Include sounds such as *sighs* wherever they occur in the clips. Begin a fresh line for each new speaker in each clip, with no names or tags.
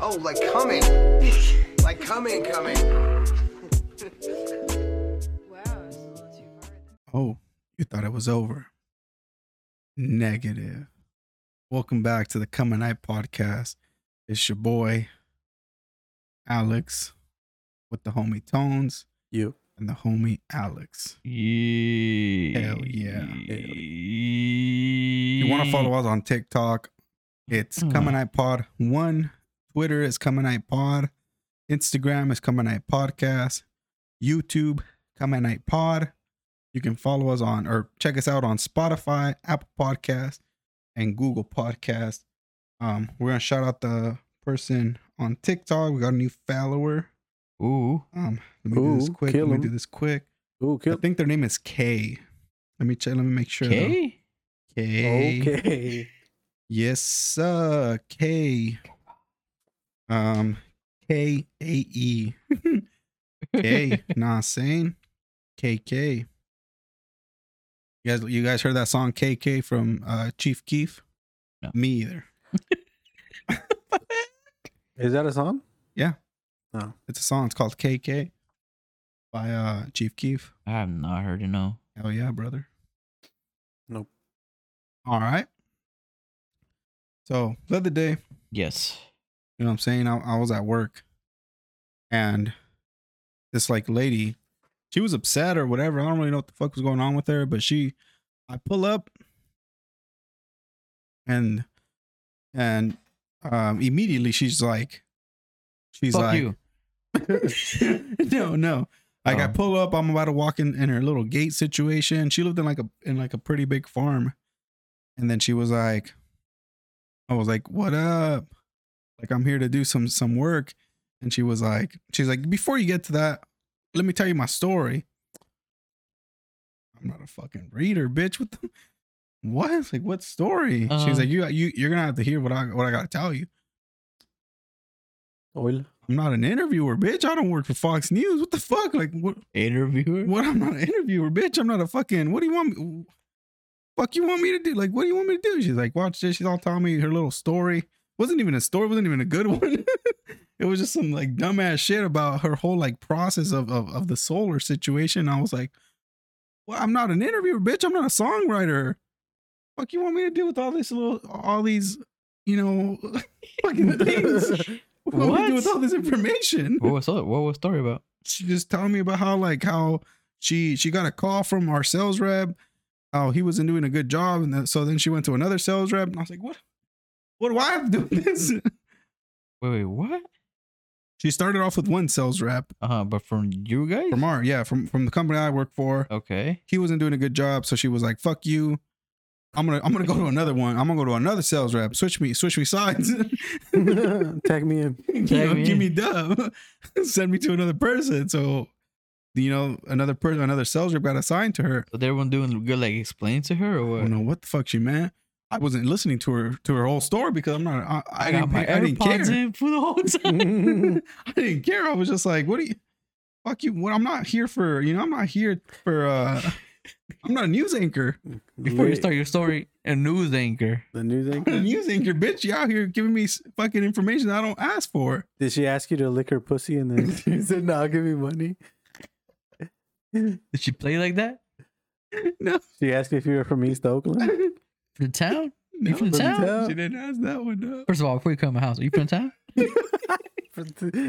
Oh, like coming. like coming, coming.
Wow, it's a little too far.
Oh, you thought it was over. Negative. Welcome back to the Coming Night podcast. It's your boy, Alex, with the homie Tones
You.
and the homie Alex.
Yeah.
Hell yeah. Hell yeah.
You
If you want to follow us on TikTok,
Hmm.
it's
Mm.
Coming Night Pod 1. Twitter is Coming Night Pod. Instagram is Coming Night Podcast. YouTube, Coming Night Pod. You can follow us on or check us out on Spotify, Apple Podcast, and Google Podcast. Um, we're going to shout out the person on TikTok. We got a new follower.
Ooh.
Um, let me do this
Ooh,
quick.
kill
Let me
him.
do this quick.
Ooh,
I
kill.
think their name is Kay. Let me check. Let me make sure. though.
Okay.
Kay.
Okay.
Yes, sir. K. Um, K A E.
*laughs*
K. Nah, saying KK. You guys, you guys heard that song KK from uh, Chief Keef?
No.
Me either.
Is that a song?
It's a song. It's called KK by uh, Chief Keef.
I have not heard it. No.
Hell yeah, brother.
Nope.
All right. So the other day,
Yes.
You know what I'm saying? I, I was at work and this like lady, she was upset or whatever. I don't really know what the fuck was going on with her, but she I pull up and and um immediately she's like she's
Fuck
like
you.
*laughs* no, no. Like I
Oh.
pull up, I'm about to walk in, in her little gate situation. She lived in like a in like a pretty big farm. And then she was like, I was like, what up? Like I'm here to do some some work. And she was like, she's like, before you get to that, let me tell you my story. I'm not a fucking reader, bitch. What the *laughs* what? It's like what story?
Uh-huh.
she's like, you you you're gonna have to hear what I what I gotta tell you.
*laughs* Oil.
I'm not an interviewer, bitch. I don't work for Fox News. What the fuck? Like what
Interviewer.
What? I'm not an interviewer, bitch. I'm not a fucking. What do you want? Me, fuck you want me to do? Like, what do you want me to do? She's like, watch this. She's all telling me her little story. Wasn't even a story. Wasn't even a good *laughs* one. it was just some like dumbass shit about her whole like process of of, of the solar situation. I was like, well, I'm not an interviewer, bitch. I'm not a songwriter. Fuck you want me to do with all this little all these, you know, *laughs* fucking things. What, do you want me to do with
What?
all this information?
*laughs* What was what was the story about?
she just telling me about how like how she she got a call from our sales rep how he wasn't doing a good job and that, so then she went to another sales rep and i was like what what do i have to do with this
Wait, wait, what?
she started off with one sales rep
Uh huh. But from you guys.
from our yeah from from the company i work for
okay.
he wasn't doing a good job so she was like fuck you i'm gonna i'm gonna go to another one i'm gonna go to another sales rep switch me switch me sides *laughs*
Tag me in.
You
Tag
know,
me
give
in.
me dub. *laughs* Send me to another person. So, you know, another person, another sales rep got assigned to her.
So they everyone doing good? Like explain to her or
I
what?
don't know what the fuck she meant. I wasn't listening to her to her whole story because I'm not. I, I, didn't. pay- I didn't
AirPods
care.
in for the whole time.
*laughs*
I didn't care. I was just like, what do you? Fuck you. What? I'm not here for. You know, I'm not here for. uh *laughs* I'm not a news anchor.
*laughs*
*laughs*
Before you start your story, a news anchor.
the news
I'm not a
anchor.
news anchor, bitch. You out here giving me s- fucking information I don't ask for.
Did she ask you to lick her pussy and then *laughs* she said, "No, give me money"?
Did she play like that?
She asked if you were from East Oakland. *laughs*
For the town? *laughs*
No,
from town?
She didn't ask that one. No.
First of all, before you come to my house, are you from town?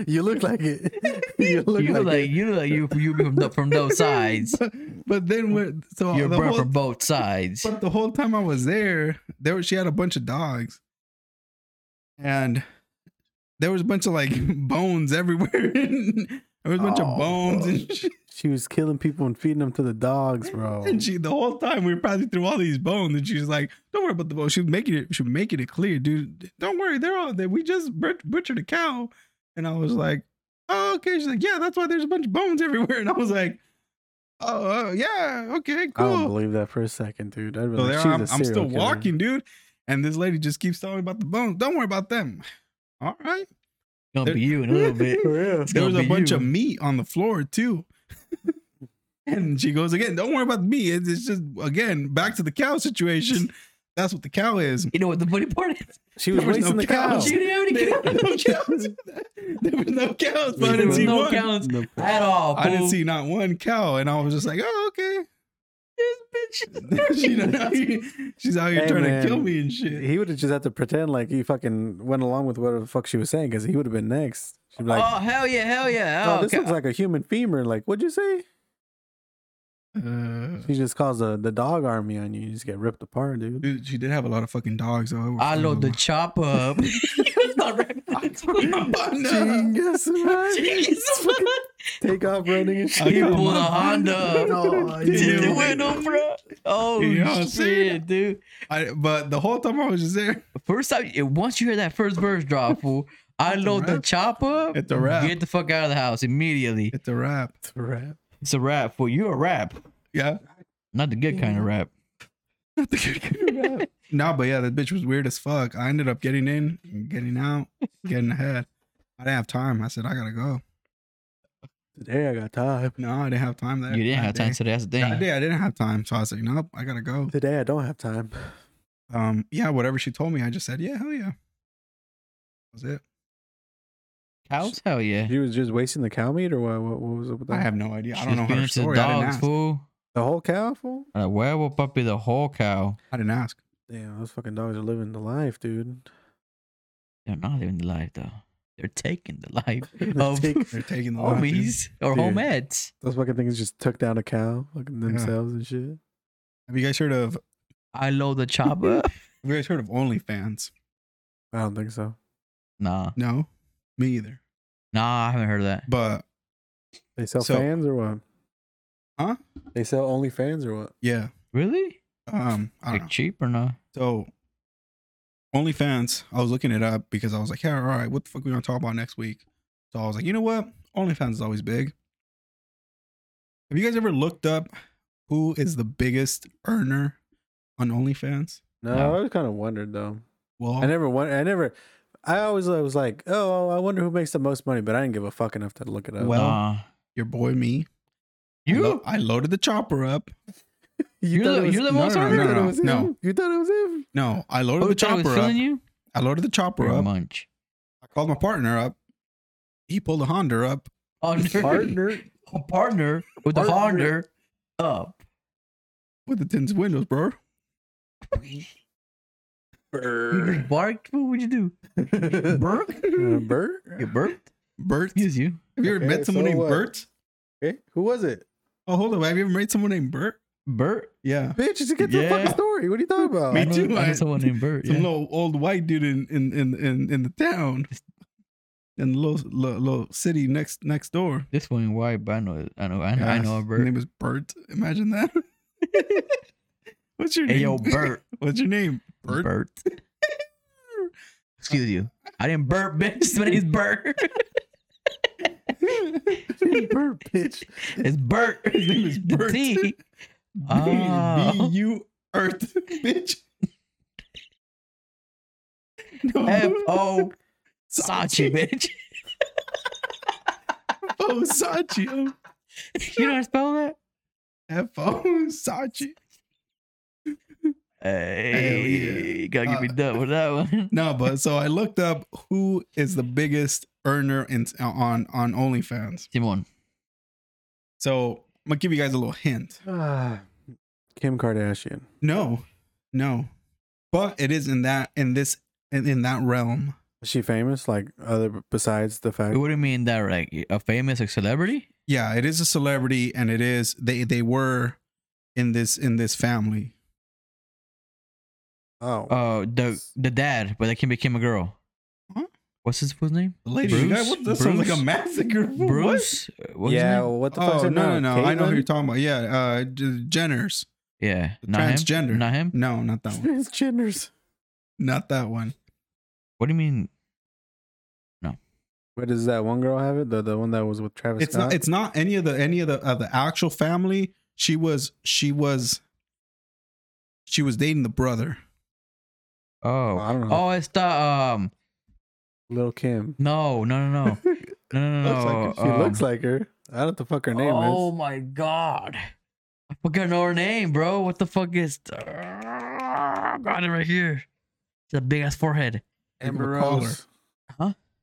you look like it. *laughs* You look
you
like,
look like
it.
you look like you you be from the, from those sides.
*laughs* But, but then when so
You're
the
bro
whole,
from both sides.
but the whole time I was there, there was, she had a bunch of dogs, and there was a bunch of like *laughs* bones everywhere. *laughs* there was a bunch of
Oh,
bones and,
fuck.
shit.
She was killing people and feeding them to the dogs, *laughs* bro.
and she the whole time we were passing through all these bones and she's like, "Don't worry about the bones." She was making it. She was making it clear, dude. Don't worry, they're all there. We just but- butchered a cow, and I was like, "Oh, okay." She's like, "Yeah, that's why there's a bunch of bones everywhere," *laughs* and I was like. Oh uh, yeah, okay,
I don't
cool.
believe that for a second, dude. I'd be
So
like,
there
"She's
I'm,
a
I'm still
serial killer."
walking, dude. And this lady just keeps telling me about the bones. Don't worry about them. All right.
It's
there-
gonna be you in a
*laughs*
little bit.
For real.
It's
There
gonna
was a
be
bunch
you.
of meat on the floor too. and she goes again. Don't worry about me. It's it's just again back to the cow situation. That's what the cow is. *laughs*
You know what the funny part is?
She was
There was
wasting
no
the
cow.
cow.
*laughs* She didn't
There
have
were *laughs*
any
no cows.
cows.
There were no cows, but I
There
didn't
was
see
no
one.
cows
No.
at all.
I didn't
fool.
see not one cow, and I was just like, "Oh, okay."
*laughs*
*laughs*
this bitch.
she done out here- she's out here
Hey,
trying
man.
to kill me and shit.
He would have just had to pretend like he fucking went along with whatever the fuck she was saying because he would have been next. She'd be like,
oh hell yeah, hell yeah.
oh,
Oh,
this
cow.
looks like a human femur. Like, what'd you say?
Uh,
She just calls the, the dog army on you. You just get ripped apart,
*laughs*
dude.
dude, she did have a lot of fucking dogs. though.
I load
Mm.
the
*laughs*
chop up. *laughs* Not right.
*laughs*
Genghis Khan. *laughs*
Jesus,
Take off running and
I
He
shit.
got
pulled
my-
a Honda
*laughs*
up
No,
to the
Dude.
window, bro. Oh
Y'all see
shit,
that?
dude.
I, but the whole time I was just there
First time, eh, once you hear that first verse drop, fool, I load the
wrap.
chop up.
It's a wrap.
Get the fuck out of the house immediately.
at the rap.
Rap.
It's a rap, fool. You a rap,
*laughs* Yeah,
not the good kind of rap.
not the good kind of rap. Nah, but yeah, that bitch was weird as fuck. I ended up getting in, getting out, getting ahead. I didn't have time. I said I gotta go.
Today I got time.
No, I didn't have time. That
You didn't
that
have time
day.
today. That's the
That
thing.
day I didn't have time, so I was like, nope, I gotta go.
Today I don't have time.
Um, yeah, whatever she told me, I just said, yeah, hell yeah. That was it.
Cows, hell yeah.
She was just wasting the cow meat or what? What, what was up with that?
I have no idea. I
She's
don't know
been
her
into
story. I didn't
dogs,
ask.
fool.
the whole cow? Fool?
A werewolf puppy, the whole cow.
I didn't ask.
Damn, those fucking dogs are living the life, dude.
They're not living the life though. They're taking the life
Those
of
fucking-
*laughs* They're taking the
Oh,
lot, dude.
*laughs* homies or
Dude.
home eds.
those fucking things just took down a cow, fucking themselves and shit.
Have you guys heard of?
I load the
*laughs*
chop up.
Have you guys heard of OnlyFans?
I don't think so.
nah,
No, me either.
nah, I haven't heard of that.
But
They sell
So-
fans or what?
Huh?
They sell only fans or what?
yeah,
Really?
um, I don't
Like
know.
cheap or not?
So, OnlyFans. I was looking it up because I was like, yeah, all right, what the fuck we gonna talk about next week? So I was like, you know what? OnlyFans is always big. Have you guys ever looked up who is the biggest earner on OnlyFans?
No,
No.
I was kind of wondered though.
Well,
I never won. I never. I always was like, oh, I wonder who makes the most money, but I didn't give a fuck enough to look it up.
Well,
nah.
your boy me. I,
You?
lo- I loaded the chopper up.
you're
thought
the-
it was-
you're the
*laughs* *laughs* you
most
thought
earned? No,
it
no,
was
no.
him? You thought it was him?
No, I loaded
Oh,
the
thought I was
chopper up.
feeling you? uh,
I loaded the chopper
Pretty
up. *laughs*
much.
I called my partner up. He pulled a Honda up.
Oh, no.
Partner.
A partner with the Honda
Partner.
up.
*laughs* with the tinted windows, bro.
You just barked? What would you do?
*laughs*
Burp?
Uh, Bert?
You burped?
Um, Bert.
Excuse you.
Have you ever
Okay,
met someone
so
named
what?
Bert?
Okay. Who was it?
Oh, hold up. Have you ever met someone named Bert?
Burt?
Yeah.
Bitch, just get to the
Yeah.
fucking story. What are you
*laughs*
talking about?
Me
I know-
too,
I know
I-
someone named Burt.
Some
yeah.
little old white dude in in in in, in the town, in the little, little little city next next door.
This one in white, but I know, I know, I know, I
Yes.
know a
His
Burt.
name is Bert. Imagine that. *laughs* What's your
Hey,
name? *laughs*
yo, Burt.
What's your name? Bert. *laughs*
Burt. Excuse you. I didn't burp, bitch. *laughs* My name's Burt.
*laughs* Bert, bitch. *sighs*
*laughs*
It's Burt.
His name is
The
Bert. *laughs*
T.
B
Oh.
U Earth, *laughs* bitch. No.
F
*laughs*
O Sachi, bitch. *laughs*
Oh, Sachi.
You know how to spell that?
F O Sachi.
Hey, you gotta get me
Uh,
done with that one. *laughs*
No, but so I looked up who is the biggest earner in on on OnlyFans.
Timon.
So I'm gonna give you guys a little hint.
Ah, Kim Kardashian.
No, no, but it is in that in this in, in that realm.
Is she famous? Like other besides the fact?
What do you mean that? Like a famous like, celebrity?
Yeah, it is a celebrity, and it is they they were in this in this family.
Oh,
Uh, the the dad, but that can became a girl.
Huh?
What's his full name?
The lady, you
Bruce?
guys- what, that sounds like a
Bruce?
massacre. *laughs* What?
Bruce. Uh, What's
yeah.
His name?
well, what the fuck?
Oh no no no! I know who you're talking about. Yeah, uh, J- Jenner's
Yeah. Not
transgender.
Him? Not him.
No, not that one.
Transgenders.
Not that one.
What do you mean?
What does that one girl have it? The the one that was with Travis
it's
Scott.
not it's not any of the any of the of the actual family she was she was she was dating the brother
Oh.
I don't know.
Oh, it's the um.
Little Kim.
No,
*laughs*
no, no, no, no, no, no.
looks like her.
Oh,
She
um,
looks like her. I don't know what the fuck her name
oh
is.
my god! I forgot her name, bro. What the fuck is? uh, got it right here. It's a big ass forehead.
Think of a
Amber
collar.
Rose.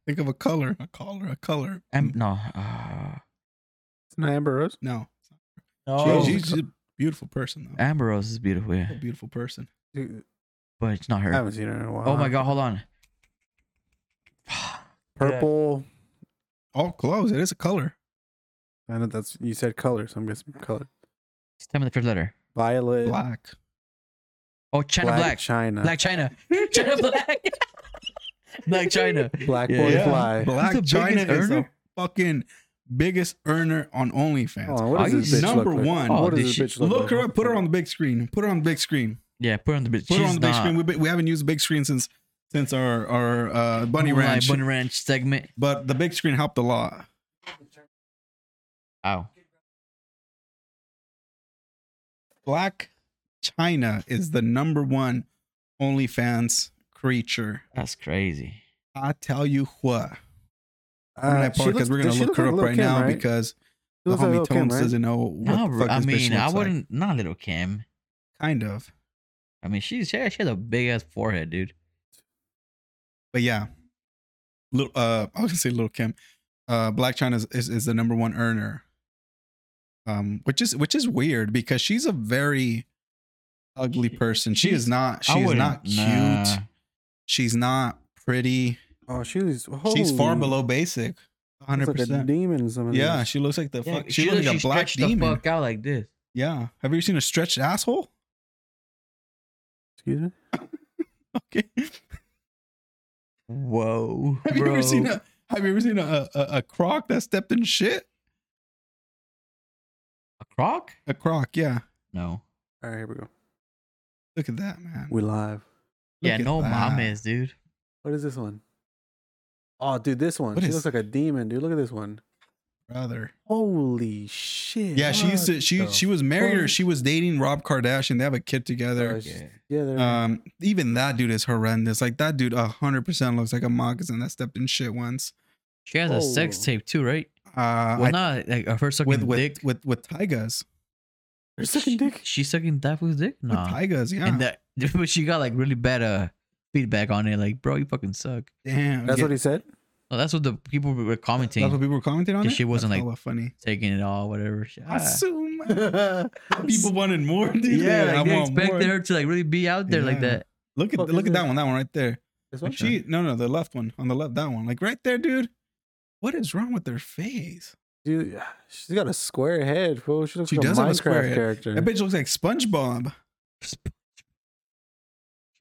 Think of a color, a collar, a color.
Mm.
Em- no. Uh,
It's not Amber Rose.
no.
Oh.
She- she's just a beautiful person though.
Amber Rose is beautiful, yeah,
A beautiful person.
Dude,
but it's not
I
her.
haven't seen her in a while.
Oh my god, hold on. *sighs*
Purple.
All clothes. It is a color.
I know that's you said color, so I'm guessing color.
Just tell me the first letter.
Violet.
Black.
Oh, China
Black
Black.
China.
Black China. *laughs* China Black. *laughs* Black China.
Black
Yeah,
boy
yeah.
fly.
Black
Who's the
China
biggest
is the
earner?
fucking biggest earner on OnlyFans.
Hold on, what
I-
does this bitch
number
look like?
one.
Oh,
what does
did
this
she-
bitch look,
Look
like?
her up. Put her on the big screen. Put her on the big screen.
Yeah, put her on the big.
Put her
she's
on the big
not
screen. We, we haven't used the big screen since since our our uh, bunny
Moonlight
ranch,
Bunny Ranch segment.
but the big screen helped a lot.
Ow.
Black China is the number one OnlyFans creature.
That's crazy.
I tell you what, I'm
Uh,
gonna
she
part because
looks-
we're gonna
does she
look her up
like Lil'
right
Kim,
now
right?
because
She
the
looks like
homie
Lil' Kim,
Tones
right?
doesn't know what
no,
the fuck
I
this bitch
mean, I
looks like.
wouldn't. Not little Kim.
Kind of,
I mean, she's yeah, she has a big ass forehead, dude.
but yeah. Little, uh, I was gonna say Little Kim. Uh, Black China is, is, is the number one earner. Um, which is which is weird because she's a very ugly person. She is not.
I
She is
wouldn't-
not cute.
nah.
She's not pretty.
Oh, she's
She's far
holy-
below basic.
looks
Hundred
Oh. like a
percent.
demon. Some of
Yeah,
these.
she looks like the
Yeah,
fuck. She, looks like a
she
black
stretched
demon.
the fuck out like this.
Yeah. Have you ever seen a stretched asshole? *laughs*
Excuse me.
Okay.
Whoa,
*laughs* Have you ever seen a Have you ever seen a a, a croc that stepped in shit?
a croc?
A croc, yeah.
No.
All right, here we go.
Look at that, man.
We live.
Yeah,
at
no
that.
mames, dude.
What is this one? Oh, dude, this one.
What
she
is-
looks like a demon, dude. Look at this one.
brother.
Holy shit.
Yeah, she used to.
What
She
the
she was married or
fuck?
she was dating Rob Kardashian. They have a kid
Oh,
together.
it's
Yeah.
just- Yeah, they're
Um, even that dude is horrendous. Like that dude, hundred percent looks like a moccasin that stepped in shit once.
She has a sex
Oh.
tape too, right?
Uh,
Well,
I-
not like of her sucking
with
dick.
with with with tigers.
Her sucking dick?
She sucking that fool's dick? No.
With tigers, yeah.
And that, *laughs* but she got like really bad uh feedback on it. Like, bro, you fucking suck.
Damn,
That's
yeah.
what he
*laughs*
said.
Oh, that's what the people were commenting,
That's what people were commenting on.
The
it?
shit wasn't
That's
like-
hella funny.
taking it all, whatever. She-
I
ah.
assume people
*laughs* People
wanted more. Dude.
Yeah,
I
like, they
want
expected
more.
her to like really be out there like
Yeah.
that.
Look at
Fuck
look
is
at that
this?
one. That one right there.
This
Like
one?
she no no the left one on the left that one like right there, dude. What is wrong with their face?
Dude, she's got a square head, bro. She looks
She
like
does
a
have
Minecraft
a square head.
character.
That bitch looks like SpongeBob.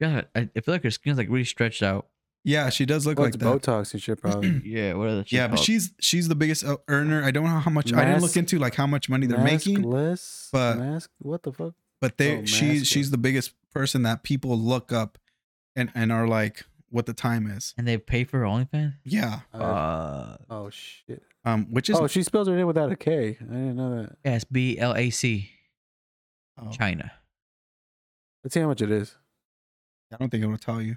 Yeah, I, I feel like her skin's like really stretched out.
Yeah, she does look
Well,
like
it's
that.
Botox and shit, probably.
Yeah, what are the
Yeah, but she's she's the biggest uh, earner. I don't know how much. I didn't look
Mask-
into like how much money *clears throat* they're making,
Maskless,
but-
mask. What the fuck?
but they
oh,
she's
mask-
she's the biggest person that people look up, and and are like what the time is.
and they pay for her OnlyFans.
Yeah,
Uh,
Uh,
oh shit.
um, which is
Oh, she spells her name without a K. I didn't know that.
S B L A C
oh,
China.
Let's see how much it is.
I don't think I will tell you.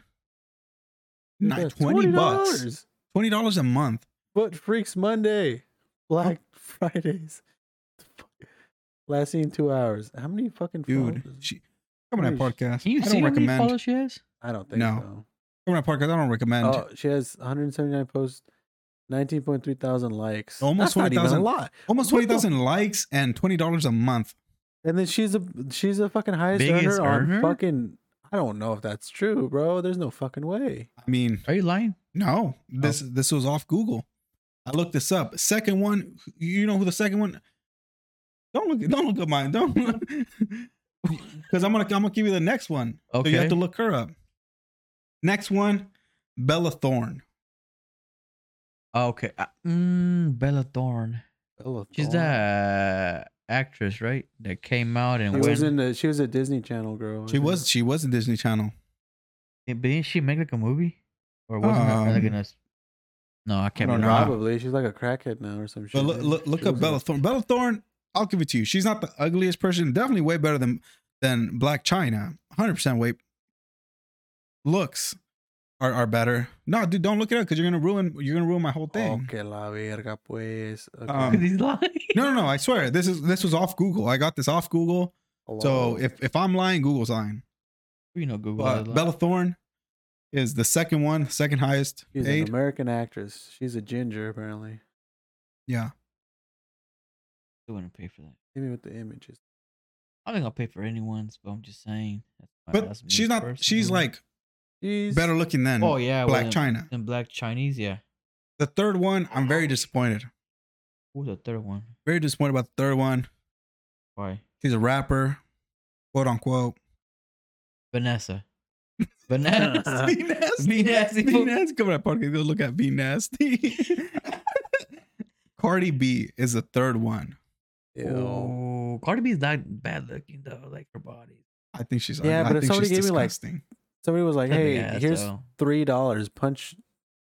Dude,
Not
that's
twenty bucks,
$20.
twenty dollars a month.
But Freaks Monday, Black *laughs* Fridays. Last seen two hours. How many fucking
dude.
followers?
She come on that
Holy sh-
podcast.
Can you
I don't
see how many
recommend
followers she has?
I don't think
No. come on that podcast. I don't
so.
recommend.
Uh,
Oh, she has 179 posts, 19.3 thousand likes. That's
Almost
not even
20,000.
A lot.
Almost
What
twenty
the-
thousand likes and twenty dollars a month.
And then she's a she's a fucking highest
Biggest
earner,
earner?
on fucking. I don't know if that's true, bro. There's no fucking way.
I mean,
Are you lying? Oh.
no, this this was off Google. I looked this up. Second one, you know who the second one? Don't look, don't look at mine.
*laughs*
Don't, *laughs* because I'm gonna I'm gonna give you the next one. So you
Okay.
have to look her up. Next one, Bella Thorne.
Oh, okay. Uh, mm, Bella Thorne.
Bella
She's
Thorne.
that actress, right? That came out and
She
went.
was in the. She was a Disney Channel girl. I
She
think.
was she was a Disney Channel.
Yeah, but didn't she make like a movie? Or wasn't it like
Um,
in a s- No, I can't
don't
remember.
know.
Probably. She's like a crackhead now or some shit.
But look,
dude.
look, look
She
up
was
Bella
a-
Thorne. Bella Thorne, I'll give it to you. She's not the ugliest person. Definitely way better than than Black China. 100% way. Looks are, are better. No, dude, don't look it up because you're gonna ruin you're gonna ruin my whole thing.
Okay, Oh, la verga, pues. Okay.
Um,
*laughs* 'Cause he's lying.
No, no, no. I swear this is this was off Google. I got this off Google. So
Hello.
if if I'm lying, Google's lying.
You know Google.
Uh,
that a lot.
Bella Thorne is the second one, second highest
She's
paid.
an American actress. She's a ginger, apparently.
yeah.
I wouldn't pay for that.
Hit me with the images.
I don't think I'll pay for anyone's, but I'm just saying. That's my-
But
that's me
she's not she's
personally.
like
She's
better looking than
oh yeah,
Black
well,
China.
And Black Chinese, yeah.
The third one, I'm very disappointed.
Who's the third one?
Very disappointed about the third one.
Why?
He's a rapper,
*laughs*
quote unquote.
Vanessa. Vanessa.
Be nasty.
Be nasty.
Be nasty. Come on, podcast. Go look at Be
*laughs*
Nasty. Cardi B is the third one.
Ew.
*laughs*
Oh, Cardi B is not bad looking though, like her body.
I think she's.
Yeah,
I,
but
I
if
think
somebody
she's
gave me, like,
disgusting.
Somebody was like,
Kinda
"Hey,
ass,
here's
though.
three dollars. Punch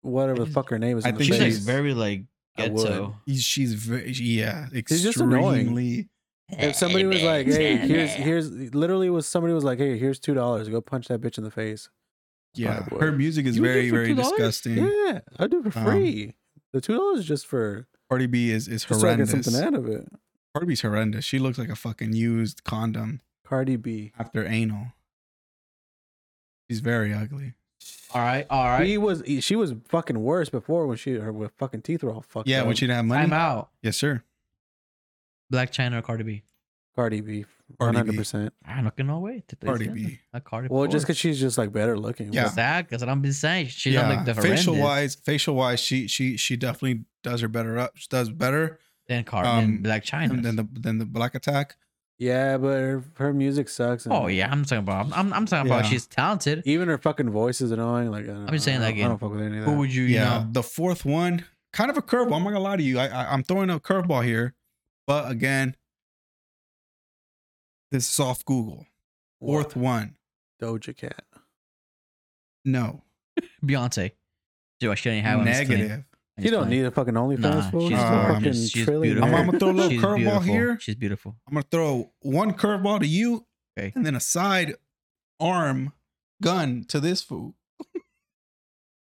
whatever the
She's-
fuck her name is."
I
in the
think
she's like
face."
very like
I would.
ghetto.
He's- she's very. Yeah,
She's just annoying.
extremely.
If somebody was
*laughs*
like, "Hey, here's here's," literally was somebody was like, "Hey, here's two dollars. Go punch that bitch in the face."
Yeah,
I would.
her music is
You would do
very,
for
very
$2?
disgusting.
Yeah, I do it for
Um,
free. the two dollars is just for
Cardi B is is
just so I get
horrendous.
something out of it.
Cardi B's horrendous. She looks like a fucking used condom
Cardi B.
after anal. She's very ugly.
All right, all right.
He was he- she was fucking worse before when she her with fucking teeth were all fucked
Yeah,
up.
when she didn't have
I'm
money.
out.
Yes, sir.
Black China or Cardi B? Ah,
Cardi B, one
Cardi
hundred
B.
percent.
I'm not gonna wait.
Cardi B.
A Ah, Cardi
Well, just
Ford.
because she's just like better looking.
Yeah.
Exact. That's what I'm just saying. She's not like the
facial
horrendous
wise, facial wise, she she she definitely does her better up. She does better
than Cardi
um,
than Black China.
than the than the Black Attack.
yeah, but her, her music sucks. and
oh yeah, I'm talking about. I'm, I'm talking about.
Yeah.
She's talented.
even her fucking voice is annoying. Like I don't,
I'm just saying,
I don't-
like,
I
in-
don't fuck with any of that.
Who would you?
yeah,
You know,
the fourth one, kind of a curveball. I'm not gonna lie to you. I, I I'm throwing a curveball here, but again, this is off Google. Fourth one,
Doja Cat.
no,
Beyonce. Do I shouldn't have one, I'm just kidding.
negative.
I'm
You
just
don't
playing.
need a fucking OnlyFans
Nah,
fool.
she's,
She's a
fine.
fucking
she's, she's
trillionaire.
beautiful.
I'm gonna
*laughs*
throw a little
She's
curveball
beautiful.
here.
She's beautiful.
I'm gonna throw one curveball to you,
Okay.
and then a side arm gun to this fool. *laughs*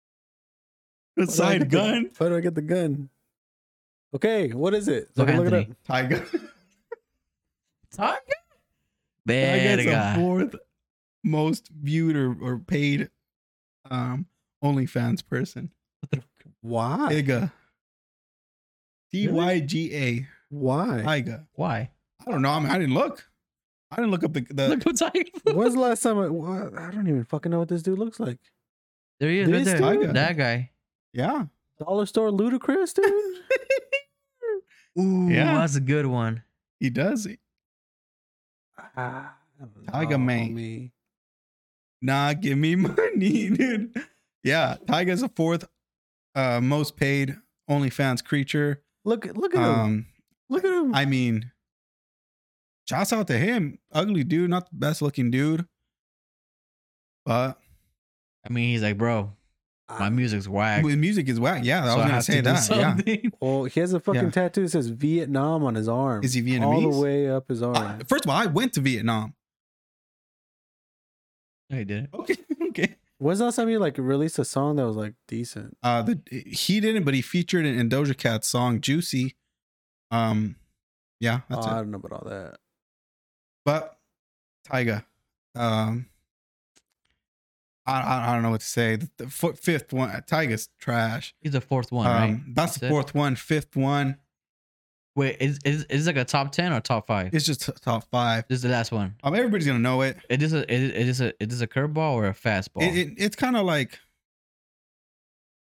A
Where do I
side
get the-
gun,
*laughs* where do I get the gun? Okay, what is it?
Look,
Look, look it up.
Anthony.
*laughs* tiger.
Tiger.
I guess the
Verga.
fourth most viewed or, or paid um OnlyFans person.
Why?
Iga. T Y G A.
Why?
Iga. *laughs*
Why?
I don't know. I, mean, I didn't look. I didn't look up the, the
Look what's Tiger.
When's the last time I? What? I don't even fucking know what this dude looks like.
*laughs* There he is.
This
Right there.
Tiger.
That guy.
yeah.
Dollar store ludicrous
*laughs*
dude.
Ooh,
Yeah.
that's a good one.
He does. it.
Ah, I don't
Tiger
know,
Man.
homie.
Nah, give me *laughs* money, dude. Yeah, Tiger's the fourth uh most paid OnlyFans creature.
Look, look at him.
Um
Look at him.
I mean, shouts out to him. Ugly dude, not the best looking dude. But
I mean, he's like, bro,
Ah,
Uh,
my music's whack.
Well, the music is whack. Yeah, I was gonna say that. Yeah.
Well, he has a fucking
Yeah.
tattoo that says Vietnam on his arm.
Is he
All
Vietnamese?
the way up his arm.
Uh, first of all, I went to Vietnam.
*laughs* No, he didn't.
Okay, *laughs* okay.
When's the last time he like released a song that was like decent?
Uh, the he didn't, but he featured in, in Doja Cat's song "Juicy." Um, yeah, that's
oh, I
it.
Uh,
don't know about all that.
But Tyga, um, I, I I don't know what to say. The, the fo- fifth one, Tyga's trash.
He's the fourth one,
um,
right?
that's the
That's it?
fourth one. Fifth one
Wait, is is is it like a top ten or top five?
is just t- top five.
this is the last one.
Um, everybody's gonna know it.
It is a it is, it is a it is a curveball or a fastball.
It, it it's kind of like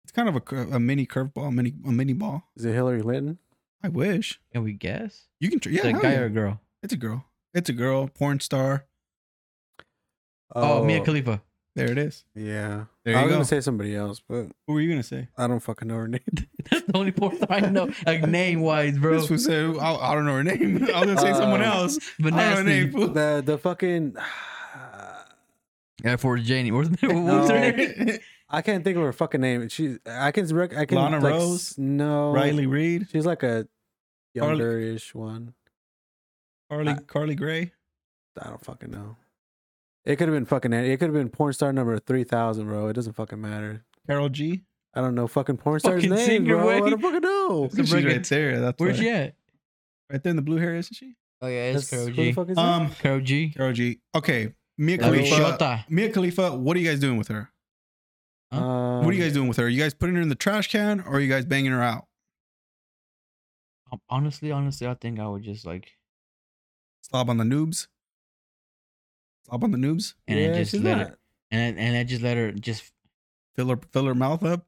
it's kind of a, cur- a mini curveball, mini a mini ball.
Is it Hillary Clinton?
I wish.
Can we guess?
You can, tr- yeah,
Is it a
hell
guy
yeah.
or a girl?
it's a girl. It's a girl, porn star.
Oh, Mia Khalifa. *laughs*
There it is.
Yeah.
There
I
you
was
go.
gonna say somebody else, but
what were you gonna say?
I don't fucking know her
*laughs*
name.
That's the only fourth I know, like name wise, bro.
This was uh, I, I don't know her name. *laughs* I was gonna say someone
Uh,
*laughs* else.
But
I don't know her name.
nasty.
fool.
the the fucking *sighs*
Yeah, for Janie. What's, what was
No.
her
*laughs*
name?
I can't think of her fucking name. She I can rec- I can
Lana
like,
Rose?
s- No,
Riley Reed,
She's like a
Carly-
younger-ish one.
Carly,
Uh,
Carly Gray.
I don't fucking know. It could have been fucking. It could have been porn star number three thousand, bro. It doesn't fucking matter.
Carol G.
I don't know fucking porn stars
Fucking
names,
sing your
bro. I
way.
don't fucking know.
It's a
She's
break-
right there. That's
Where's
right.
she at?
Right there in the blue hair, isn't she?
Oh yeah,
That's-
it's Carol
who the
G.
fuck is that?
Um,
Carol G.
Carol G. Okay, Mia
La
Khalifa.
bichota.
Mia Khalifa. What are you guys doing with her?
Huh?
Um,
what are you guys doing with her? Are you guys putting her in the trash can or are you guys banging her out?
Um, Honestly, honestly, I think I would just like
Slob on the noobs. Slob on the noobs.
and
yeah,
I just
she's
let
not.
her and I, and I just let her just
Fill her fill her mouth up.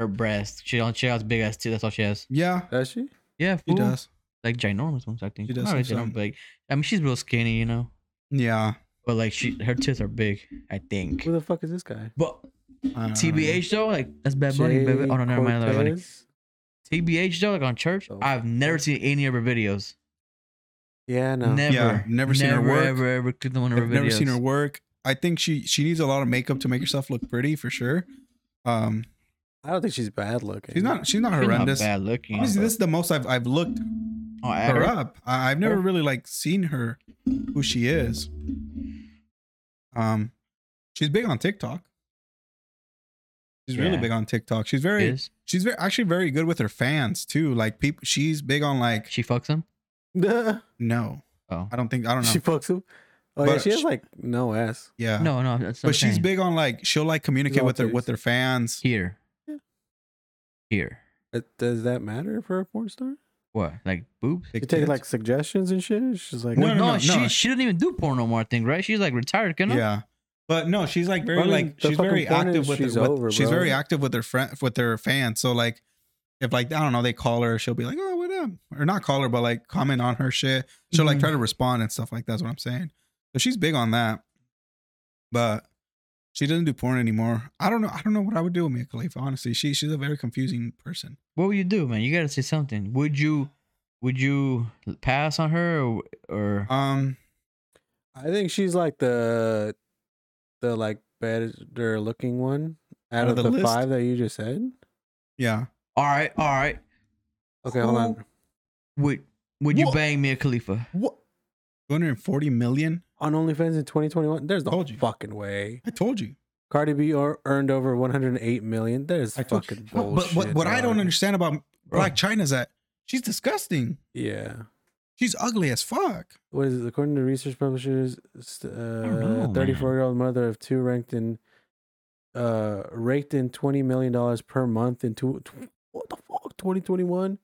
her breast. She don't she has big ass too. That's all she has.
Yeah,
Does she?
Yeah,
she
fool.
does.
Like ginormous ones, I think.
She does
Not
have
really ginormous,
some.
but, like I mean, she's real skinny, you know.
Yeah.
But like she, her tits are big. I think.
Who the fuck is this guy?
But
I don't
TBH though, like that's Bad Bunny,
Jay
baby. Oh no, never mind. that's Bad Bunny.
Cortez?
TBH though, like on church,
Oh,
I've never
fuck.
seen any of her videos.
Yeah, no.
Never,
never seen her work.
Ever, ever clicked on one
know.
of
I've
her videos.
never seen her work. I think she she needs a lot of makeup to make herself look pretty for sure. Um,
I don't think she's bad looking. *laughs*
she's not she's not
She's not
horrendous.
bad looking.
Honestly,
but-
this is the most I've I've looked
oh, at
her
her?
up. I, I've never
Her?
really like seen her who she is. Um, she's big on TikTok. She's really
Yeah.
big on TikTok. She's very
Is
she's very actually very good with her fans too. Like people, she's big on like
she fucks him?
no,
Oh
I don't think I don't know.
she fucks him. Oh yeah,
But
she has
she-
like no ass.
yeah,
no, no, that's what I'm
but she's
saying.
big on like she'll like communicate
all
with her
titties.
with her fans.
here.
Yeah.
Here,
Uh, Does that matter for a porn star?
what? Like boobs?
Big
She take
tits.
like suggestions and shit. She's like,
No, no,
no,
no,
she
no.
she didn't even do porn no more. I think right? She's like retired, you know?
yeah. But no, she's like very
I mean,
like
the
she's
fucking
very
point
active
is
with, her,
she's
with
over,
she's
bro.
very active with her friend with her fans. So like if like I don't know, they call her, she'll be like, "Oh, what up?" or not call her, but like comment on her shit. She'll like
Mm-hmm.
Mhm.
try to respond and stuff like that's what I'm saying. So she's big on that. But she doesn't do porn anymore. I don't know. I don't know what I would do with Mia Khalifa. Honestly, she she's a very confusing person.
What would you do, man? You gotta say something. Would you? Would you pass on her or? or
Um,
I think she's like the the like better looking one out of the,
list?
five that you just said.
yeah.
all right, all right.
Okay, hold
Who-
on.
Would Would you
What?
bang Mia Khalifa?
What? 240 million?
On OnlyFans in 2021, there's no
Told you.
fucking way.
I told you.
Cardi B or, earned over 108 million. There's
I told
fucking
But
bullshit.
what, what I don't
dog.
understand about
Bro.
Black China's that she's disgusting.
Yeah.
She's ugly as fuck.
What is it? According to research publishers, st-
know,
uh,
man.
34 year old mother of two ranked in, uh, raked in 20 million dollars per month in two, tw- what the fuck, 2021,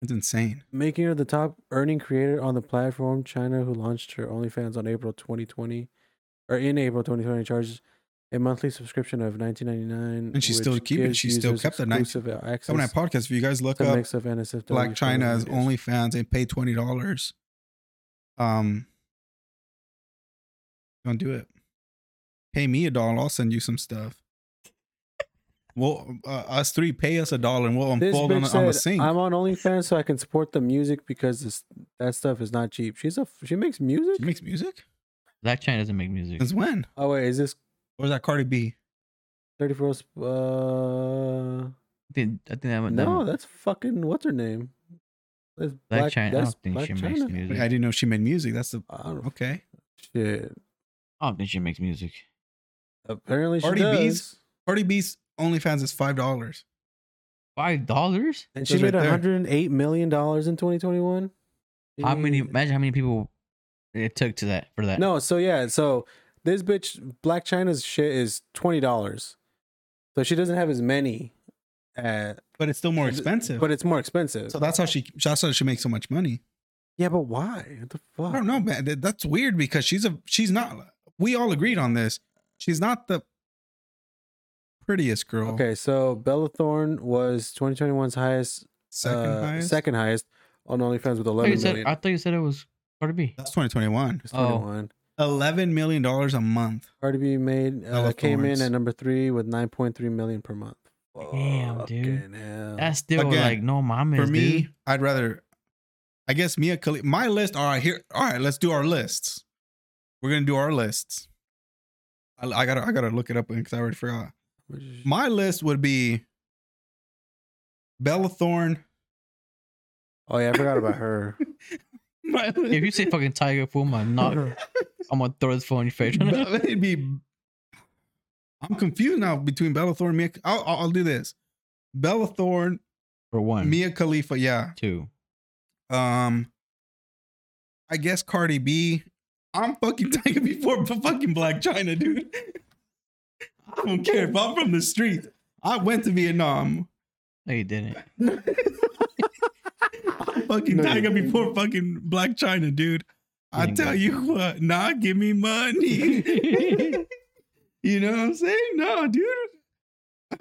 It's insane.
making her the top earning creator on the platform. China, who launched her OnlyFans on April 2020, or in April 2020, charges a monthly subscription of 19.99,
And she still
which
keep it.
gives
She still
users
kept the 19
exclusive access
Coming at podcast, if you guys look
to
up
mix of NSFW
Black China's
porn videos.
OnlyFans and pay twenty dollars, um, don't do it. Pay me a dollar. I'll send you some stuff.
*laughs*
Well, uh, us three pay us a dollar and we'll
This
unfold
bitch
on the,
said,
on the sink.
I'm on OnlyFans so I can support the music because this that stuff is not cheap. She's a she makes music.
she
*laughs*
makes music.
Black China doesn't make music.
Since when?
oh wait, is this
Or is that Cardi B?
34? Uh,
I think, I think that went
no,
down.
that's fucking what's her name? That's
Black, China. I
that's
don't think
Black
she
China.
makes music.
Wait, I didn't know she made music. That's the
I don't
okay.
shit.
I don't think she makes music.
Apparently she
Cardi
does.
B's- Cardi B's OnlyFans is five dollars.
Five dollars?
and she
Those
made
right there.
108 million dollars in 2021.
Mm.
How many?
Jesus.
Imagine how many people it took to that for that.
No, so yeah, so this bitch Black China's shit is twenty dollars, so she doesn't have as many, uh,
But it's still more expensive.
but it's more expensive.
so that's how she that's how she makes so much money.
yeah, but why? What the fuck?
I don't know, man. That- That's weird because she's a she's not. We all agreed on this. She's not the prettiest girl.
Okay, so Bella Thorne was 2021's highest,
second
uh,
highest.
second highest on OnlyFans with
I thought, you
11
said,
million.
I thought you said it was Cardi B.
That's 2021.
It's
oh.
21.
Eleven million dollars a month.
Cardi B made uh,
Bella
came in
Thorne's.
at number three with 9.3 million per month.
Damn, dude.
Fucking hell.
That's still
Again,
like no mamas,
For me,
dude.
I'd rather. I guess Mia Khalifa. My list. All right, here. All right, let's do our lists. We're gonna do our lists. I, I gotta. I gotta look it up because I already forgot. My list would be Bella Thorne.
oh yeah, I forgot about her.
My
*laughs* If you say fucking Tiger fool, I'm gonna
*laughs*
*laughs*
knock- I'm gonna throw this phone in your face.
Bella- it'd be. I'm confused now between Bella Thorne. and Mia. I'll, I'll, I'll do this. Bella Thorne,
for one,
Mia Khalifa. Yeah.
two.
Um. I guess Cardi B I'm fucking *laughs* Tiger before b- fucking Black China, dude. I
*laughs*
don't care if I'm from the street. I went to Vietnam.
No, you didn't.
I'm fucking
No, you
Tiger
didn't.
before fucking Black China, dude. I
You
tell
didn't.
you what, nah, give
*laughs*
me money. *laughs* you know what I'm saying? No, dude.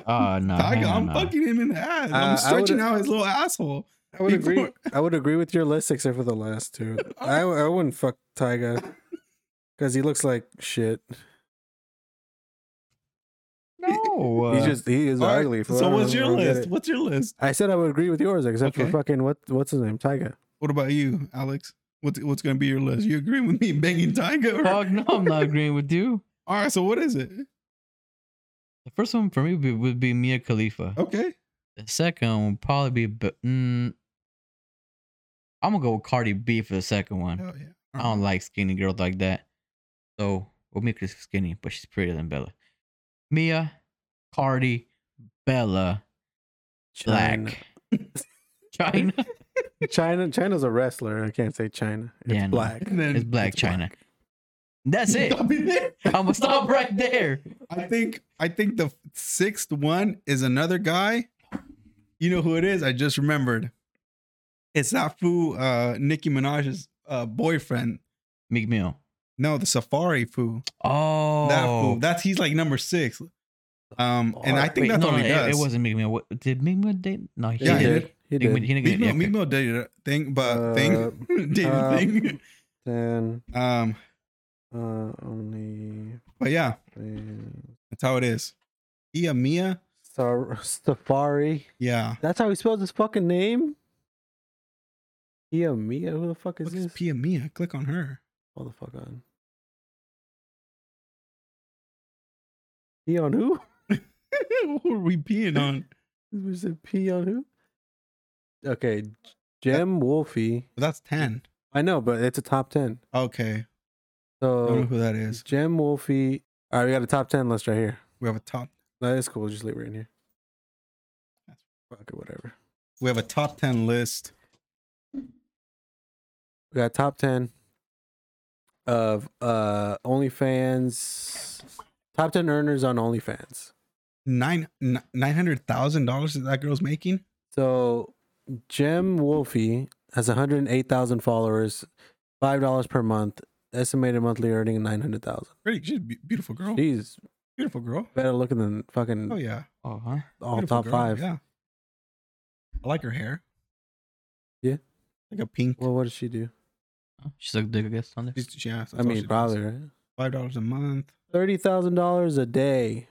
Oh no,
Tiger,
hell
I'm
no.
fucking *laughs* him in the ass.
Uh, I
I'm stretching
would've-
out his little asshole.
I would agree.
Before-
I would agree with your list except for the last
*laughs*
two. I I wouldn't fuck Tyga because he looks like shit.
No, uh,
He's just *laughs* he is
All right,
ugly. fool. I
so
don't-
what's
I
your
don't get
list?
it.
What's your list?
I said I would agree with yours except
Okay.
for fucking what what's his name Tyga.
What about you, Alex? What's what's gonna be your list? You agree with me *laughs* banging Tiger? or-
fuck no, I'm not agreeing with you.
All right, so what is it?
The first one for me would be, would be Mia Khalifa.
Okay.
The second one would probably be. B- Mm, I'm gonna go with Cardi B for the second one.
Hell yeah.
I don't like skinny girls like that. So we'll make her skinny, but she's prettier than Bella. Mia, Cardi, Bella, Black, *laughs* China.
China China's a wrestler. I can't say China. It's
Yeah, no.
black.
And then
It's Black
It's
China. That's
*laughs*
it.
Stop it there.
I'm gonna stop right there.
I think I think the sixth one is another guy. You know who it is? I just remembered. It's that fool, uh, Nicki Minaj's uh, boyfriend.
Meek Mill.
No, the Safari fool.
Oh,
That fool. That's he's like number six. Um, and I think
Wait,
that's
no,
all
no,
he
it-
does.
It, wasn't Meek Mill. What, did Meek Mill date? No, he
Yeah, he
didn't.
did. He
Meek Mill-
did.
He didn't
Meek
get
Mill,
yeah,
Meek
okay.
Mill dated a thing, but
Uh,
*laughs* thing dated
uh,
thing.
Then
Um,
uh, only
but yeah,
um,
that's how it is. Ia Mia.
Sar- *laughs* Safari.
Yeah.
That's how he spells his fucking name. Ia Mia, who the fuck is
What is
this?
Pia Mia? Click on her.
*laughs*
Hold the fuck on. Pee on who? *laughs*
what were we *laughs* peeing on?
Was it pee on who? Okay, Gem Wolfie.
That's ten.
I know, but it's a top ten.
Okay. I don't know
So
who that is.
Gem Wolfie. All right, we got a top ten list right here.
We have a top.
That is cool. Just leave it in here. Fuck it, whatever.
We have a top ten list.
We got top ten of uh OnlyFans. Top ten earners on OnlyFans.
Nine nine hundred thousand dollars that that girl's making.
So Jem Wolfie has 108,000 followers, $5 per month, estimated monthly earning 900,000.
Pretty, she's a be- beautiful girl.
She's
beautiful girl.
better looking than fucking
Oh yeah.
Oh, huh?
all
Beautiful
top
girl.
five.
Yeah. I like her hair.
Yeah.
Like a pink.
Well, what does she do?
She sucked dick, I guess, on there.
She's- she- yeah, that's
I
all she
mean,
does.
probably, right?
five dollars a month.
$30,000 a day.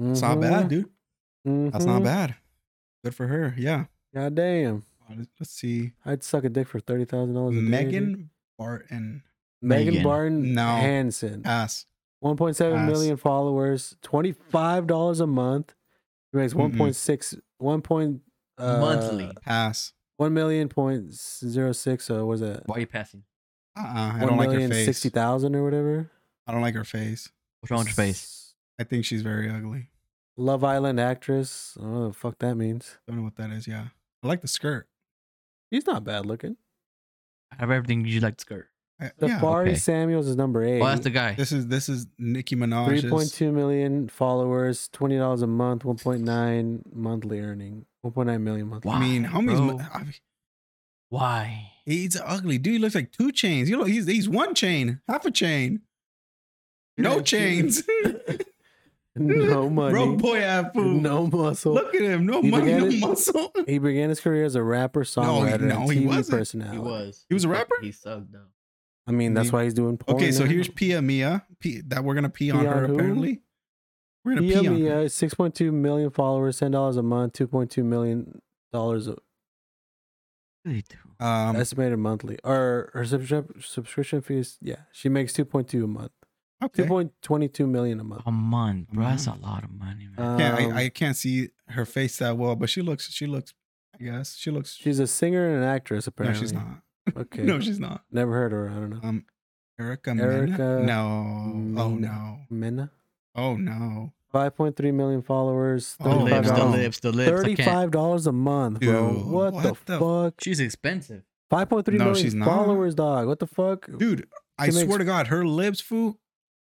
It's
Mm-hmm.
not bad, dude.
Mhm.
That's not bad. Good for her. Yeah.
God damn.
Let's see.
I'd suck a dick for $30,000 a day. dude.
Megan Barton.
Megan
Megan.
Barton
No.
Hansen.
Ass.
1.7
Ass.
million followers, $25 a month. She makes
Mm-mm.
1.6 1. Point, uh,
Monthly.
Ass.
One million point zero six. So was it
Why are you passing?
Uh. uh I
one
don't like her
million
face.
sixty thousand or whatever?
I don't like her face.
What's wrong with your face?
I think she's very ugly.
Love Island actress. I don't know what the fuck that means.
Don't know what that is. Yeah. I like the skirt.
He's not bad looking.
I have everything you like to skirt.
I, yeah.
Safari
okay.
Samuels is number eight.
Oh, that's the guy.
This is this is Nicki Minaj's.
3.2 million followers, $20 a month, 1.9 monthly earning, 1.9 million monthly.
I mean,
Why,
how many?
bro?
I mean,
Why?
he's ugly dude. He looks like two chains. You know, he's he's one chain, half a chain, no
Yeah.
chains,
*laughs*
*laughs*
No money.
broke boy ass fool.
no muscle.
Look at him, no
You
money,
forget
no
it?
muscle. *laughs*
He began his career as a rapper, songwriter,
no,
and
he
TV
wasn't.
personality.
He was a rapper?
He sucked though.
I mean, that's
He-
why he's doing porn.
Okay, so
now.
here's Pia Mia. P, that we're gonna pee on
Pee on
her
who?
apparently. We're gonna
Pia
pee on her.
Mia, 6.2 million followers, $10 a month, $2.2 million dollars
Um,
estimated monthly. Or her subscrip- subscription fees, yeah, she makes 2.2 a month.
okay.
2.22 million a month.
A month, bro. That's a
month.
lot of money, man.
Um,
Can't, I, I can't see her face that well, but she looks. She looks. I guess she looks.
she's a singer and an actress,
no,
apparently.
she's not. *laughs*
Okay.
No, she's not.
Never heard of her. I don't know.
Um, Erica. Mena?
Erica
No. Oh no.
Mena. Minna?
Oh no.
5.3 million followers.
Oh,
The
my
lips, the
God.
$35,
lips, the lips. I can't.
$35 a month, bro.
Dude,
what, the,
what the-
fuck?
She's expensive.
Five point three
No,
million
she's not.
followers, dog. What the fuck?
Dude, I
It makes-
swear to God, her lips, fool.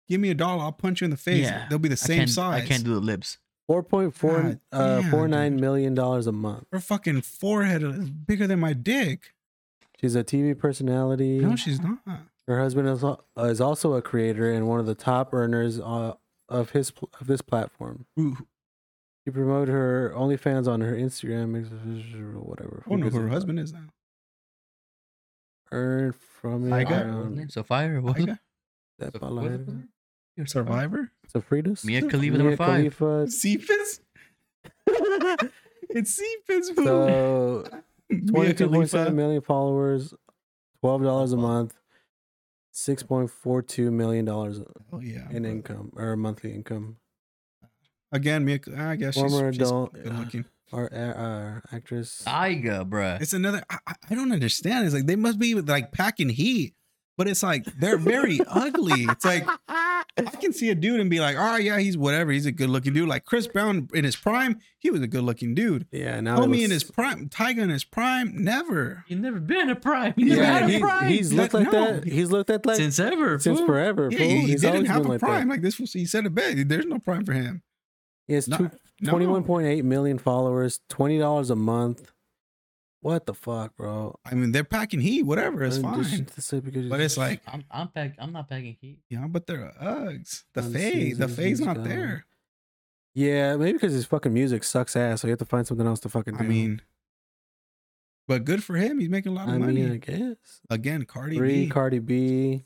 Give me a dollar, I'll punch you in the face.
Yeah,
They'll be the
I
same
can't,
size.
I can't do the lips.
Four point four,
God
uh,
damn,
four nine
dude.
million dollars a month.
Her fucking forehead is bigger than my dick.
She's a TV personality.
No, she's not.
Her husband is, al- uh, is also a creator and one of the top earners uh, of his pl- of this platform.
Ooh,
She promoted her OnlyFans on her Instagram, whatever.
I don't know
gives a
who Oh, her
fuck?
husband is now.
Earned from it.
I got-
um,
So fire. What?
Tyga?
that
Sof-
Balaga.
what is it? Your survivor.
Survivor?
Sofritos?
Mia Khalifa number five.
Khalifa.
Cephas? *laughs* it's Cephas, fool. *laughs*
So
Mia
twenty-two point seven
Khalifa.
million followers, twelve dollars a month, six point four two million dollars
Oh, yeah.
in
but-
income or monthly income.
Again, Mia, I guess she's,
Former
she's
adult-
good looking.
Our, our actress.
Ah. Tyga, bruh.
It's another. I, I- I don't understand. It's like they must be like packing heat, but it's like they're very ugly. It's like I can see a dude and be like, oh yeah, he's whatever. He's a good looking dude. Like Chris Brown in his prime, he was a good looking dude.
Yeah, now it
Homie in
*laughs* looks-
his prime, Tyga in his prime, never.
You've never been a prime. You never
Yeah,
had a
he-
prime
he's looked
Like,
like
no.
that. He's looked at like since,
since ever. fool.
forever.
Yeah,
fool.
he, he
he's always
didn't have
been
a
like
prime
that.
like this. was- He said it best. There's no prime for him.
He has
No,
two,
no.
21.8 million followers, twenty dollars a month. What the fuck, bro?
I mean, they're packing heat, whatever. It's
I'm just-
fine.
this is because
But it's like,
I'm I'm pack, I'm not packing heat.
yeah, but they're Uggs. The
I'm
fade, the
seasoned,
fade's
he's
not
gone.
there.
yeah, maybe because his fucking music sucks ass, so you have to find something else to fucking do.
I mean, but good for him. He's making a lot of
I
money.
mean, I guess
Again, Cardi
three
B.
Cardi B.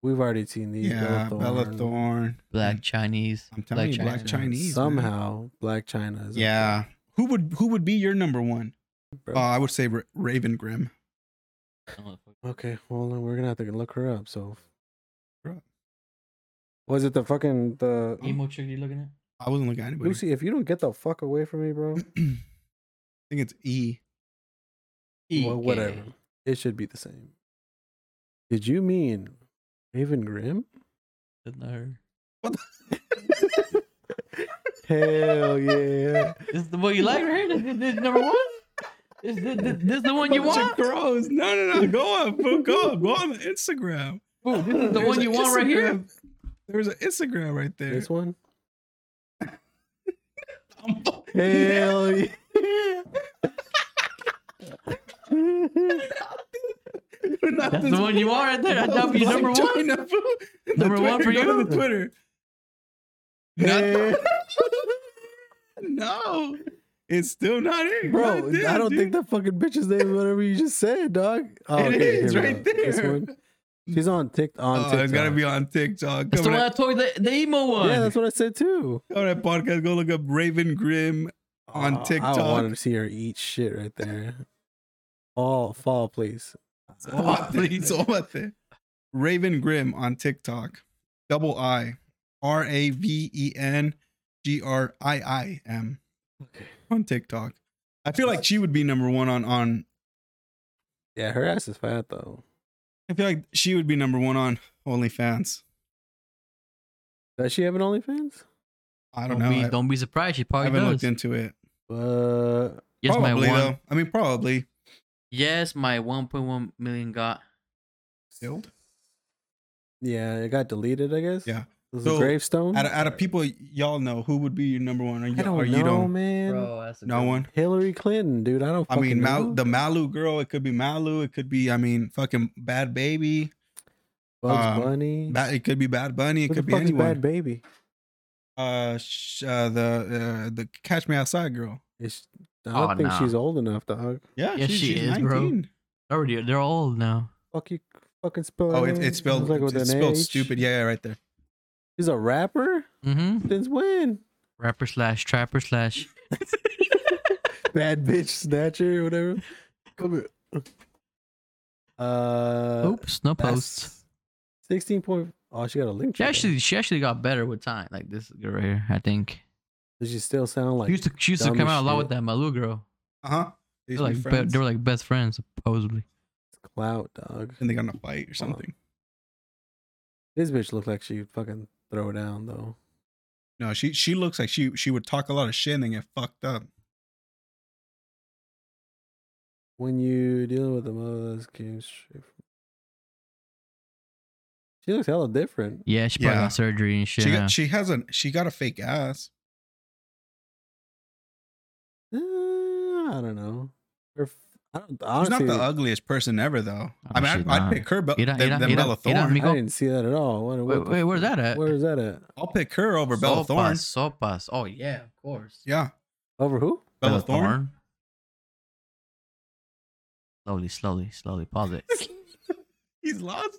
We've already seen these.
yeah, Bella Thorne.
Black Chinese.
I'm telling you, Black Chinese. man.
Somehow, Black China. Is up
Yeah. Who would who would be your number one?
there,
Uh,
bro.
I would say Ra- Raven Grimm.
okay, hold on. We're gonna have to look her up. So,
Bro.
was it the fucking the
Emo chick you looking at?
I wasn't looking at anybody.
Lucy? If you don't get the fuck away from me,
Mm,
bro.
*clears throat* I think it's E.
E
Well, whatever. It should be the same. Did you mean Raven
*laughs*
Grimm?
That's not her.
Hell yeah.
This is the one you like right here. This, this, this number one. This, this, this, this is the one you
Bunch of
want.
Gross. No, no, no. Go up. bro, Go up. Go on the Instagram.
Ooh, this is the
There's
one
a
you want right here.
Instagram. There's an Instagram right there. *laughs*
This one?
I'm fu-
*laughs*
Hell yeah.
That's the one you want right there. That would be
Black
number one.
China,
*laughs*
fool. The
Number
Twitter,
one for
go to
you?
The Twitter. Not
Hell- *laughs*
*laughs* no, it's still not it,
Bro,
Goddamn,
I don't
dude.
think that fucking bitch's name is whatever you just said, dog. Oh,
It is,
here we
right
go. This
there.
one. She's on Tik on
Oh,
TikTok.
it's gotta be on TikTok.
That's the
Come
one I
on,
told you, the, the emo one.
Yeah, that's what I said too.
come on that podcast. Go look up
*laughs*
Raven Grimm. On
Oh,
TikTok.
I wanted to see her eat shit right there. Fall, fall, please.
Oh,
*laughs*
*laughs* please, oh, what the- Raven Grimm on TikTok. Double I, R A V E N G R I I M on TikTok. I feel like she would be number one on on.
Yeah, her ass is fat though.
I feel like she would be number one on OnlyFans.
Does she have an OnlyFans?
I don't,
don't
know.
Be,
I-
don't be surprised. She
I
probably
haven't
does.
looked into it.
Uh,
Yes, my
probably
one.
though. I mean, probably.
Yes, my 1.1 million got.
Killed?
yeah, it got deleted, I guess.
Yeah.
It was
So,
a gravestone.
Out of, out of people y'all know, who would be your number one? Or,
I
you,
don't
or
know,
you don't?
man.
that's a
No one.
Hillary Clinton, dude. I don't.
I
fucking
mean,
know.
Mal, the Malu girl. It could be Malu. It could be. I mean, fucking Bad Baby.
Bugs
um,
Bunny.
Ba- it could be Bad Bunny. It
Who
could
the
be
fuck is
anyone.
Bad Baby?
uh, sh- uh, the uh, the Catch Me Outside girl.
It's, I don't
Oh,
think
nah.
she's old enough, dog.
Yeah,
Yes, she is, bro. Already, they're old now.
Fuck you, fucking spell.
Oh,
her
it,
name.
it's spelled.
like
it's
with
it's
an
spelled
H.
stupid. Yeah, yeah, right there.
She's a rapper.
Mm-hmm.
Since
*laughs*
when?
Rapper slash trapper slash.
Bad bitch snatcher, or whatever. Come here. Uh,
Oops, no posts.
Sixteen point. Oh, she got a link.
She
tree.
actually, she actually got better with time. Like this girl right here, I think.
Does she still sound like?
she used to, she used to
dumb
come
as
out a lot with
shit.
that Malu girl.
Uh huh. They
They're
used to be
like, be,
friends,
they were like best friends supposedly.
clout, dog.
and they got in a fight or something.
This bitch looked like she fucking throw down though.
No, she she looks like she she would talk a lot of shit and then get fucked up.
oh, When you dealing with the mother that came straight from She looks hella different.
Yeah, she probably
Yeah.
got surgery and shit.
She
huh?
got she has a she got a fake ass.
Uh, I don't know. Her, f- I don't
She's
honestly.
not the ugliest person ever though. I mean,
Oh, she's
I'd, I'd
not.
pick her, but
Mira,
than, than
mira, mira,
Bella
mira,
Thorne.
mi-
I didn't see that at all. What, what
Wait,
the
wait, where's
fuck?
that at?
Where is that at?
I'll pick her over Bella Thorne.
Sopas, sopas. Oh yeah, of course.
Yeah,
Over who?
Bella, Thorne.
Slowly, slowly, slowly. Pause it.
*laughs* *laughs* He's lost.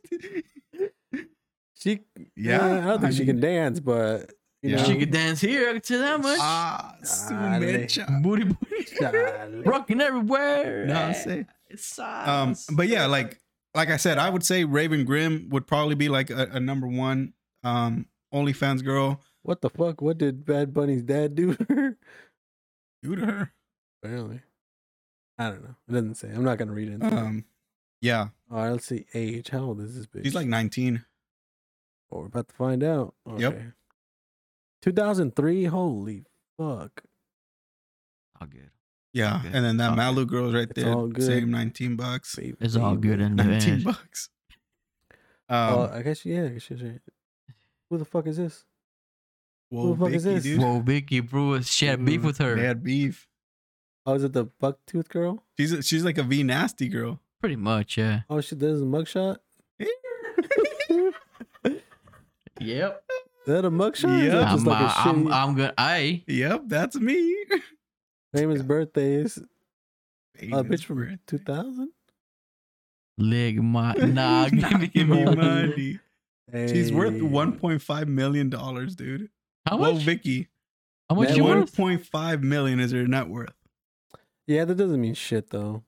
She.
Yeah,
Eh, I don't think she
mean,
can dance, but you
Yeah.
know.
She
*laughs*
could dance here. I can tell that much.
Ah, su
Dale.
mecha.
booty, booty.
Golly.
Rocking everywhere.
No, I say. Um,
Um,
but yeah, like like I said, I would say Raven Grimm would probably be like a, a number one um OnlyFans girl.
What the fuck? What did Bad Bunny's dad do to her?
Do to her.
Apparently. I don't know. It doesn't say. I'm not gonna read into it.
Um, yeah,
All right, let's see. Age. How old is this bitch?
she's like nineteen.
Oh, we're about to find out.
Yep.
2003. Holy fuck.
all good.
Yeah,
Okay.
and then that
Okay.
Malu girl's right
It's
there.
all good.
Same nineteen bucks.
Baby.
It's all good in the
Nineteen *laughs*
end.
bucks.
Oh,
Um,
I guess yeah. I guess she's right. Who the fuck is this?
whoa,
who the fuck is
Vicky,
this?
dude.
Whoa, Vicky Brewer shared beef
Dude,
with her.
They had beef.
Oh, is it the bucktooth girl?
She's a, she's like a V
*laughs*
nasty girl.
Pretty much, yeah.
Oh shit, there's a mugshot.
Yep.
Is that a mugshot? Is that
Yeah.
I'm,
just like a
uh, I'm,
shitty-
I'm good. I
yep, that's me.
famous birthday is a
Famous
bitch from
birthday.
2000.
*laughs*
leg
*laughs*
my nah. Give me,
Give me
money.
money. She's worth
Hey.
one point five million dollars, dude.
How
Whoa,
much?
Vicky.
How much
Man,
you
what-
One
worth?
point five million is her net worth.
Yeah, that doesn't mean shit though.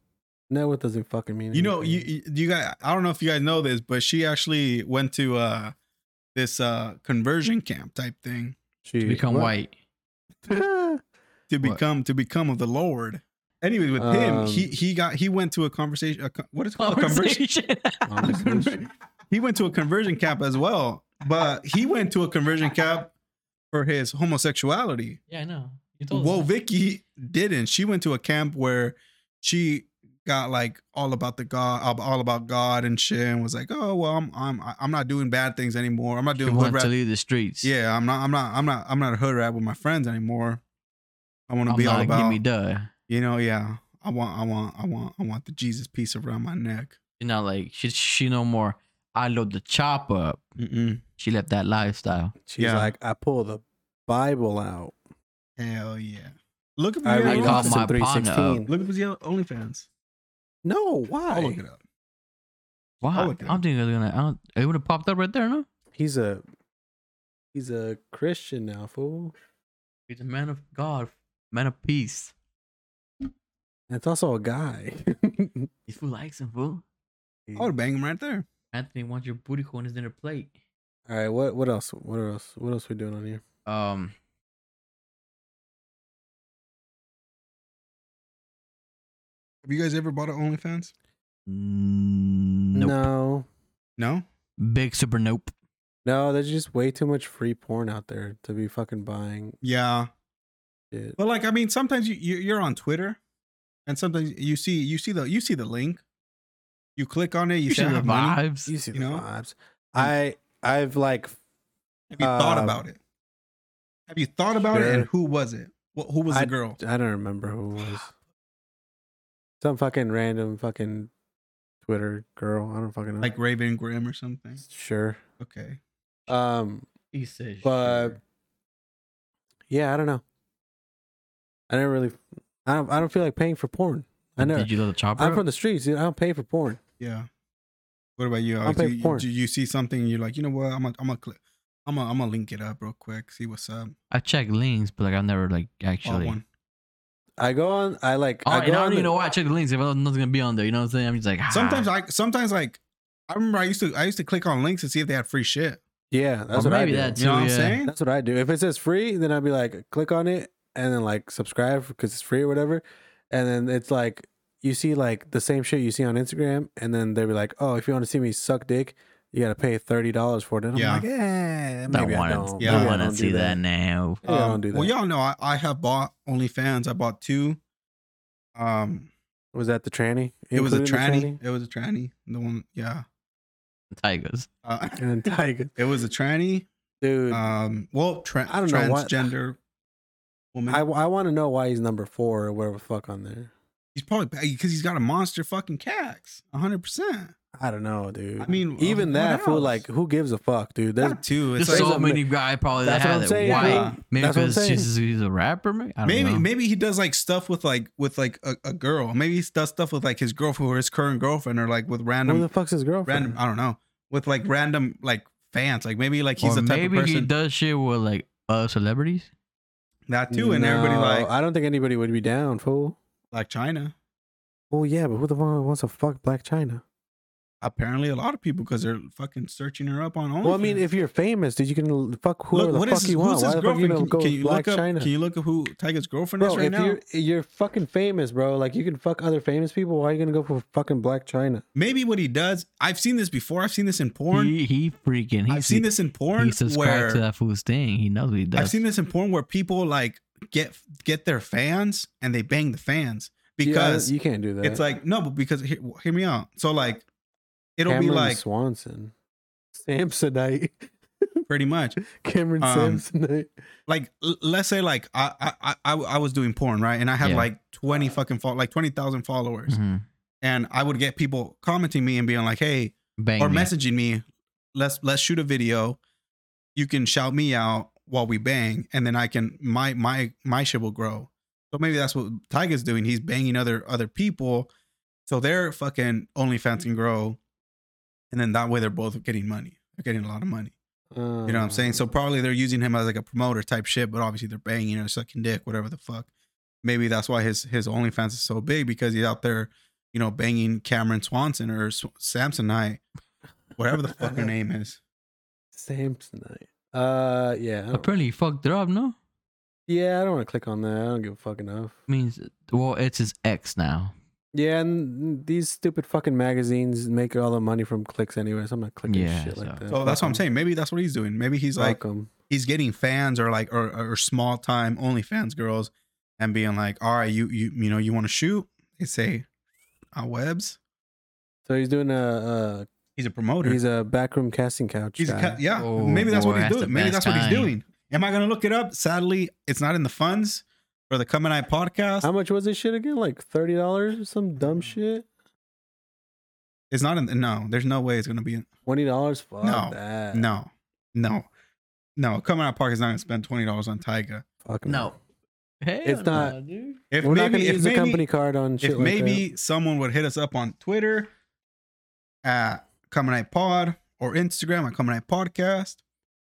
Net worth doesn't fucking mean.
You know, you
anything.
you- you guys. I don't know if you guys know this, but she actually went to uh this uh conversion camp type thing
She-
To become
what?
white.
*laughs*
to
What?
become to become of the Lord. Anyways, with him,
Um,
he he got he went to a conversation. A, co- what is it called? A conversion.
Conversation.
*laughs*
Honestly,
he went to a conversion camp as well, but he went to a conversion camp for his homosexuality.
yeah, I know. You told
Well,
us.
Vicky didn't. She went to a camp where she got like all about the God, all about God and shit, and was like, "Oh well, I'm I'm I'm not doing bad things anymore. I'm not
You
doing hood
want to
rat.
leave the streets.
Yeah, I'm not I'm not I'm not I'm not a hood rat with my friends anymore. I want to
I'm
be
not,
all about
give me duh.
you know, yeah. I want I want I want I want the Jesus piece around my neck.
You know, like she she no more. I load the chop up.
Mm-mm.
She left that lifestyle.
she's
Yeah.
like, I pull the Bible out.
Hell yeah! Look at
I
I
read
call
the
got-
Austin
my partner up.
316.
look at the OnlyFans.
No,
I'll look
why?
it up.
Wow,
I'll
I
look it
don't think it's gonna. I don't. It would have popped up right there, no?
He's a he's a Christian now, fool.
He's a man of God, man of peace.
And it's also a guy. *laughs*
If who likes him, fool.
I would bang him right there.
Anthony wants your booty hole in his dinner plate.
All right, what what else? What else? What else we doing on here?
Um.
Have you guys ever bought an OnlyFans?
Nope.
No,
No.
Big super nope.
no, there's just way too much free porn out there to be fucking buying
Yeah.
shit.
But like, I mean, sometimes you, you you're on Twitter, and sometimes you see you see the you see the link, you click on it, you,
You,
see
*laughs* should
the
have
money.
vibes.
You see
you
the
know?
vibes. I I've like
Have you thought
Um,
about it? Have you thought about it?
sure.
And who was it? What, who was the girl?
I don't remember who it
*sighs*
was. Some fucking random fucking Twitter girl. I don't fucking know.
Like Raven Grimm or something?
sure.
Okay.
Um.
He says,
But-
sure.
Yeah, I don't know. I don't really. I don't. I don't feel like paying for porn. I never.
Did you let the chopper?
I'm
up?
from the streets, dude. I don't pay for porn.
Yeah. What about you? Alex?
pay
You-
for
you,
porn.
do you see something? And you're like, you know what? I'm gonna I'm gonna click. I'm gonna I'm gonna link it up real quick. See what's up.
I check links, but like I've never like
All
actually.
one.
I go on. I like.
Oh,
I go
and I
on
don't
the-
even know why I check the links if I- nothing's gonna be on there. You know what I'm saying? I'm just like ah.
Sometimes I sometimes like I remember I used to I used to click on links to see if they had free shit.
Yeah, that's
Or
what I
Oh, maybe
do.
that's-
You know what I'm
Yeah.
saying?
That's what I do. If it says free, then I'd be like, click on it and then like subscribe because it's free or whatever. And then it's like, you see like the same shit you see on Instagram. And then they'd be like, oh, if you want to see me suck dick, you got to pay $30 for it. And
Yeah.
I'm like, eh,
don't
maybe I
wanna-
don't.
yeah,
Maybe
I
don't
want to
do
see that now.
Yeah, I don't do that.
Um, Well, y'all know I, I have bought OnlyFans. I bought two. Um,
Was that the tranny?
it was a
Including the
tranny. It was a tranny. The one, yeah.
Tigers.
Uh,
*laughs*
*laughs*
and Tiger,
it was a tranny.
dude.
Um, well, tra-
I don't know what-
transgender woman.
I, I want to know why he's number four or whatever the fuck on there.
he's probably because he's got a monster fucking cax. hundred percent.
I don't know, dude.
I mean,
even
what
that fool,
else?
like, who gives a fuck, dude? There's,
That too. It's
There's
like,
so
a-
many guys probably that
That's what
have
I'm
that.
saying,
Why?
dude.
Maybe
That's what I'm
because
saying.
he's, he's a rapper. Maybe I don't
maybe
know.
maybe he does like stuff with like with like a, a girl. Maybe he does stuff with like his girlfriend or his current girlfriend or like with
who
random
the fuck's his girlfriend?
random. I don't know with like random like fans. Like maybe like he's
or
the type of
maybe he
person
does shit with like uh celebrities.
that too. uh, And everybody
No,
like
I don't think anybody would be down, fool.
like China.
Oh yeah, but who the fuck wants to fuck Black China?
Apparently, a lot of people because they're fucking searching her up on OnlyFans.
Well, I mean, if you're famous, dude, you can fuck whoever
Look,
the
what
fuck
is-
you want.
who's
Why
his
the fuck you
girlfriend?
gonna
Can,
go
can you
Black
look up?
China?
Can you look up who Tiger's girlfriend
Bro,
is right
if
now?
you're you're fucking famous, bro, like you can fuck other famous people. Why are you gonna go for fucking Black China?
Maybe what he does. I've seen this before. I've seen this in porn.
He he freaking. He
I've seen this in porn
He subscribed
where
to that fool's thing. He knows what he does.
I've seen this in porn where people like get get their fans and they bang the fans
You- I don't-
because
you, can't do that.
it's like no, but because hear, hear me out. So like it'll
Cameron
be like
Swanson, Samsonite,
pretty much
*laughs* Cameron
Um,
Samsonite.
like l- let's say like I I I, I I was doing porn right and I had
Yeah.
like twenty fucking fol- like twenty thousand followers
Mhm.
and I would get people commenting me and being like hey
Bang
or
me.
messaging me, let's let's shoot a video. You can shout me out while we bang, and then I can my my my shit will grow. So maybe that's what Tiger's doing. He's banging other other people, so their fucking OnlyFans can grow, and then that way they're both getting money. They're getting a lot of money. You know
Um,
what I'm saying? So probably they're using him as like a promoter type shit, but obviously they're banging or sucking dick, whatever the fuck. Maybe that's why his his OnlyFans is so big because he's out there, you know, banging Cameron Swanson or S- Samsonite, whatever the fuck her name is.
Samsonite. Uh, yeah, I don't-
Apparently, he fucked her up. No,
yeah. I don't want to click on that. I don't give a fuck enough.
means well, it's his ex now.
Yeah, and these stupid fucking magazines make all the money from clicks anyway, so I'm not clicking
Yeah,
shit like
so-
that.
So Oh, that's what I'm saying. Maybe that's what he's doing. Maybe he's like
Welcome.
he's getting fans or like or, or small time OnlyFans girls and being like, all right, you you you know you want to shoot? They say, our webs.
So he's doing a,
He's a
a
promoter.
he's a backroom casting couch.
He's a
guy.
ca- yeah.
Oh,
maybe that's
boy,
what he's
that's the
doing. Maybe
best
that's what he's
kind.
doing. Am I gonna look it up? Sadly, it's not in the funds for the Come and I podcast.
How much was this shit again? Like thirty dollars or some dumb
Mm.
shit?
it's not in. No, there's no way it's gonna be. In,
Twenty dollars? Fuck
No,
that.
no, no, no. Come and I podcast is not gonna spend twenty dollars on Tyga.
Fuck
No, Hell
It's not-
no, dude.
If
We're not
maybe,
gonna
if
use
maybe,
the company card on shit
if maybe someone would hit us up on Twitter at Come and I Pod or Instagram at Come and I Podcast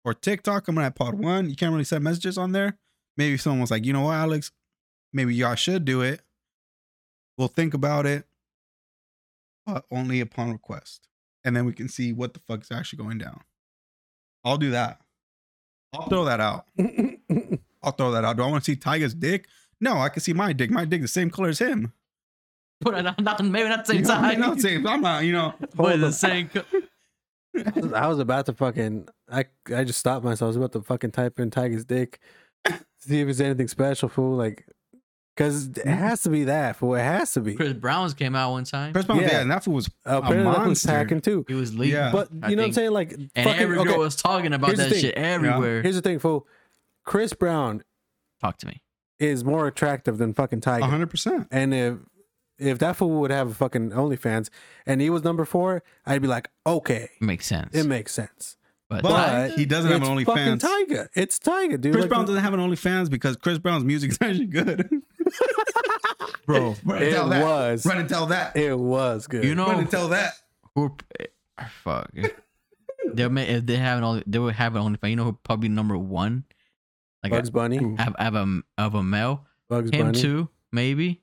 or TikTok Come and I Pod One. You can't really send messages on there. Maybe someone was like, you know what, Alex, maybe y'all should do it. We'll think about it, but only upon request, and then we can see what the fuck's actually going down. I'll do that. I'll throw that out.
like that.
I'll throw that out. Do I want to see Tiger's dick? No, I can see my dick. My dick the same color as him.
But not, not maybe not the same
You know,
time.
I mean, not same. I'm not. You know.
*laughs* but
Hold
the
on.
same. Co-
I was about to fucking I I just stopped myself. I was about to fucking type in Tiger's dick, see if it's anything special, fool. Like, cause
Mm-hmm.
it has to be that fool. It has to be.
Chris Brown's came out one time.
Chris Brown, yeah.
Yeah.
and that fool was.
Apparently, that was
monster.
hacking too.
He was leaked.
Yeah.
But you know
I
what I'm
think-
saying? Like,
And
fucking,
every girl
okay,
was talking about
Here's the
that
thing.
shit everywhere.
here's the thing, fool. Chris Brown
Talk to me.
is more attractive than fucking Tiger.
100. percent
And if if that fool would have a fucking OnlyFans and he was number four, I'd be like, okay,
It makes sense.
it makes sense.
but
But
Tyga-
he doesn't have
It's
an
fucking
OnlyFans.
Tiger. It's Tiger, dude.
Chris
Like,
Brown doesn't have an OnlyFans because Chris Brown's music is *laughs* actually
*laughs*
good, bro. Run
It was.
Run and tell that.
It was good.
you know
Run and tell that.
who? eh,
*laughs*
Fuck. they may if they have an only they would have an OnlyFans. You know who probably number one? Like
Bugs Bunny.
Ooh.
have have a of a male.
Bugs
Him
Bunny.
too, maybe.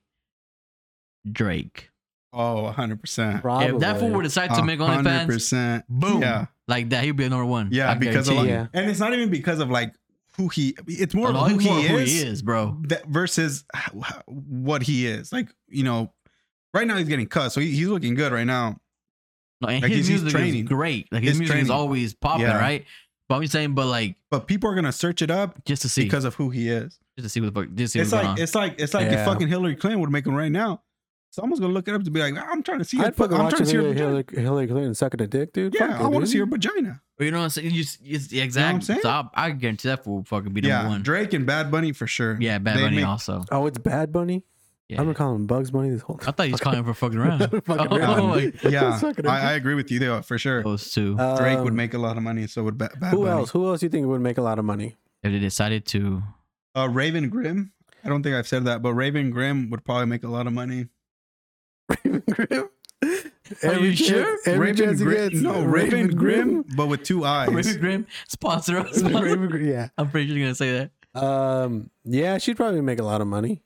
Drake.
Oh, 100. percent
Probably.
If that fool would decide to make OnlyFans,
percent.
boom,
Yeah,
like that, he'd be number one.
yeah.
I
because of like,
guarantee
Yeah.
and it's not even because of like who he. It's
you.
more
A
of
lot
who,
more
he,
who
is
he is, bro.
that versus h- h- what he is. Like you know, right now he's getting cut, so he, he's looking good right now.
No, and
Like, he's-
his
he's
music
training.
is great. Like his
He's
music is
training.
always popping,
Yeah.
right? But I'm just saying, but like
But people are gonna search it up
just to see,
because of who he is.
just to see what the fuck, just to see
It's
what's going
like
on.
it's like it's like
Yeah.
if fucking Hillary Clinton would make him right now, Someone's gonna look it up to be like, I'm trying to see.
I'd
It.
fucking
I'm
watch
trying
a
to see her.
video of
Vagina.
Hillary, Hillary Clinton sucking a dick, dude.
Yeah,
Fuck it,
I want
dude.
to see her vagina.
Or you know what I'm saying? You, you, yeah, exactly.
saying?
So I'll- I, guarantee that fool will fucking be number
Yeah,
one.
Drake and Bad Bunny for sure.
yeah, Bad
They
Bunny
*laughs*
make-
also.
Oh, it's Bad Bunny.
Yeah.
I'm gonna call him Bugs Bunny this whole
I
time.
*laughs*
thought he was calling for fucking
*laughs*
around.
Fucking
*laughs* oh,
around.
like,
yeah.
*laughs* Sucking a
I, I agree with you there for sure.
those two.
Drake would
Um,
make a lot of money, and so would Ba- Bad
Who
Bunny.
else? Who else do you think would make a lot of money? *laughs*
if they decided to,
Uh, Raven Grimm. I don't think I've said that, but Raven Grimm would probably make a lot of money.
Raven Grimm.
you sure?
Raven Grimm. No, Raven, Grimm, but with two eyes.
Raven Grimm sponsor us.
*laughs*
Raven Grimm. Yeah.
*laughs* I'm pretty sure you're gonna say that.
Um. Yeah, she'd probably make a lot of money.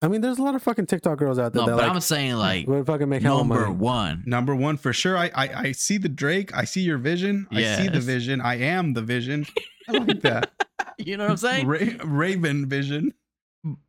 I mean, there's a lot of fucking TikTok girls out there
No,
that
but
like
I'm saying like
would fucking make hell of
number
money.
one.
Number one for sure. I, I I see the Drake. I see your vision. I see the
Yes.
vision. I am the vision. I
*laughs*
like that.
*laughs* You know what I'm saying?
Ra- Raven vision.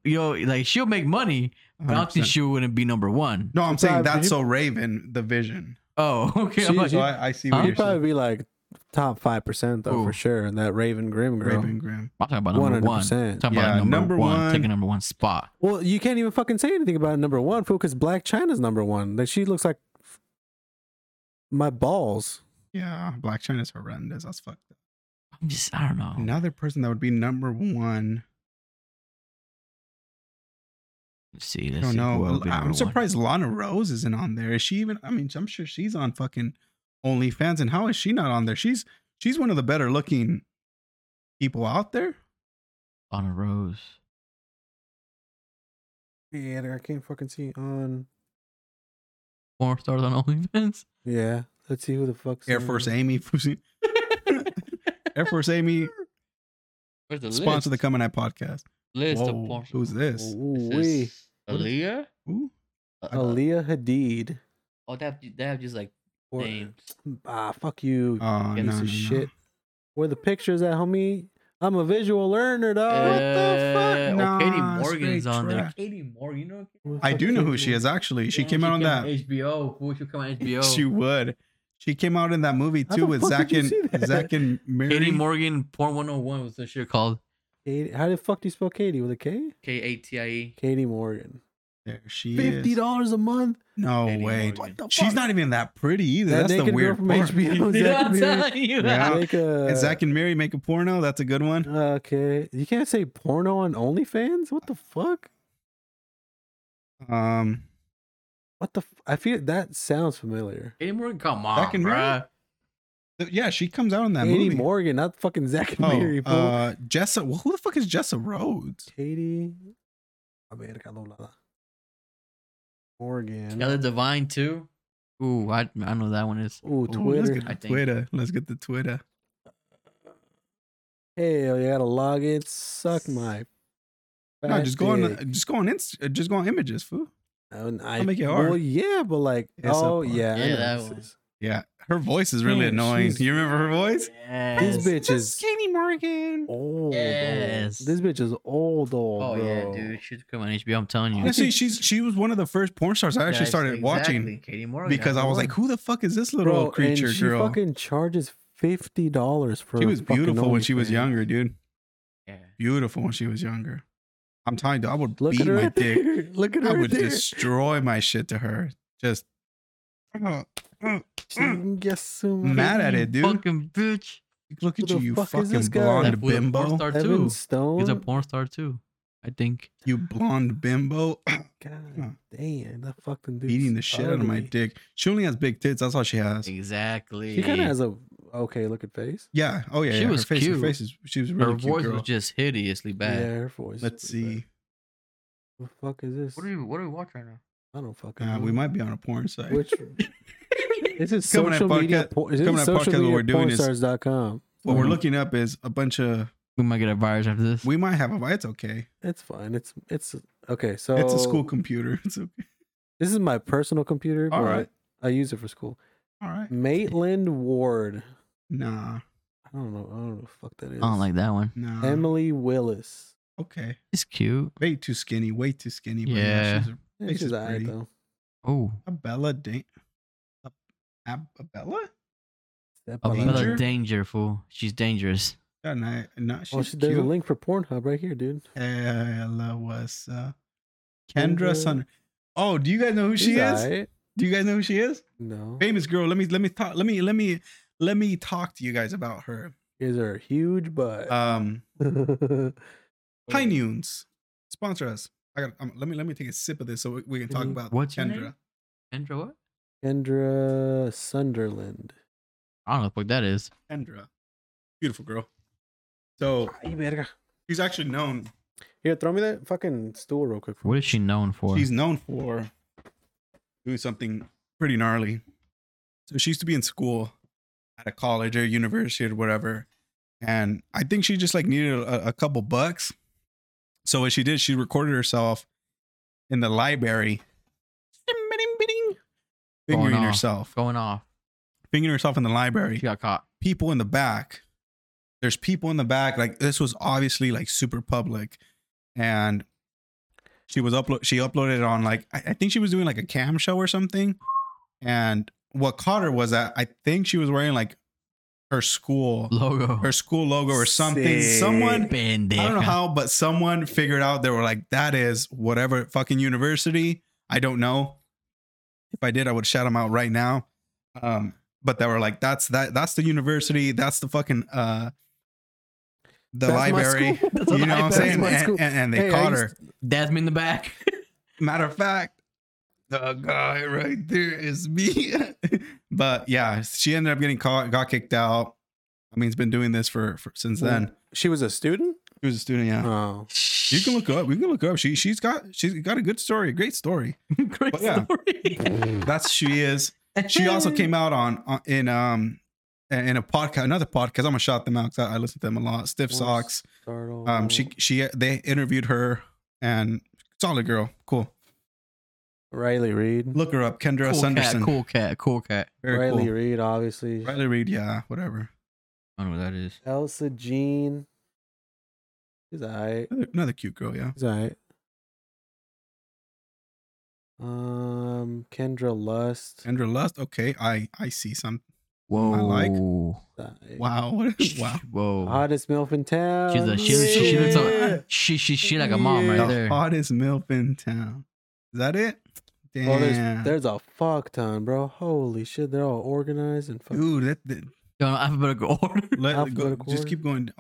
Yo, like she'll make money, but I don't think
100%.
she wouldn't be number one.
No, I'm saying
Sometimes
that's
you-
so Raven the vision.
Oh, *laughs* okay.
She-
I'm like,
So I, I see
Huh?
what
She'd
you're saying.
probably be like top five percent though
Ooh.
for sure. And that Raven Grimm girl,
Raven Grimm.
I'm talking about
one
number
hundred
one.
percent.
Talking
Yeah,
about number,
number
one,
one.
taking number one spot.
Well, you can't even fucking say anything about number one, fool, because Black China's number one. That she looks like f- my balls.
Yeah, Black China's horrendous. That's fucked. up.
I'm just, I don't
Oh.
know.
Another person that would be number one.
Let's see, let's
don't
see. who
know.
would be number
I'm
one. *laughs*
surprised Lana Rose isn't on there. Is she even? I mean, I'm sure she's on fucking OnlyFans. And how is she not on there? She's she's one of the better looking people out there.
Lana Rose.
Yeah, I can't fucking see on.
Four stars on *laughs* OnlyFans.
Yeah, let's see who the fuck's
Air
on
Force
there.
Amy, *laughs* Air Force Amy,
Where's the
sponsor the
list?
Coming Night podcast.
list of
Whoa,
porn-
who's this?
Ooh,
This
wee.
is Aaliyah?
Ooh,
Uh,
Aaliyah Hadid.
Oh, they have, they have just like
Or-
names.
Ah, fuck you,
oh,
piece
no,
of
no, no.
shit. Where the pictures at, homie? I'm a visual learner, dog.
Uh,
fuck?
oh, Katie
Nah,
Morgan's
straight
on there.
trash.
Katie Morgan, you know?
What the
I
fuck
do know who she is actually. She came out on that.
HBO. Who should
*laughs*
come on HBO?
She would. She came out in that movie
How
too
the
with
fuck did
Zach
you
and
see that?
Zach and
Katie
Mary.
Morgan, Porn 101 was the shit called
Katie, how the fuck do you spell Katie with a K?
K A T I E.
Katie Morgan.
There she
Fifty
is.
dollars a month.
No
Katie
way.
Morgan. What
She's not even that pretty either.
That
That's the
naked girl
weird
from
part.
HBO.
*laughs*
Dude,
Zach
*laughs* I'm
and Mary.
telling you.
Yeah.
that.
Like, uh,
And Zach and Mary make a porno. That's a good one.
Okay, you can't say porno on OnlyFans. What the fuck?
Um,
What the? F- I feel that sounds familiar.
Katie Morgan, come on,
Back in
bruh.
Mary? th- yeah, she comes out in that
Katie
movie.
Morgan, not fucking Zach and
oh,
Mary. fool.
uh, Jessa. Well, who the fuck is Jessa Rhodes?
Katie. A ver, Lola. Morgan.
Ella Divine too. Ooh, I I know that one is.
Ooh,
Ooh, let's
Twitter.
get
I
the
think.
Twitter. Let's get the Twitter.
Hell, you gotta log in. Suck my.
No, just go
fat dick.
on. Just go on. Inst- uh, just go on images, fool.
And Oh, I,
make it
Well,
hard.
yeah, but like,
It's up
oh
hard.
yeah, I
Yeah,
know
that
this
one.
is-
Yeah, her voice is really
Man,
annoying.
she's-
You remember her voice?
Yes.
This bitch is
Katie Morgan.
old.
Yes.
Old. This bitch is old, old.
Oh yeah,
bro.
dude, she's come on HBO. I'm telling you.
Yeah,
*laughs*
see, she's she was one of the first porn stars I actually
Yes,
started
exactly,
watching
Katie Morgan
because I was like, who the fuck is this little
Bro,
creature
and she
girl?
fucking charges fifty dollars for.
She
a
was
fucking
beautiful when she was
OnlyFans.
younger, dude.
Yeah.
Beautiful when she was younger. I'm telling you, I would
Look at
beat
her. *laughs*
my
right
dick.
there. Look at her.
I
right
would
there.
destroy my shit to her. Just uh, uh,
*laughs* She- Yes, um,
Mad at it, dude.
Fucking bitch.
look at
Who
you,
the
you
fuck is
fucking
this guy?
blonde
That fool is a porn
bimbo.
star
Evan
too.
Stone.
He's a porn star too. I think.
You blonde bimbo *laughs* Huh.
God damn, that fucking dude.
beating the shit out of my dick. She only has big tits. That's all she has.
Exactly.
She kind of has a okay looking face.
Yeah. Oh yeah.
She
yeah.
was
her face,
cute.
Her face is. She was a
Her
really cute
voice
girl.
was just hideously bad.
Yeah, her voice. is
Let's
pretty bad.
see.
What the fuck is this?
What are we What are we watching right now?
I don't fucking.
Uh,
know.
we might be on a porn site. *laughs*
Which *laughs* this is
Coming at
social media.
podcast-
por- This
coming
is
at
social
podcast, what
media.
we're doing is-
pornstars.com.
what we're looking up is a bunch of.
We might get a virus after this.
We might have a. It's okay.
It's fine. It's it's okay. So
it's a school computer. *laughs* It's okay.
This is my personal computer.
All
but
right.
I use it for school.
All right.
Maitland Ward.
Nah.
I don't know. I don't know what the fuck that is.
I don't like that one.
Nah.
Emily Willis.
Okay.
It's cute.
Way too skinny. Way too skinny. But
Yeah.
yeah. She's
Yeah,
Face
she's
is
alright
pretty.
though.
Oh,
a Abella Dan- Ab- Ab- Abella?
That
a
Bella-
danger?
Danger?
danger fool. She's dangerous.
Yeah, no, no, she's
Oh, she, there's a
cute.
link for Pornhub right here, dude.
Ella was uh, Kendra
Kendra-
Sun. Oh, do you guys know who she
She's
is?
aight.
Do you guys know who she is?
No.
Famous girl. Let me let me talk. Let me let me let me talk to you guys about her.
Is her huge butt.
Um,
*laughs* Wait,
Pine Nunes sponsor us. I got. Um, let me let me take a sip of this so we, we can talk
Mhm.
about
What's her
Uh, Kendra.
name? Kendra, what?
Kendra Sunderland.
I don't know what that is.
Kendra, beautiful girl. So she's actually known.
Here, throw me that fucking stool real quick.
What is she known for?
She's known for doing something pretty gnarly. So she used to be in school at a college or university or whatever, and I think she just like needed a, a couple bucks. So what she did, she recorded herself in the library, fingering
off.
herself,
going off.
fingering herself in the library.
She got caught.
people in the back. There's people in the back. Like this was obviously like super public, and she was upload. She uploaded it on like I, I think she was doing like a cam show or something. And what caught her was that I think she was wearing like her school,
Logo.
her school logo or something.
Sick.
*laughs*
Someone I don't know
Pendeja.
how, but someone figured out they were like, that is whatever fucking university. I don't know. If I did, I would shout them out right now. Um, but they were like, that's that that's the university, that's the fucking uh the
That's my
library.
school. *laughs* That's
You know what
my-
I'm
that's
saying?
my
And,
school.
and- and they
Hey, I
caught her.
used-
Desmond in the back.
Matter of fact, the guy right there is me. *laughs* but yeah, she ended up getting caught, got kicked out. I mean, it's been doing this for, for since then.
She was a student?
She was a student, yeah.
Oh.
You can look up. We can look up. She she's got she's got a good story, a great story.
*laughs* Great
But Oh, yeah.
story.
Oh.
That's she is. She also came out on, on in um in a podcast, another podcast. I'm gonna shout them out because I, I listen to them a lot. Stiff
Nice.
Socks. Um, she she they interviewed her and solid girl, cool.
Riley Reed.
Look her up, Kendra
cool
Sunderson.
cat, cool cat, cool cat.
Very
Riley
cool.
Reed, obviously.
Riley Reed, yeah, whatever.
I don't know what that is.
Elsa Jean. She's alright.
Another, another cute girl, yeah.
She's alright. Um, Kendra Lust.
Kendra Lust, okay. I I see some.
Whoa.
I like.
*laughs*
Alright.
Wow, *laughs* what a- wow.
Whoa.
Hottest MILF in town.
She's a she, she, she looks like she she she like a mom
Yeah.
right
the
there.
hottest milf in town. Is that it? Damn.
Oh, there's, there's a fuck ton, bro. Holy shit, they're all organized and fucking.
Dude, that, that
Going on alphabetical order.
let it go.
Alphabetical
Just
order.
keep going.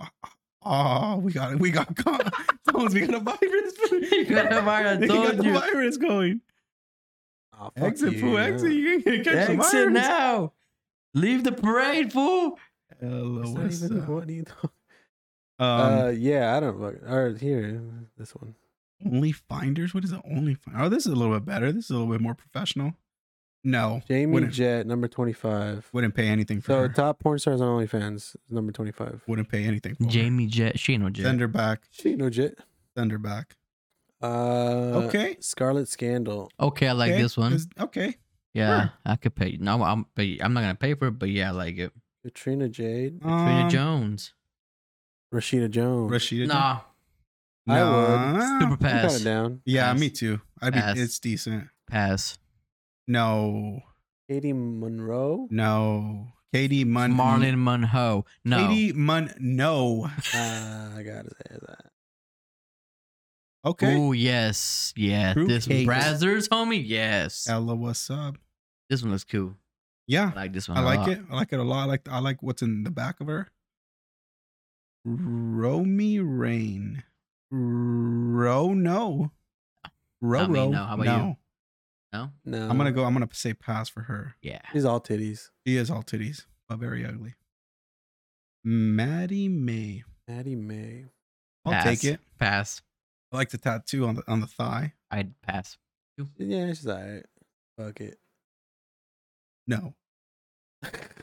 Oh, we got it. We
*laughs*
got caught. *laughs* Tones, we got a virus.
*laughs* You got *laughs* the
*laughs*
virus,
We
told
got the
you.
virus going.
Ah, fuck
Exit, fool.
yeah.
Exit. You can catch the
Exit
virus.
now. Leave the parade, fool.
Hello,
It's not
what's
even-
up?
what do you talk-
Um,
uh, yeah, I don't fuck. All right, here, this one.
only finders. What is the only? Find- oh, this is a little bit better. This is a little bit more professional. No,
Jamie
wouldn't,
Jett, number twenty-five.
wouldn't pay anything for
So
her.
top porn stars on OnlyFans, number twenty-five.
wouldn't pay anything. For her.
Jamie Jet. She ain't no Jet.
send her back.
She no Jett.
Send her back.
Uh,
Okay.
Scarlet Scandal.
Okay, I like
Okay,
this one.
is- Okay.
Yeah,
Sure.
I could pay. No, I'm. Pay, I'm not gonna pay for it, but yeah, I like it.
Katrina Jade.
Trina
Um,
Jones.
Rashida Jones.
Rashida. Jones?
Nah,
I would.
Nah.
super
I'm kinda
*laughs*
pass.
down.
Yeah,
Pass.
me too. I mean,
Pass.
it's decent.
Pass.
No,
Katie
*laughs*
Monroe.
no. Katie Mun.
Marlon Monroe. No.
Katie Mun. No.
Ah, I gotta say that.
Okay.
Oh yes, yeah. This
Fruitcakes.
Brazzers, homie. Yes.
Ella, what's up?
This one looks cool.
Yeah,
I like this one.
I
a
like
lot.
it. I like it a lot. I like I like what's in the back of her. Romy Rain. Ro no. Ro
Not me,
ro.
no. How about
no.
you? No.
No,
I'm gonna go. I'm gonna say pass for her.
Yeah.
She's all titties.
She is all titties, but very ugly. Maddie May.
Maddie May.
I'll
Pass.
take it.
Pass.
I like the tattoo on the on the thigh.
I'd pass.
Yeah, she's alright. Fuck it. *laughs*
No.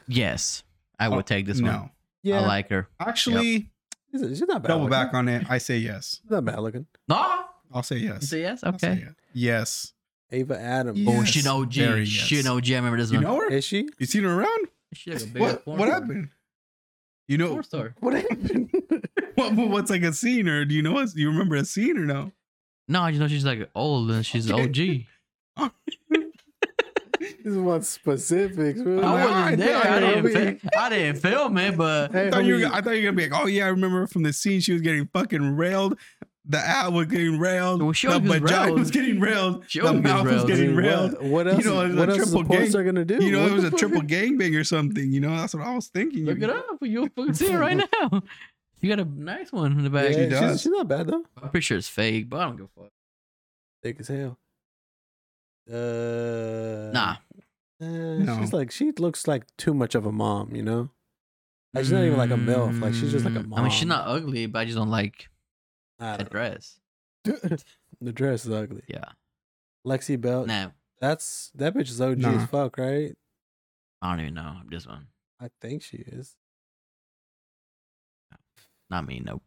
Yes, I would
Oh,
take this
no.
one.
Yeah,
I like her.
Actually,
she's, she's not bad.
double
looking.
back on it. I say yes.
She's not bad looking.
No.
I'll say yes.
Say yes.
I'll say
Okay.
yes.
Ava Adams.
Yeah.
Oh,
Yes.
she know
Very
G. She
yes.
know G. I remember this
You
one.
know her?
Is she?
You seen her around?
She like a big
What,
porn
what
star.
happened? You know
Porn star.
What happened?
*laughs* what, what- what's like a scene or do you know us? You remember a scene or no?
No, you know she's like old and she's
Okay. *laughs*
OG.
this one specifics. Really.
I
like,
wasn't
I
there.
thought
I
you were
didn't, fi- I didn't film it, but
I
Hey,
thought, you were,
homie.
I thought you were gonna be like, oh yeah, I remember her from the scene. She was getting fucking railed. the owl was getting railed.
Well, she
the
always was
vagina
railed.
was getting railed.
She
the
always was
mouth was
railed.
getting
Dude,
railed.
What, what
You
else?
know, it was
what
a
else is
triple
the porn
gang-
star gonna do?
you know,
What
it was
the
a
fuck?
triple gangbang or something. You know, that's what I was thinking.
Look
You-
it up. You'll fucking see
*laughs*
it right now. You got a nice one in the
Yeah,
bag.
She
she's-
does.
she's not bad though.
I'm pretty sure it's fake, but I don't give a fuck.
Thick as hell. Uh,
Nah.
Uh,
No.
She's like she looks like too much of a mom, you know. Like she's not even like a milf. Like she's just like a
Mm,
mom.
I mean, she's not ugly, but I just don't like
I
that
don't
dress.
know. the dress is ugly.
Yeah.
Lexi Bell.
Nah,
That's that bitch is OG
Nah.
as fuck, right?
I don't even know this one.
I think she is.
Not me. Nope.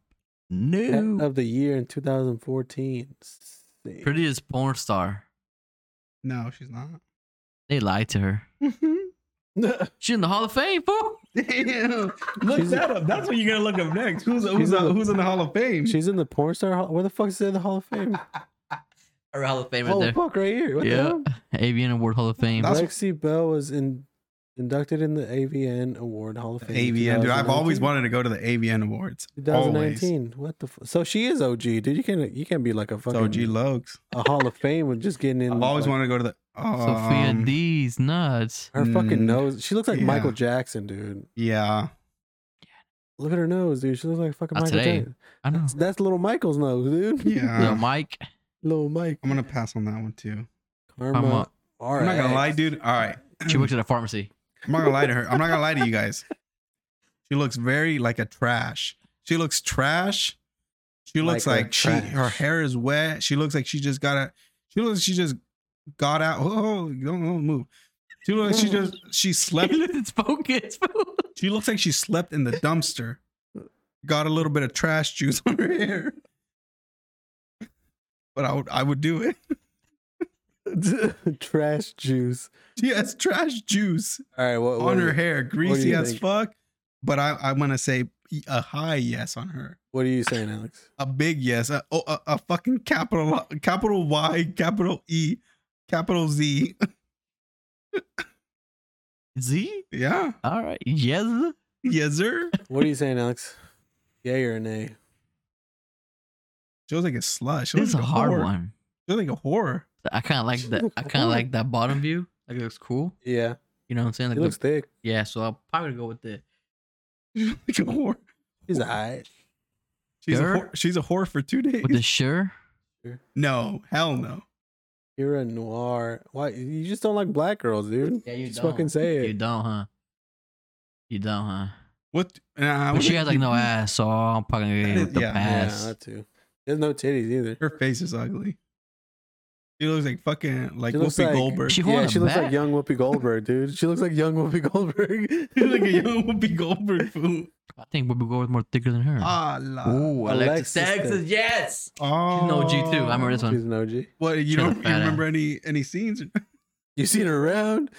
Pet
No.
of the year in 2014. Sick.
Prettiest porn star.
No, she's not.
They lied to her. She's in the Hall of Fame, fool.
Damn. Look
She's-
that up. That's what you're gonna look up next. Who's who's,
She's in the-
who's in the Hall of
*laughs*
Fame?
she's in the porn star. Hall- Where the fuck is it in the Hall of Fame?
Her Hall of Fame right
oh
there.
fuck, right here. What the
Yeah.
hell?
AVN Award Hall of Fame.
That's-
Lexi Bell was in, inducted in the AVN Award Hall of Fame. in
AVN, dude. I've always
2019.
wanted to go to the AVN Awards. Always.
2019. What the? F- so she is OG, dude. You can't you can't be like a fucking
So G Lokes.
a Hall of Fame with just getting in.
I've always
like,
wanted to go to the
Sophia
um,
D's nuts.
her fucking
Mm,
nose. She looks like Michael
yeah.
Jackson, dude.
Yeah.
Look at her nose, dude. She looks like fucking
Not
Michael
today.
Jackson.
I know.
That's, that's little Michael's nose, dude.
Yeah.
Little Mike.
*laughs* little Mike.
I'm gonna pass on that one too.
Karma.
I'm a-
I'm not gonna lie, dude. All right.
She works at a pharmacy. *laughs*
I'm not gonna lie to her. I'm not gonna lie to you guys. She looks very like a trash. She looks trash. She looks
Like a
like, she her
trash.
hair is wet. She looks like she just got out. She looks she just got out. Oh, don't, don't move. She looks like she
*laughs*
just she slept.
it's focused, fool.
She looks like she slept in the dumpster. Got a little bit of trash juice *laughs* on her hair. But I would I would do it. *laughs*
dude. *laughs* Trash juice.
She has trash juice
All right, what, what,
on
do
her
you-
hair, greasy as
think?
fuck. But I I want to say a high yes on her.
what are you saying, Alex?
a big yes, a oh, a, a fucking capital capital Y, capital E, capital Z. *laughs*
Z?
Yeah,
All right. Yes.
yes sir.
What are you saying, Alex? Yay or nay?
She was like a slut. She
This
was
is a
like
hard
whore.
one.
She was like a horror.
I kind of like
She
that.
looks
I kind of
hard.
like that bottom view. Like it looks cool.
Yeah,
You know what I'm saying?
he
Like
looks
looks,
thick.
yeah. So I'll probably go with the
*laughs* She was like a whore.
He's alright.
She's a
Sure.
whore. she's a whore for two days. *laughs*
with the sure.
no, hell no.
You're a noir. Why you just don't like black girls, dude?
Yeah, you
just fucking say it.
You don't, huh? You don't, huh?
What? Nah,
But she
what-
has like no ass, so I'm probably gonna go with the
Yeah.
pass.
Yeah, that too. There's no titties either.
Her face is ugly. She looks like fucking like
She looks
Whoopi
like-
Goldberg.
She
She
holding
yeah,
a
she looks like
bat?
young Whoopi Goldberg, dude. She looks like young Whoopi Goldberg. *laughs*
looks like a young Whoopi Goldberg fool.
I think Whoopi Goldberg's more thicker than her.
Ah, la.
Ooh,
Alexis
Alexis, Texas,
Texas.
yes.
Oh,
No G two. I remember this
She's an
one.
OG.
What you
She has a
don't you
fat
remember any any scenes? *laughs*
You seen her around?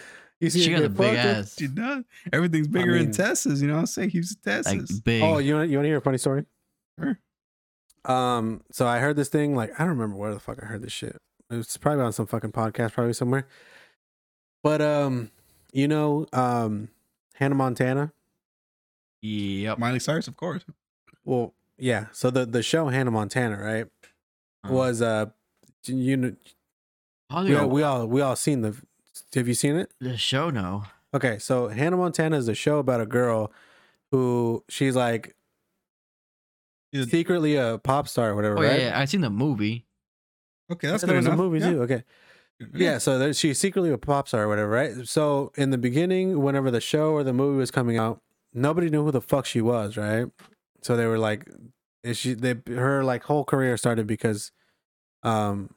You seen
She
her
got a
get
big
fucked with?
ass,
She does. Everything's bigger in
mean-
Texas. You know, I say Houston,
like
Texas.
big.
Oh, you want you want to hear a funny story?
Sure.
Um, so I heard this thing like I don't remember where the fuck I heard this shit. It was probably on some fucking podcast, probably somewhere. But um, you know, um, Hannah Montana.
yep.
Miley Cyrus, of course.
Well, yeah. So the the show Hannah Montana, right,
Uh,
was uh, you know,
probably
we all,
go-
we all we all seen the. Have you seen it?
the show no.
Okay, so Hannah Montana is a show about a girl who she's like
She's a-
secretly a pop star or whatever,
Oh
right?
yeah, yeah, I seen the movie.
Okay, that's
I thought
good
it was
enough.
a movie
yeah.
too. Okay, yeah. So there, she's secretly a pop star or whatever, right? So in the beginning, whenever the show or the movie was coming out, nobody knew who the fuck she was, right? So they were like, is she? They her like whole career started because, um,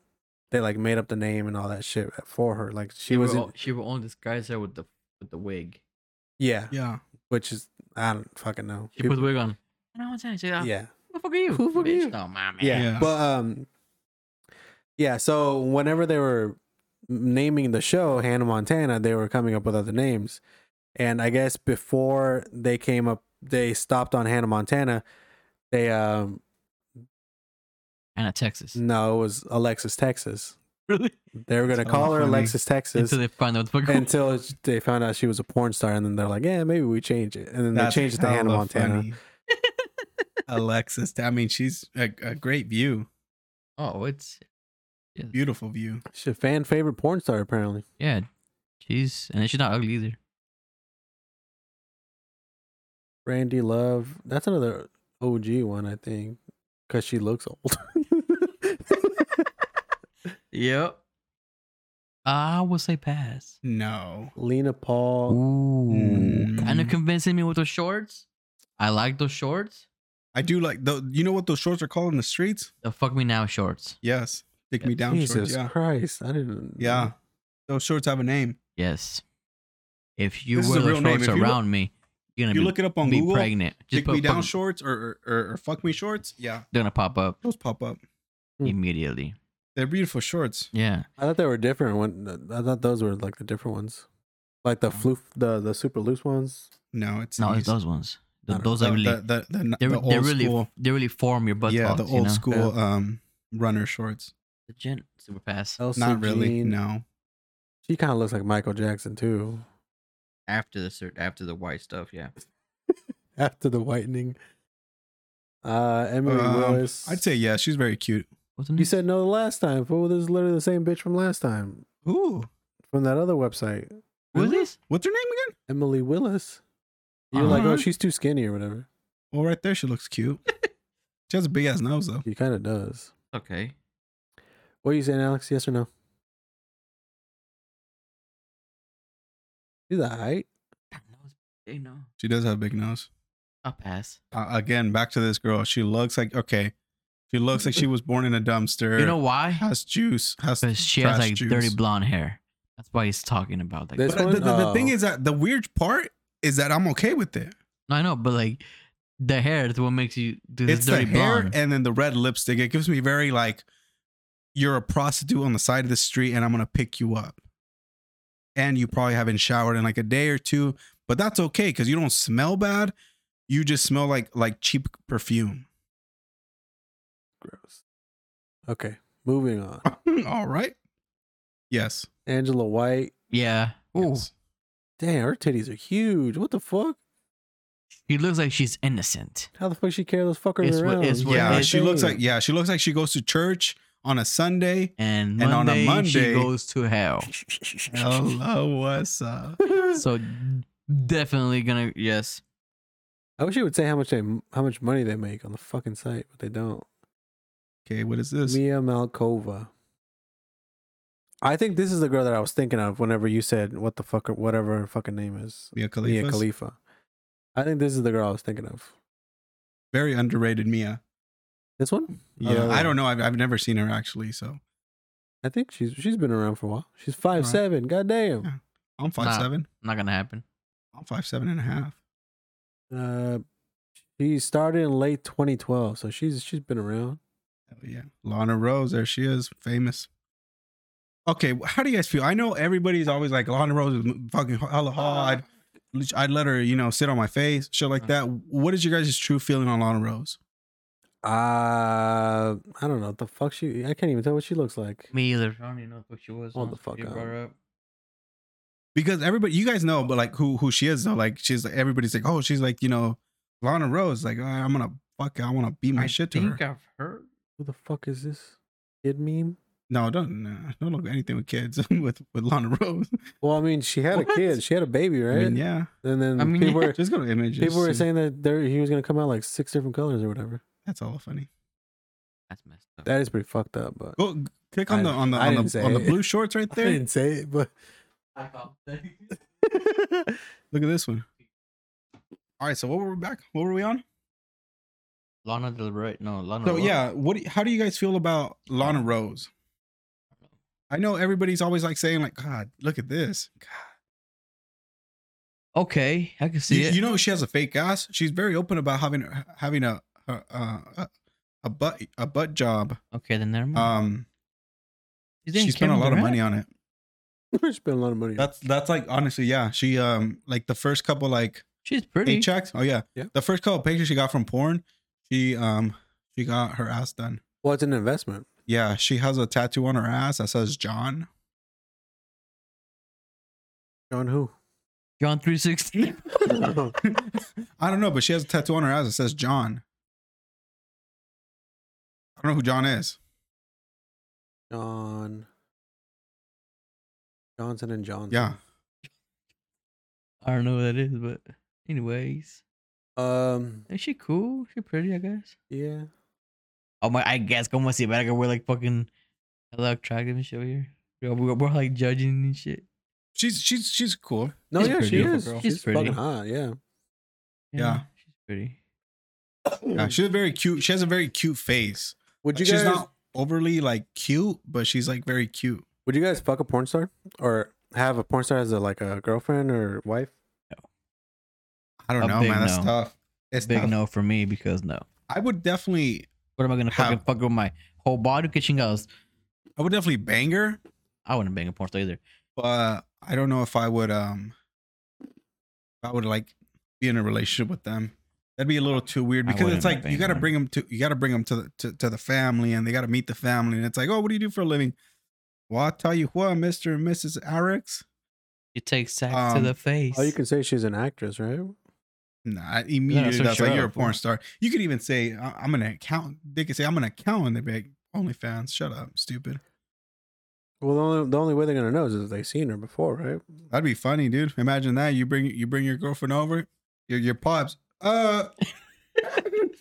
they like made up the name and all that shit for her. Like she
They
was,
were
in,
all- she will only disguise her with the with the wig.
yeah,
Yeah.
which is I don't fucking know.
She puts the wig on. And I was saying, she-
yeah.
Who the fuck are you?
Who the fuck are
bitch?
you?
No, my man.
Yeah.
Yeah.
But um yeah, so whenever they were naming the show Hannah Montana, they were coming up with other names. And I guess before they came up they stopped on Hannah Montana, they um
And at
*laughs*
Texas.
no, it was Alexis Texas.
Really?
They were gonna
So
call her
funny.
Alexis Texas
*laughs* Until they find out what
*laughs*
the fuck.
until they found out she was a porn star and then they're like, Yeah, maybe we change it. And then
That's
they changed it to Hannah *laughs*
hella
Montana.
funny. Alexis, I mean, she's a, a great view.
*laughs* Oh, it's
Beautiful view.
She's a fan favorite porn star apparently.
yeah. She's and she's not ugly either.
Randy Love. That's another OG one, I think, because she looks old. *laughs*
Yep. I will say pass.
No.
Lena Paul.
Ooh,
Mm.
kind of convincing me with those shorts. I like those shorts.
I do like the you know what those shorts are called in the streets?
The fuck me now shorts.
Yes. Take me down
Jesus
shorts. Yeah.
Christ! I didn't.
Yeah. Those shorts have a name.
Yes. If you
This is
wear
a
those
real name.
shorts
If you look-
around me, you're gonna
You
be,
look it up on
be
Google.
pregnant. Just
Take me
put
down
fuck-
shorts or, or, or, or fuck me shorts. Yeah.
They're gonna pop up
Those pop up.
Hmm.
immediately.
They're beautiful shorts.
Yeah.
I thought they were different. When I thought those were like the different ones, like the floof, the the super loose ones.
No, it's
No,
these.
it's those ones.
I
Th-
don't
those
the,
are really
the, the, the,
they,
the old
they really
school.
they really form your butt.
yeah, the
spots,
old
you know?
school um runner shorts.
The gent super pass
Elsa
Not really.
Jean.
No.
She kind of looks like Michael Jackson too. *laughs*
after the cert, after the white stuff. Yeah.
After the whitening. Uh, Emily
Um,
Willis.
I'd say yeah, she's very cute.
What's the
you said no the last time. Fool, this is literally the same bitch from last time
Ooh.
from that other website.
What's this?
What's her name again?
Emily Willis. You're like, oh,
Uh-huh.
she's too skinny or whatever.
Well, Oh, right there, she looks cute. she has a big ass nose though.
She kind of does.
oh,
Okay.
What are you saying, Alex? Yes or no? She's height.
Hey, no.
She does have a big nose.
I'll pass.
Uh, again, back to this girl. She looks like okay. She looks like she was born in a dumpster.
You know why?
has juice. Has
Because she has
trash
like
juice.
dirty blonde hair. That's why he's talking about like.
This-
But the, the, the
Oh.
thing is that the weird part is that I'm okay with it.
No, I know, but like the hair is what makes you do this
It's the
dirty
hair
blonde.
and then the red lipstick. It gives me very like you're a prostitute on the side of the street and I'm gonna pick you up. And you probably haven't showered in like a day or two, but that's okay because you don't smell bad. You just smell like like cheap perfume. *laughs*
Gross. Okay, moving on.
All right. Yes.
Angela White.
yeah. Ooh.
yes.
Damn, her titties are huge. What the fuck?
He looks like she's innocent.
How the fuck she carry those fuckers
It's what-
around?
it's what
Yeah,
they
she looks
*laughs*
like yeah, she looks like she goes to church on a Sunday.
And,
And on a
Monday, she
Monday-
goes to
*laughs*
hell.
Hello, *laughs* what's up?
So definitely gonna yes.
*laughs* I wish you would say how much they how much money they make on the fucking site, but they don't.
Okay, what is this?
Mia Malkova. I think this is the girl that I was thinking of whenever you said what the fuck whatever her fucking name is.
Mia
Mia
Khalifa.
Khalifa. I think this is the girl I was thinking of.
Very underrated Mia.
This one? Oh, the
Yeah,
other
I don't
one.
know. I've, I've never seen her actually, so
I think she's she's been around for a while. She's five seven. God damn.
I'm five seven.
Not gonna happen.
I'm five seven and a half.
Uh, she started in late 2012, so she's she's been around.
Hell yeah, Lana Rose, there she is, famous. Okay, wh- how do you guys feel? I know everybody's always like Lana Rose is m- fucking hella hard. I'd let her, you know, sit on my face, shit like that. What is your guys' true feeling on Lana Rose?
Uh, I don't know what the fuck she. I can't even tell what she looks like.
Me either. I don't even know what she was.
Hold the
honestly,
fuck
you
up.
brought her up.
Because everybody, you guys know, but like who who she is though. Like she's like everybody's like, oh, she's like you know, Lana Rose. Like "Ah, I'm gonna fuck, I want to beat my
I
shit to her.
think I've heard.
Who the fuck is this kid meme?
no, don't nah, don't look at anything with kids *laughs* with with Lana Rose.
Well, I mean, she had a
What?
kid. She had a baby,
I
right?
mean, yeah.
And then
I mean,
people
yeah.
were
Just go to images.
people were
and-
saying that there he was gonna come out like six different colors or whatever.
that's all funny.
That's messed up.
That is pretty fucked up. But
Go Oh, g- click on
I-
the on the
I
on
didn't
the,
say
on the
it.
blue shorts right
*laughs* I
there.
didn't say it. But *laughs*
Look at this one. All right, so what were we back? What were we on?
*laughs* Lana Del Rey. No,
Oh,
Lana.
So
Rhoades.
yeah, what? do you- How do you guys feel about Lana Rose? I know everybody's always like saying like, God, look at this. God.
Okay, I can see
You,
it.
you know she has a fake ass. She's very open about having having a a a, a butt a butt job.
okay, then never
Mm.
mind.
Um,
You think
she spent a
Kevin
lot of
Durant?
money on it.
she spent a lot of money.
That's that's like honestly, yeah. She um like the first couple like
She's pretty.
paychecks. Oh yeah.
Yeah.
The first couple pictures she got from porn, she um she got her ass done.
Well, it's an investment.
Yeah, she has a tattoo on her ass that says John.
On who? *coughs*
John three sixty.
I don't know, but she has a tattoo on her ass that says John. I don't know who John is.
John Johnson and Johnson.
Yeah.
*laughs* I don't know what that is, but anyways,
Um.
is she cool? She pretty, I guess.
Yeah.
Oh my, I guess como si verga, we're like fucking hella attractive and shit over here. We're, we're, we're like judging and shit.
She's she's she's cool.
No.
She's
yeah,
pretty,
she
beautiful
is.
girl.
She's,
She's pretty.
fucking hot. Yeah.
Yeah.
she's pretty.
Yeah, she's very cute. She has a very cute face.
Would you
she's
guys?
not overly like cute, but she's like very cute.
Would you guys fuck a porn star or have a porn star as a like a girlfriend or wife?
I don't
A
know,
big
man. That's
no.
tough. It's
Big
tough.
no for me because no.
I would definitely
What am I gonna
How-
fucking fuck with my whole body kitchen girls?
I would definitely bang her,
I wouldn't bang a porn star either.
but I don't know if I would um I would like be in a relationship with them. That'd be a little too weird
I
because
wouldn't
it's like you
bang
got to
one.
bring them to you got to bring them to the to, to the family and they got to meet the family and it's like, "Oh, what do you do for a living?" Well, I'll tell you what, Mr. and Mrs. Arix.
You take sex
Um,
to the face.
Oh, you can say she's an actress, right?
Nah, immediately
so
that's like
sure.
you're a porn star. You could even say I- I'm an accountant. They could say I'm an accountant. They'd be like, OnlyFans, shut up, stupid.
Well, the only, the only way they're gonna know is if they've seen her before, right?
That'd be funny, dude. Imagine that. You bring you bring your girlfriend over, your your pops. Uh,
*laughs*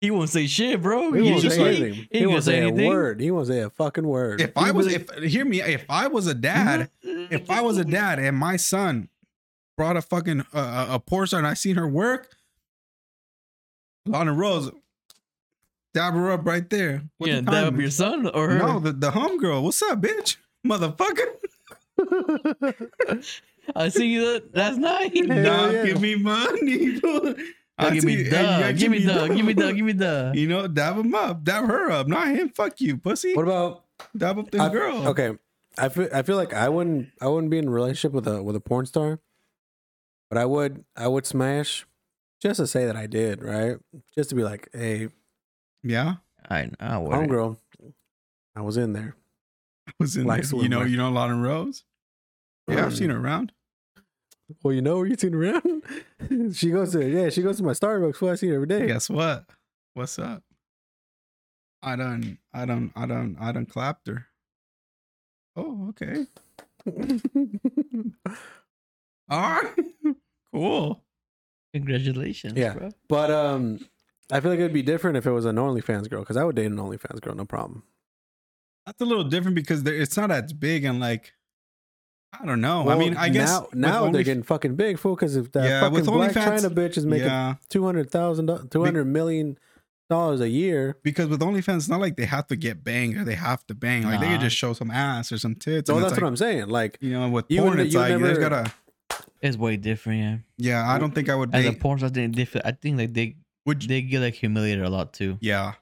he won't say shit, bro.
He won't
just
say
like-
anything.
He,
He
won't say anything.
a
*laughs*
word. He won't say a fucking word.
if I was, if hear me, if I was a dad,
Mm-hmm.
if I was a dad and my son brought a fucking uh, a- a porn star and I seen her work, Lana Rose, dab her up right there. What
yeah,
the
that
time
up your
is?
son or her.
No, the the homegirl. What's up, bitch?
*laughs*
Motherfucker.
I see you that last night.
Hell
Nah,
yeah.
give me money.
Oh,
*laughs* I
give
see-
me
hey, you
the,
gotta
give me the,
*laughs*
give me the, give me the.
You know, dab him up, dab her up, not him. Fuck you, pussy.
what about
Dab up this
I-
girl.
Okay, I feel I feel like I wouldn't I wouldn't be in a relationship with a with a porn star, but I would I would smash just to say that I did right, just to be like, hey,
Yeah,
I I would.
homegirl, I was in there.
I was in.
Like
there. You know,
swimwear.
you know, Lana Rose. Yeah, I've seen her around.
Well, you know where you seen around. *laughs* she goes to yeah, she goes to my Starbucks. Well, I see her every day.
Guess what? What's up? I done, I done, I done, I done clapped her. Oh, okay. All right. *laughs* cool.
Congratulations.
Yeah.
bro.
*laughs* but um, I feel like it'd be different if it was an OnlyFans girl because I would date an OnlyFans girl, no problem.
That's a little different because there, it's not as big and like, I don't know. Oh, I mean, I guess
now,
with
now they're
Only-
getting fucking big fool because if that
Yeah,
fucking
with
black
OnlyFans-
China bitch is making
yeah,
two hundred thousand, two hundred million dollars a year.
because with OnlyFans, it's not like they have to get banged or they have to bang. Like they
Nah.
could just show some ass or some tits.
So
and
that's
it's
what
like,
I'm saying. Like,
you know, with
You
porn,
wouldn't-
it's
you
like there's
never-
gotta.
It's way different, yeah.
Yeah, I don't think I would
As a
date-
porn star, they, they feel, I think like they
Would you,
they get like humiliated a lot too.
yeah,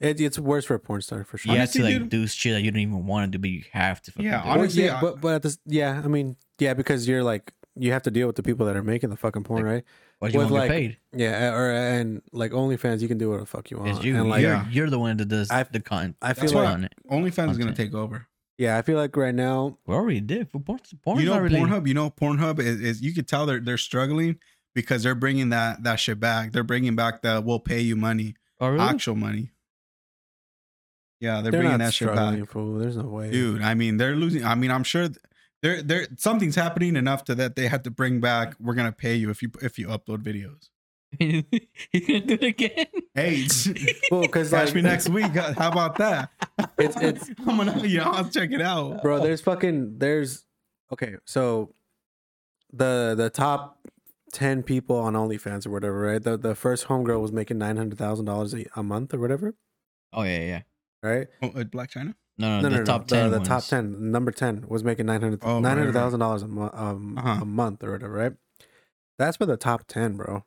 it, it's worse for a porn star for sure.
You have
Honestly,
to
dude-
like do shit that you don't even want to do, but you have to. Fucking
Yeah,
do.
Well,
it.
honestly,
yeah,
I-
but but at this, yeah, I mean, yeah, because you're like you have to deal with the people that are making the fucking porn,
Like-
right?
or you
with,
won't
like,
get paid.
Yeah, or and like OnlyFans, you can do whatever the fuck you want.
It's you.
uh, And like,
you're,
Yeah.
you're the one that does
I-
the content.
I feel
That's
like
why- OnlyFans is gonna
Content.
take over.
yeah, I feel like right now,
We already did. For porn, porn's
you know,
already.
Pornhub. You know, Pornhub is, is you could tell they're they're struggling because they're bringing that that shit back. They're bringing back the we'll pay you money,
Oh, really? *laughs*
actual money. Yeah, they're,
they're,
bringing
not
that shit back,
struggling, fool. There's no way,
dude. I mean, they're losing. I mean, I'm sure th- they're they're something's happening enough to that they had to bring back. We're gonna pay you if you if you upload videos.
He's gonna do it again.
*laughs*
Hey, *laughs*
Well, because
catch
like,
me next week. How about
*laughs*
that?
It's- it's-
I'm gonna *laughs* you know I'll check it out.
bro. There's fucking there's okay. So the the top ten people on OnlyFans or whatever, right? The the first homegirl was making nine hundred thousand dollars a month or whatever,
Oh yeah, yeah.
right?
Oh, uh, Black China.
No, no, the top ten.
The, the
ones.
top ten, number ten, was making nine hundred
Oh,
thousand
right, right.
dollars a mo- um,
Uh-huh.
a month or whatever, right? That's for the top ten, bro.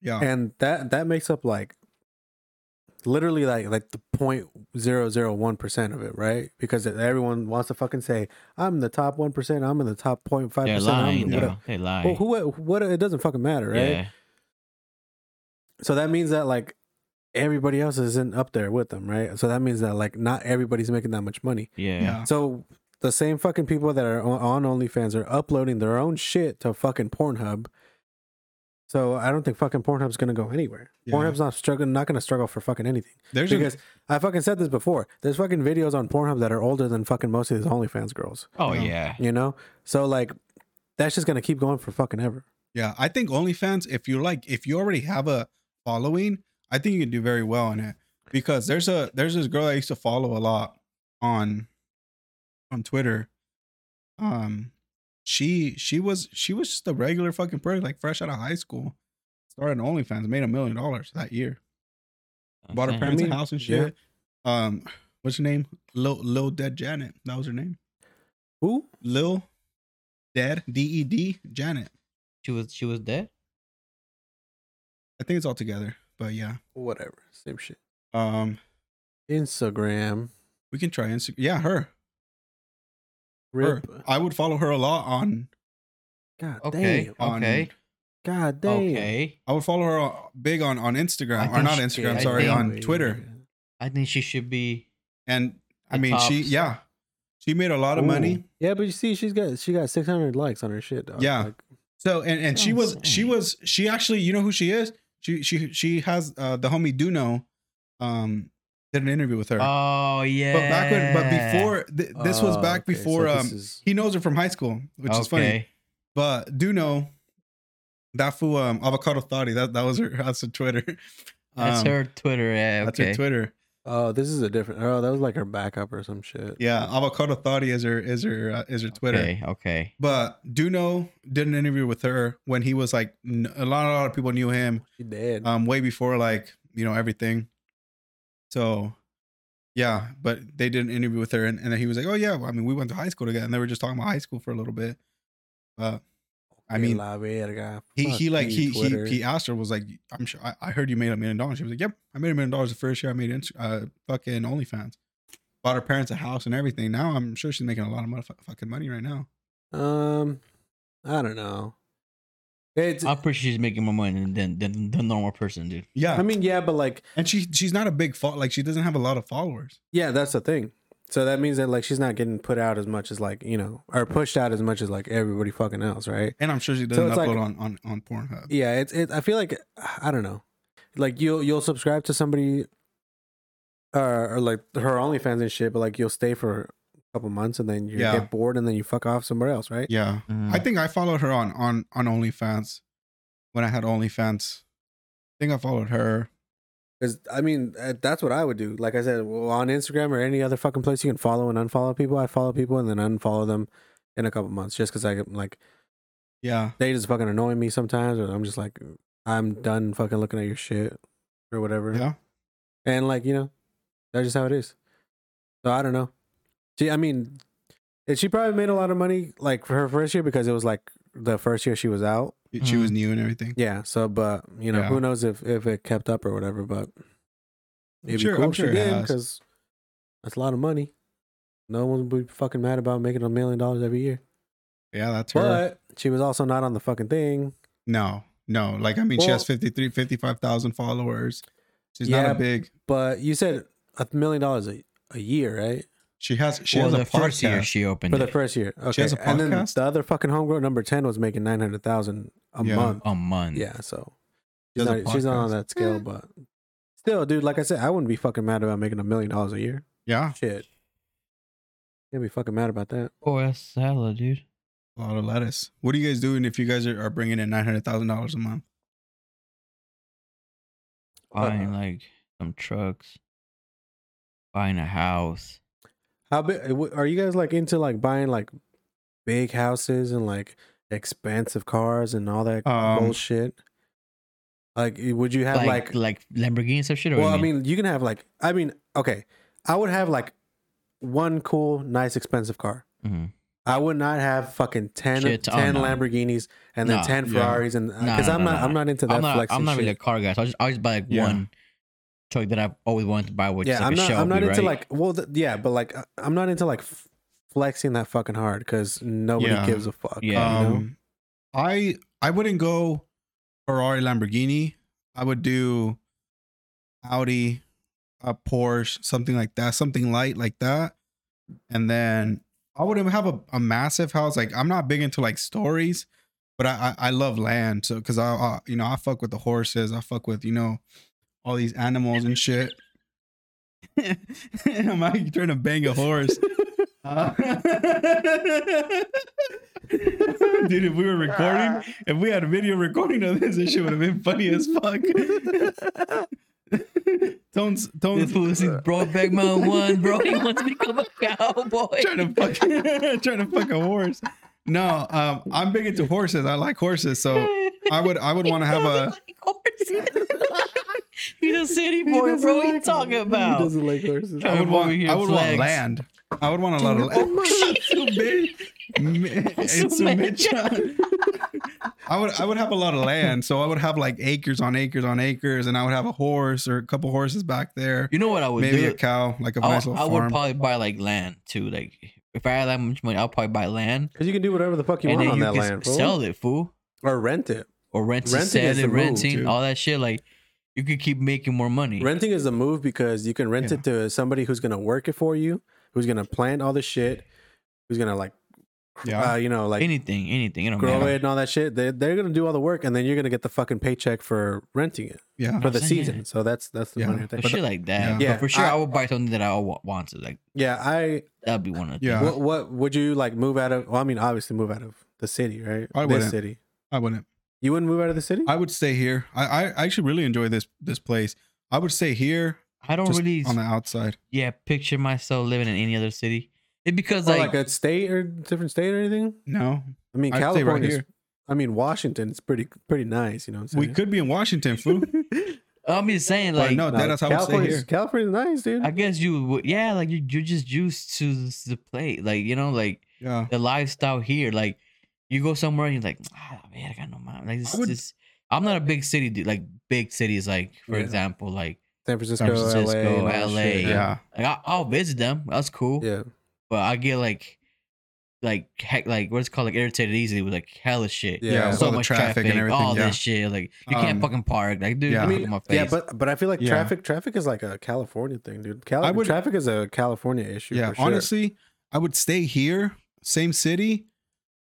Yeah.
Oh.
And that that makes up like literally like like the point zero zero one percent of it, right? Because e, everyone wants to fucking say I'm the top one percent, I'm in the top point five
They're
percent.
lying.
I'm the-
Though.
whatever."
They lie.
Well, who what? It doesn't fucking matter, right?
Yeah.
So that means that like everybody else isn't up there with them, right? So that means that like not everybody's making that much money.
Yeah.
yeah.
So the same fucking people that are on on OnlyFans are uploading their own shit to fucking Pornhub, So I don't think fucking Pornhub's gonna go anywhere.
Yeah.
Pornhub's not struggling, not gonna struggle for fucking anything.
There's a-
because I fucking said this before. There's fucking videos on Pornhub that are older than fucking most of these OnlyFans girls.
Oh
Yeah.
yeah.
You know, so like that's just gonna keep going for fucking ever.
Yeah, I think OnlyFans, if you like, if you already have a following, I think you can do very well in it because there's a there's this girl I used to follow a lot on on Twitter. Um, she she was she was just a regular fucking person, like fresh out of high school, started OnlyFans, made a million dollars that year, bought her
Okay.
parents
mean,
a house and
yeah.
shit. Um, what's her name? Lil Lil Dead Janet. That was her name.
Who?
Lil Dead D E D Janet.
She was she was dead.
I think it's all together, but yeah.
Whatever. Same shit.
Um.
Instagram.
We can try Instagram. Yeah, her. her.
Rip.
I would follow her a lot on
God
Okay.
damn.
on-
Okay.
God damn.
Okay.
I would follow her uh, big on on
I
Instagram or
think
not
she-
Instagram,
I
sorry,
think-
on Twitter.
I think she should be.
And I
The
mean, she
tops.
yeah. She made a lot of
Ooh.
money.
Yeah, but you see, she's got she got six hundred likes on her shit. Dog.
Yeah.
Like,
So and and
Oh,
she was she
Insane.
was she actually, you know who she is? She she she has uh the homie Duno um did an interview with her.
Oh yeah.
But back when but before th- this was
oh,
back
okay, so
before
this
um
is-
he knows her from high school, which is funny.
Okay.
But do know that fool um, avocado thoughty that that was her that's her Twitter.
*laughs* That's
Um,
her Twitter. Yeah.
That's
Okay.
her Twitter.
Oh, this is a different. Oh, that was like her backup or some shit.
Yeah, avocado thoughty is her is her uh, is her Twitter.
Okay. Okay.
But Duno did an interview with her when he was like n- a lot a lot of people knew him
she did.
um way before like you know everything. So yeah, but they did an interview with her and, and then he was like, oh yeah, well, I mean we went to high school together and they were just talking about high school for a little bit. But I
Que
mean
la verga.
he
Fuck
he like
you,
he
Twitter.
he he asked her was like I'm sure I, I heard you made a million dollars. She was like, Yep, I made a million dollars the first year I made Inst- uh fucking OnlyFans. Bought her parents a house and everything. Now I'm sure she's making a lot of motherf- fucking money right now.
Um, I don't know. It's.
Uh,
I'm pretty sure she's making more money than than the normal person, dude.
Yeah,
I mean, yeah, but like,
and she she's not a big fo- like she doesn't have a lot of followers.
yeah, that's the thing. So that means that like she's not getting put out as much as like you know, or pushed out as much as like everybody fucking else, right?
And I'm sure she doesn't
it's
upload
like-
on, on on Pornhub.
Yeah, it's it. I feel like I don't know. Like you'll you'll subscribe to somebody, uh, or like her OnlyFans and shit, but like you'll stay for a couple months and then you
Yeah.
get bored and then you fuck off somewhere else, right?
Yeah,
Mm.
I think I followed her on on on OnlyFans when I had OnlyFans. I think I followed her.
Because I mean, uh, that's what I would do. Like I said, well, on Instagram or any other fucking place, you can follow and unfollow people. I follow people and then unfollow them in a couple months, just because I get, like
Yeah,
they just fucking annoy me sometimes, or I'm just like, I'm done fucking looking at your shit or whatever.
yeah.
And like, you know, that's just how it is. So I don't know. She, I mean, and she probably made a lot of money like for her first year because it was like the first year she was out.
She was new and everything.
Uh-huh. Yeah. So, but you know,
Yeah.
who knows if if it kept up or whatever. But it'd
Sure,
be cool
I'm
if
sure
she
it
did
has.
because that's a lot of money. No one would be fucking mad about making a million dollars every year.
Yeah, that's her.
But she was also not on the fucking thing.
No, no. Like I mean, she
Well-
has 53, 55,000 followers. She's
Yeah.
not a big.
But you said a million dollars a a year, right?
She has she
well,
has a
the first year
podcast.
she opened
For the
it.
first year. Okay.
has a
And then
podcast?
the other fucking homegirl number 10 was making 900,000 a
Yeah.
month.
a month.
Yeah, so
She
she's
has a
not, she's not on
podcast.
that scale, but still, dude, like I said, I wouldn't be fucking mad about making a million dollars a year.
yeah,
Shit. Can't be fucking mad about that.
Or a salad, Oh, dude.
a lot of lettuce. What are you guys doing if you guys are, are bringing in nine hundred thousand dollars a month? Uh,
Buying like some trucks. Buying a house.
How big are you guys like into like buying like big houses and like expensive cars and all that
Um,
bullshit? Like, eh, would you have like
like like Lamborghinis or shit. Or
Well,
you
I mean, you can have like, I mean, okay, I would have like one cool, nice, expensive car.
Mm-hmm.
Mhm.
I would not have fucking 10,
Shit, oh,
10
no.
Lamborghinis and then
No,
10
yeah.
Ferraris and
No,
because
no,
I'm
no,
not,
no.
I'm not into that
I'm not.
flex
I'm
and
not really a
shit.
car guy. So I just I just buy like
Yeah.
one truck that I've always wanted to buy, which is
yeah,
like
I'm
a
not,
Shelby,
I'm not into
right?
like, well, th- yeah, but like, I- I'm not into like f- flexing that fucking hard because nobody
Yeah.
gives a fuck.
Yeah,
you know?
um, I I wouldn't go Ferrari, Lamborghini. I would do Audi, a Porsche, something like that, something light like that, and then I wouldn't have a, a massive house. Like I'm not big into like stories. but I I, I love land. So because I, I you know I fuck with the horses. I fuck with you know all these animals and shit. *laughs* I'm out here trying to bang a horse. Uh, *laughs* Dude, if we were recording, if we had a video recording of this, this shit would have been funny as fuck. *laughs* Tones,
This *laughs*
Tones, *laughs*
fool is brought back
*laughs*
my one, bro. He wants to become a cowboy.
trying to fuck *laughs* trying to fuck a horse. No, um, I'm big into horses. I like horses, so I would I would want to have a
*laughs* He's a city boy, bro. What are you talking
He
about? *laughs*
doesn't like *laughs* horses.
Oh,
I would
over
want
here
I would want
flags.
land. I would want a lot of land. Oh *laughs* it's a
Sumatra.
Mitra. I would I would have a lot of land, so I would have like acres on acres on acres, and I would have a horse or a couple horses back there,
You know what I would
maybe
do?
a cow, like a
I,
nice
would-
little
Oh, I would
farm.
probably buy like land too. Like if I had that much money, I'll probably buy land
Because you can do whatever the fuck you
and
want
then
on
you
that
can
land, bro.
sell it, fool,
or rent it.
or rent to
Renting
sell
is
it,
the move,
renting,
dude.
all that shit. Like you could keep making more money.
Renting is the move because you can rent
Yeah.
it to somebody who's gonna work it for you, who's gonna plant all the shit, who's gonna like, cr-
Yeah.
uh, you know, like
anything, anything. It don't
grow
matter.
it and all that shit. They they're gonna do all the work, and then you're gonna get the fucking paycheck for renting it
yeah,
for the
saying, yeah.
season. So that's that's the
Yeah.
money right
But
there.
shit like that.
Yeah.
But for sure, I,
I-
would buy something that I wa- want to. Like
Yeah, I.
that'd be one of the
Yeah.
things.
What what would you like move out of? Well, I mean, obviously move out of the city, right?
I
this
wouldn't.
city.
I wouldn't.
You wouldn't move out of the city.
I would stay here. I I actually really enjoy this this place. I would stay here,
I don't
just
really,
on the outside.
yeah, picture myself living in any other city. It's because
Or
like,
like a state or different state or anything.
No,
I mean,
I'd stay right
California.
here.
I mean, Washington. It's pretty pretty nice. You know, what I'm
we
saying?
could be in Washington,
*laughs*
fool.
I'm just saying
But
like,
no,
No,
Oh, that's how I would stay
California's-
here.
California's nice, dude.
I guess you would, yeah, like you, you're just used to this- the play, like you know, like
Yeah,
the lifestyle here. Like you go somewhere and you're like, ah, man, I got no money. Like this,
would-
this, I'm not a big city dude. Like big cities, like for
Yeah.
example, like,
San Francisco,
San
Francisco,
LA, and all that
LA.
shit,
yeah.
like I, I'll visit them. That's cool.
yeah.
But I get like, like heck, like what's it called, like irritated easily with like hella shit.
Yeah.
Yeah,
All
So
the
much
traffic
traffic,
and everything,
all
yeah.
this shit. Like you can't
Um,
fucking park. Like dude,
yeah.
yeah.
I
I
mean,
my
mean,
face.
yeah, but but I feel like
Yeah.
traffic traffic is like a California thing, dude. Cali-
I would-
traffic is a California issue.
yeah
for sure.
honestly i would stay here same city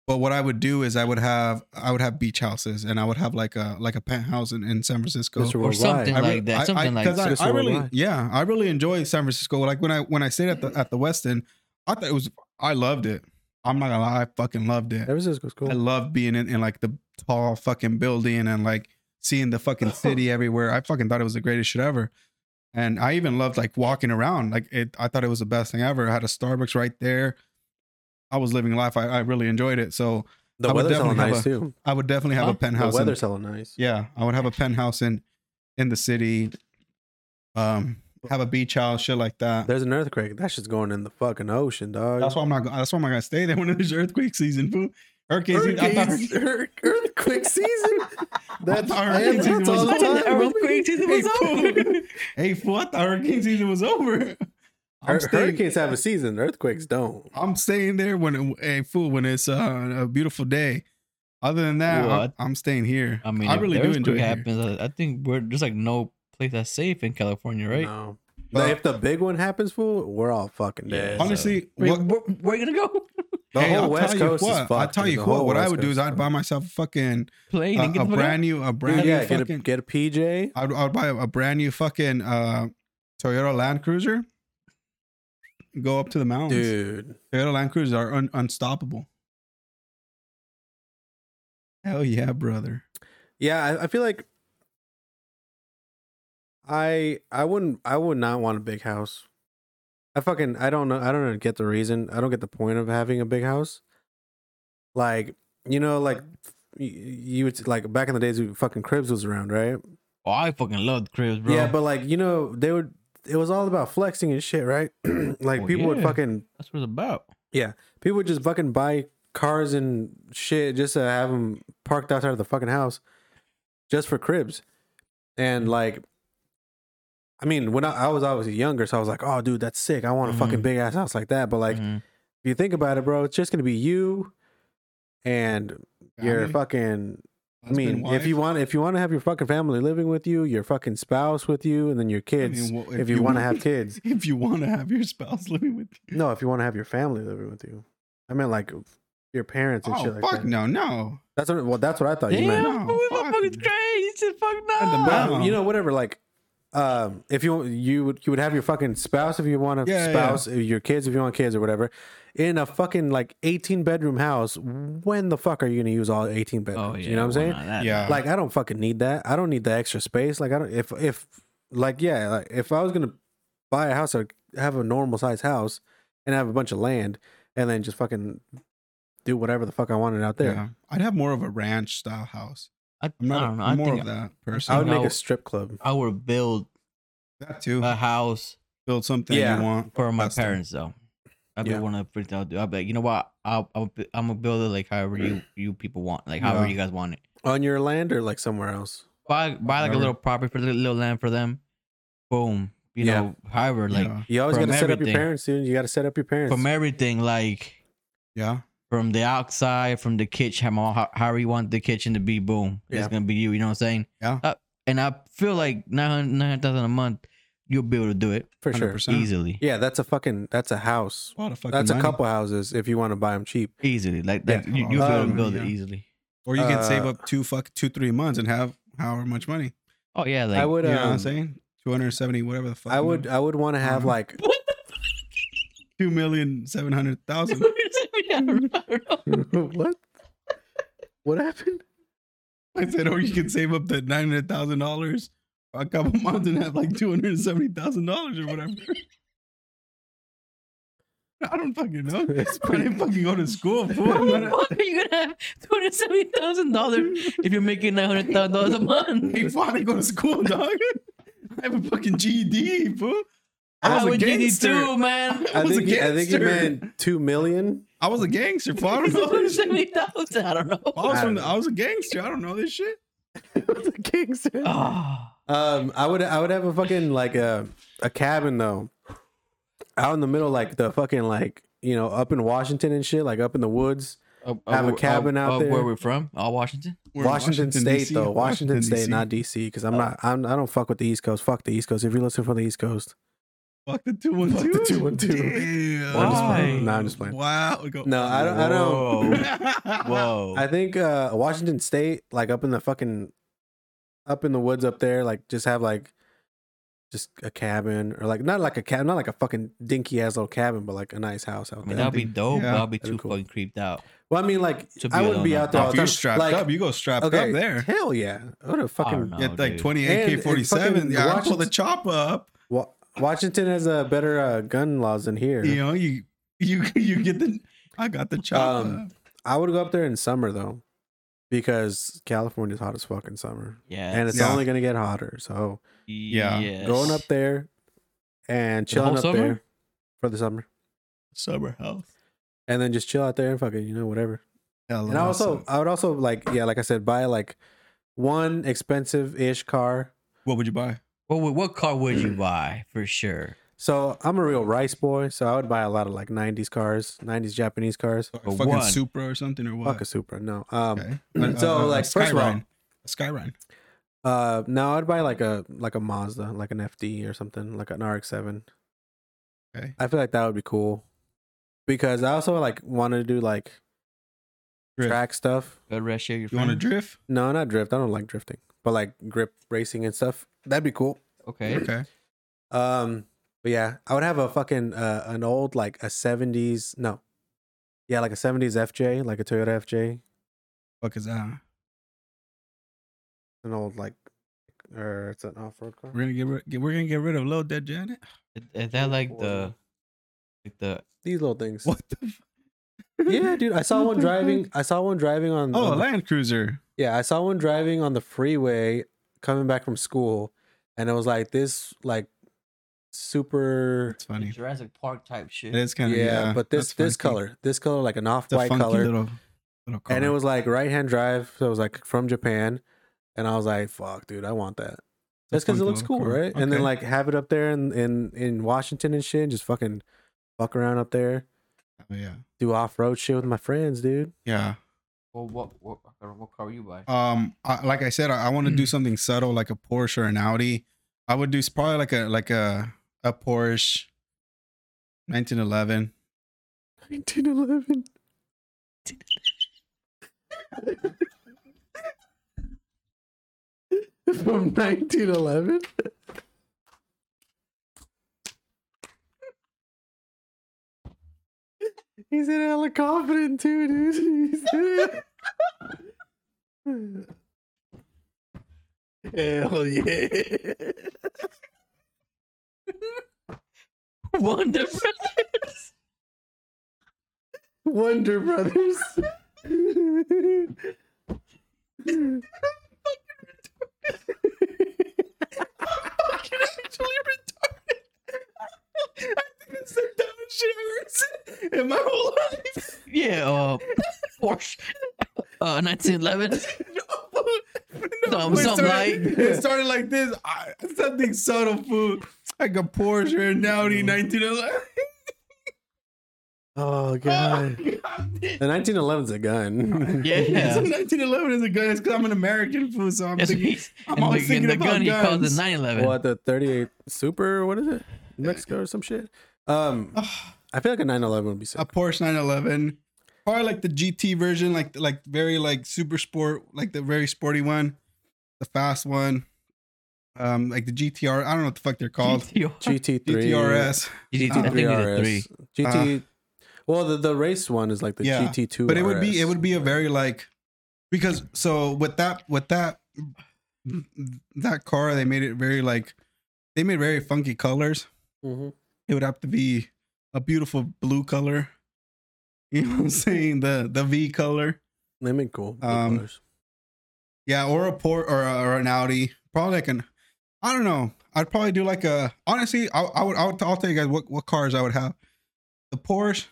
but what i would do is i would have i would have beach houses and i would have like a like a penthouse in, in san francisco
Mr.
or
Worldwide.
something
I re-
like that.
I-
Something
I,
like
'cause
that.
that.
I, I really,
Worldwide.
yeah, I really enjoy San Francisco. Like when I when I stayed at the at the Westin, I thought it was I loved it. I'm not gonna lie, I fucking loved it.
San Francisco's cool.
I love being in, in like the tall fucking building and like seeing the
*laughs*
fucking city everywhere. I fucking thought it was the greatest shit ever. And I even loved like walking around. Like it I thought it was the best thing ever. I had a Starbucks right there. I was living life. I, I really enjoyed it. So
the
I would
weather's hella
definitely
nice
have
too.
I would definitely have
Huh?
a
The
The
penthouse. in-
weather's hella nice.
yeah, I would have a penthouse in in the city. Um, have a beach house, shit like that.
There's an earthquake. That shit's going in the fucking ocean, dog.
That's why I'm not. go- That's why I'm not gonna stay there when there's earthquake season. Food. Hurricane season. I thought hurricane-
earthquake
*laughs*
season. That's,
thought hurricane
that's
season
all
was
the
over.
time, baby.
Hey, fool. *laughs* hey, fool, I thought hurricane season
*laughs*
was over. I'm
Hur-
staying,
Hurricanes have a season. Earthquakes don't.
I'm staying there when it, hey fool when it's uh, a beautiful day. Other than that, I'm,
What?
I'm staying here.
I mean,
I really do enjoy it. here.
happens. I- I think we're there's like no place that's safe in California, right?
No.
But-
if the big one happens, fool, we're all fucking dead.
Yeah, so-
Honestly,
Wait,
what,
where, where you gonna go? *laughs*
The
hey,
whole
I'll
West
tell you
Coast is
what, I'll
fucked,
tell
dude.
you
The
what.
whole
What I
West
would do
Coast
is
is
I'd buy
fucked.
myself a fucking
Plane
a,
and get
a
the fuck out?
brand new a brand
yeah,
new
get a,
fucking.
get a PJ.
I'd, I'd buy a brand new fucking uh, Toyota Land Cruiser. Go up to the mountains.
Dude,
Toyota Land Cruisers are un- unstoppable. Hell yeah, brother!
yeah, I, I feel like I I wouldn't I would not want a big house. I fucking I don't know I don't get the reason I don't get the point of having a big house. Like you know like you, you would like back in the days when fucking cribs was around right
Oh, I fucking love the cribs, bro.
yeah but like you know they would it was all about flexing and shit right *clears throat* like
Oh,
people would
yeah.
fucking
that's what it's about.
people would just fucking buy cars and shit just to have them parked outside of the fucking house just for cribs and like i mean when i, I was obviously younger so i was like oh dude that's sick i want a
Mm-hmm.
fucking
Mhm.
big ass house like that but like
Mhm.
if you think about it bro it's just gonna be you and your
Family,
fucking i
husband,
mean
wife.
if you want if you want to have your fucking family living with you your fucking spouse with you and then your
I mean,
kids
well,
if, you, want to have kids
*laughs* if you want to have your spouse living with you.
no if you want to have your family living with you i meant like your parents and
Oh
shit like
fuck
that
no, no.
That's what. Well, that's
uh,
what I thought you meant.
Damn,
No,
we
fuck.
fucking crazy. Fuck
And the
no.
Um,
back- Wow.
you know, whatever. Like, um, if you you would you would have your fucking spouse if you want a
Yeah, yeah.
spouse, uh, your kids if you want kids or whatever, in a fucking like eighteen bedroom house. When the fuck are you gonna use all eighteen bedrooms?
Oh yeah.
you know what I'm saying?
Yeah.
Like, I don't fucking need that. I don't need the extra space. Like, I don't if if like yeah, like if I was gonna buy a house, I'd have a normal size house and have a bunch of land, and then just fucking do whatever the fuck I wanted out there.
Yeah. I'd have more of a ranch style house.
I,
I'm not
I
a-
don't know. I
more
think
of that
I
person.
would make
No.
a strip club.
I would build
That too.
a house
Build something
yeah.
you want.
for my
custom.
parents though. I'd be
Yeah.
one of the first thing I'll do. I'll be like, you know what? I'll, I'll be, I'm gonna build it like however you you people want, like however
Yeah.
you guys want it.
On your land or like somewhere else?
Buy buy like a
Whatever.
little property for a little land for them. Boom. You
Yeah.
know, however, like
yeah.
You always
From
gotta set up your
everything.
parents, dude. You gotta set up your parents.
from everything, like
yeah.
from the outside, from the kitchen, how, how- however you want the kitchen to be, boom.
Yeah.
It's gonna be you. You know what I'm saying?
Yeah.
Uh, and I feel like 900 900,000 a month, you'll be able to do it
for sure.
100%.
easily.
Yeah, that's a fucking that's a house.
A lot of fucking
That's a
money.
couple houses if you want to buy them cheap.
Easily, like
Yeah.
that, you, you'll be able to
Um,
build it
yeah.
easily.
Or you can save
Uh,
up two fuck two three months and have however much money.
Oh yeah, like
I would.
you know what
um,
I'm saying? Two hundred seventy, whatever the fuck.
I
you
would. uh,
know.
I would want to have
Uh-huh.
like. *laughs*
two million seven hundred thousand.
what? What happened?
*laughs* I said, or you can save up that nine hundred thousand dollars a couple *laughs* months and have like two hundred seventy thousand dollars or whatever. *laughs* I don't fucking know.
*laughs* It's
I didn't fucking go to school. fool.
How
I'm
the
*laughs*
not a-
fuck are you gonna have two hundred seventy thousand dollars if you're making nine hundred thousand dollars a month?
Hey, fool, *laughs* I didn't go to school, dog. *laughs* I have a fucking GED, fool. I was
I
a
would need
gangster.
two, man.
*laughs* I
was a
think. you- I think you
gangster.
meant two million.
I was a gangster, fool. I don't know.
*laughs*
this shit.
Seventy thousand. I don't
I
know.
was, from the, I was a gangster. I don't know this shit.
gangster.
Ah,
Um, I would. I would have a fucking like a a cabin though, out in the middle, like the fucking like you know up in Washington and shit, like up in the woods.
Of-
Have a
of-
cabin
of-
out
of
there.
Where we're from? Oh, Washington.
We're in
Washington, State
DC.
though. Washington, State,
DC.
not DC, because I'm not. I'm, I don't fuck with the East Coast. Fuck the East Coast. If you're listening from the East Coast,
Fuck the two one two.
Fuck the 212.
Damn.
I'm just playing.
No, I'm just playing.
Wow. Go-
no, I don't. I don't.
Whoa.
*laughs*
Whoa.
I think uh, Washington State, like up in the fucking, up in the woods up there, like just have like, just a cabin or like not like a cab, not like a fucking dinky ass little cabin, but like a nice house out
I mean,
there.
that'd be dope.
Yeah.
but I'll be
That'd be
too
cool.
fucking creeped out.
well, I mean, like
To be
Oh, I wouldn't be
alone,
out
no.
there all
if
the time.
you strapped
like,
up, you go strapped
okay,
up there.
Hell yeah, I would have fucking.
know.
Get
Oh, dude.
like twenty
And-
AK
and
forty seven.
fucking
Yeah, I pull
Washington-
the chopper up.
Wa- Washington has a better uh, gun laws than here.
You know, you you *laughs* you get the. I got the chopper.
Um, I would go up there in summer though, because California's hot as fuck in summer,
Yeah.
and it's
Yeah.
only gonna get hotter. So
Yeah.
Yes.
going up there and chilling
whole
up
summer?
there for the summer,
Summer house.
and then just chill out there and fucking you know whatever.
Hell
And I also uh, I would also like yeah like I said buy like one expensive ish car.
what would you buy?
What would- what car would
*clears throat*
you buy for sure?
So I'm a real rice boy, so I would buy a lot of like '90s cars, '90s Japanese cars.
Like
A
fucking
one.
Supra or something or what? Uh,
Fuck a Supra, no. Um, *clears throat*
A-
so,
a- a
like, first of all-
Skyride. a Skyride.
Uh, no, I'd buy like a like a Mazda, like an FD or something, like an RX-7.
Okay.
I feel like that would be cool because I also like want to do like
Drift.
track stuff.
Good rest share your
You want to
friend?
drift?
No, not drift. I don't like drifting, but like grip racing and stuff. That'd be cool.
Okay.
Okay.
Um, but yeah, I would have a fucking uh, an old like a '70s no, yeah, like a '70s FJ, like a Toyota FJ,
Fuck is uh, that?
an old like, or it's an off-road car.
We're gonna get rid. We're gonna get rid of Lil Dead Janet. *laughs*
Is, is that like the like the
These little things.
What the? F-
Yeah, dude, I saw
*laughs* What
one
the
driving. I saw one driving on.
Oh, a
on the
Land Cruiser.
Yeah, I saw one driving on the freeway coming back from school, and it was like this, like super.
It's funny.
Jurassic Park type shit?
It is
Yeah,
kind of yeah,
but this
that's
this
funky.
color, this color, like an
It's a
off-white
funky
color,
little, little color.
and it was like right-hand drive. So it was like from Japan, and I was like, "Fuck, dude, I want that." That's because it looks cool, right? And then like have it up there in in in Washington and shit, and just fucking fuck around up there,
Oh, yeah,
do off-road shit with my friends, dude.
yeah.
Well, what what what car would you
*laughs*
buy?
Um, I, like I said, I, I want to
Hmm.
do something subtle, like a Porsche or an Audi. I would do s- probably like a like a a Porsche, 1911. *laughs*
Nineteen eleven. *laughs* From 1911? He's in hella confident too, dude. *laughs* He's in it. Hell
*laughs*
yeah.
Wonder *laughs* Brothers.
Wonder Brothers.
fucking actually retarded. *laughs* I think it's the dumbest shit I've ever seen in my whole life.
Yeah, uh, Porsche.
*laughs*
Uh, 1911.
No,
Dumb,
it
*laughs* something
started-
like-
it started like this. I, something subtle food. Like a Porsche and
Mm.
Audi *laughs* 1911.
Oh god. *laughs* The 1911's a *laughs* gun.
Yeah.
So 1911 is a gun. It's because I'm an American food, so I'm
That's
thinking.
he's-
I'm
and
always
the, and
thinking
the
about
gun he called the
guns.
911.
what the 38 Super? What is it? Mexico or some shit? Um,
Ugh, Uh,
I feel like a 911 would be sick.
a Porsche 911. Probably like the GT version, like like very like super sport, like the very sporty one, the fast one, um, like the GTR. I don't know what the fuck they're called.
GTR.
GT3.
GTRS.
GT3, I
GT3
think it's a three.
GT. well, the, the race one is like the
Uh, Yeah,
GT2.
but it would be it
RS.
would be a very like because so with that with that that car they made it very like they made very funky colors
Mhm.
it would have to be a beautiful blue color *laughs* you know what i'm saying the the v color
That'd be cool. Good
Um,
colors.
yeah or a port or, a- or an audi probably like an i don't know i'd probably do like a honestly i, I would I would, i'll tell you guys what what cars i would have the porsche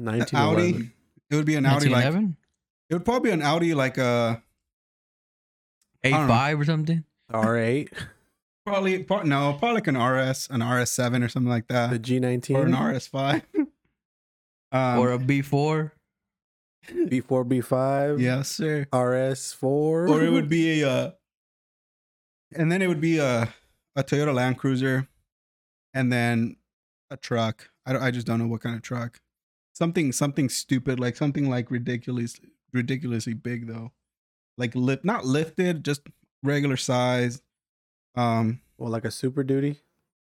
the
1911.
audi it would be an audi like
1911?
it would probably be an audi like uh don't know.
A5 or something?
*laughs*
R8.
Probably, pro- no, probably like an RS, an RS7 or something like
The
that,
G19.
or an RS5, um,
or a B4?
B4, B5.
yes, sir.
RS4.
Or it would be a, uh, and then it would be a a Toyota Land Cruiser, and then a truck. I don't, I just don't know what kind of truck. Something something stupid like something like ridiculous ridiculously big though, like lift not lifted, just regular size. Um,
Well, like a Super Duty.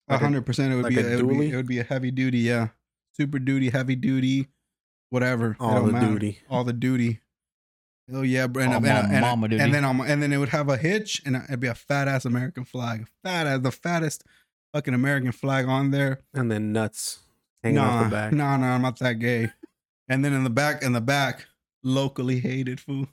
A
Like a-
hundred percent. It would
like
be.
a
It would be,
dually?
it would be a heavy duty. Yeah, super duty, heavy duty, whatever. It
All
don't
the
matter.
duty.
All the duty. Oh yeah, bro. And,
All
a-
my
and, a- and, a-
mama duty.
and then I'm, and then it would have a hitch, and it'd be a fat ass American flag. Fat ass, the fattest fucking American flag on there.
And then nuts hanging
No,
off the back.
no, no, I'm not that gay. And then in the back, in the back, locally hated fool.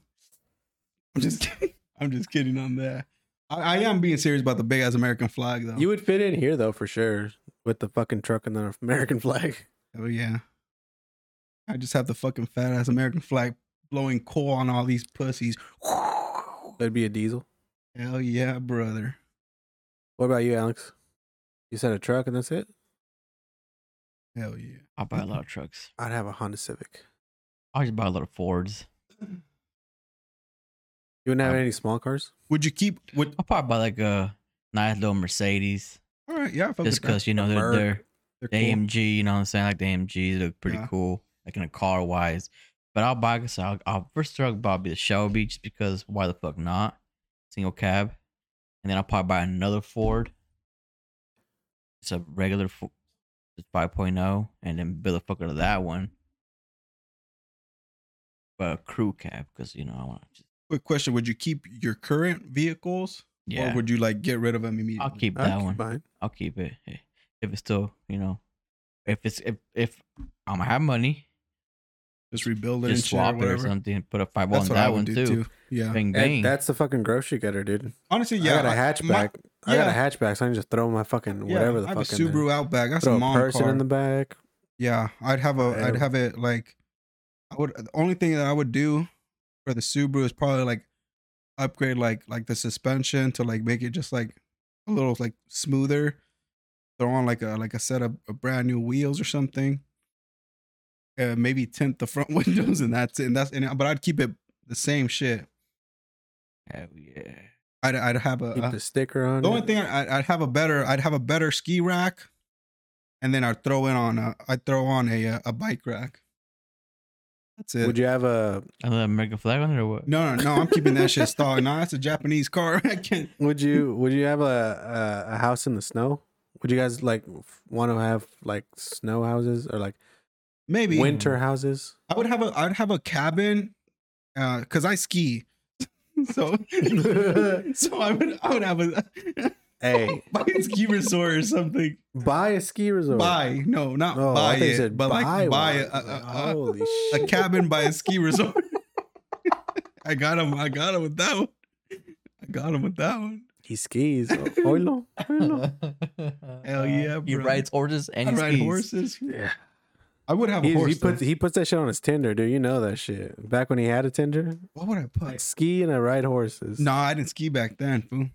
I'm just *laughs* kidding. I'm just kidding on that. I, I am being serious about the big ass American flag though.
You would fit in here though for sure with the fucking truck and the American flag. *laughs*
Oh yeah. I just have the fucking fat ass American flag blowing coal on all these pussies.
That'd be a diesel.
Hell yeah, brother.
What about you, Alex? You said a truck and that's it?
Hell yeah.
I'll buy a lot of trucks.
I'd have a Honda Civic.
I'll just buy a lot of Fords.
You wouldn't have
Um,
any small cars?
Would you keep would
I'll probably buy like a nice little Mercedes.
all right, yeah, I fuck
Just
with that.
because, you know, they're,
Merc.
they're
They're
the
cool.
AMG, you know what I'm saying? Like the AMGs look pretty
Yeah.
cool, like in a car wise. But I'll buy, so I'll, I'll first truck buy be the Shelby just because why the fuck not? Single cab. And then I'll probably buy another Ford. It's a regular Fo- it's 5.0 and then build a fucker to that one. But a crew cab because, you know, I want to just,
Quick question, would you keep your current vehicles
yeah.
or would you like get rid of them immediately?
I'll keep
I'd
that
keep
one.
mine.
I'll keep it eh, if it's still, you know, if it's if if I'm gonna have money,
just rebuild it
just
and shit or
swap it or
whatever.
something. Put a five on
That's what I
that
would
one
do
too.
too. Yeah.
Bang
And
bang.
that's the fucking grocery getter, dude.
Honestly,
Yeah,
yeah.
I got a hatchback.
my-
I got a
yeah.
hatchback, so I can just throw my fucking
yeah,
whatever the
I have
fuck
a
in there.
Subaru Outback. That's
Throw
a
a
mom
person
car.
in the back.
Yeah, I'd have a, I'd
Whatever.
have it like, I would. The only thing that I would do for the Subaru is probably like upgrade like like the suspension to like make it just like a little like smoother. Throw on like a like a set of of brand new wheels or something. Uh, maybe tint the front *laughs* windows and that's it. And that's and but I'd keep it the same shit.
Hell yeah.
I'd I'd have a
Keep
a-
the sticker on.
Uh, the only
it.
thing I'd, I'd have a better I'd have a better ski rack, and then I'd throw in on a I'd throw on a uh, a bike rack. That's it.
Would you have a?
Another American flag on it or what?
no, no, no. I'm keeping that shit stock. No, that's a Japanese car. *laughs* I can't.
Would
*laughs*
you? Would you have a a, a house in the snow? Would you guys like want to have like snow houses or like
Maybe
winter houses?
I would have a. I'd have a cabin, uh, cause I ski. *laughs* So, so I would. I would have a. *laughs*
Hey,
Buy a ski resort or something.
buy a ski resort.
Buy no, not
Oh, I
buy
thought you
it,
said
but like buy Uh,
one.
a,
I was like,
a, a,
holy
a
shit.
cabin by a ski resort. I got him. I got him with that one. I got him with that one.
He
*laughs*
skis. Oilo. Oilo.
*laughs* Hell
yeah,
He
bro.
rides horses and
I
he
ride
skis.
horses.
Yeah.
I would have a
He,
horse.
he puts
though.
he puts that shit on his Tinder, dude. You know that shit. Back when he had a Tinder,
what would I
like
put?
ski and I ride horses.
No, I didn't ski back then, fool.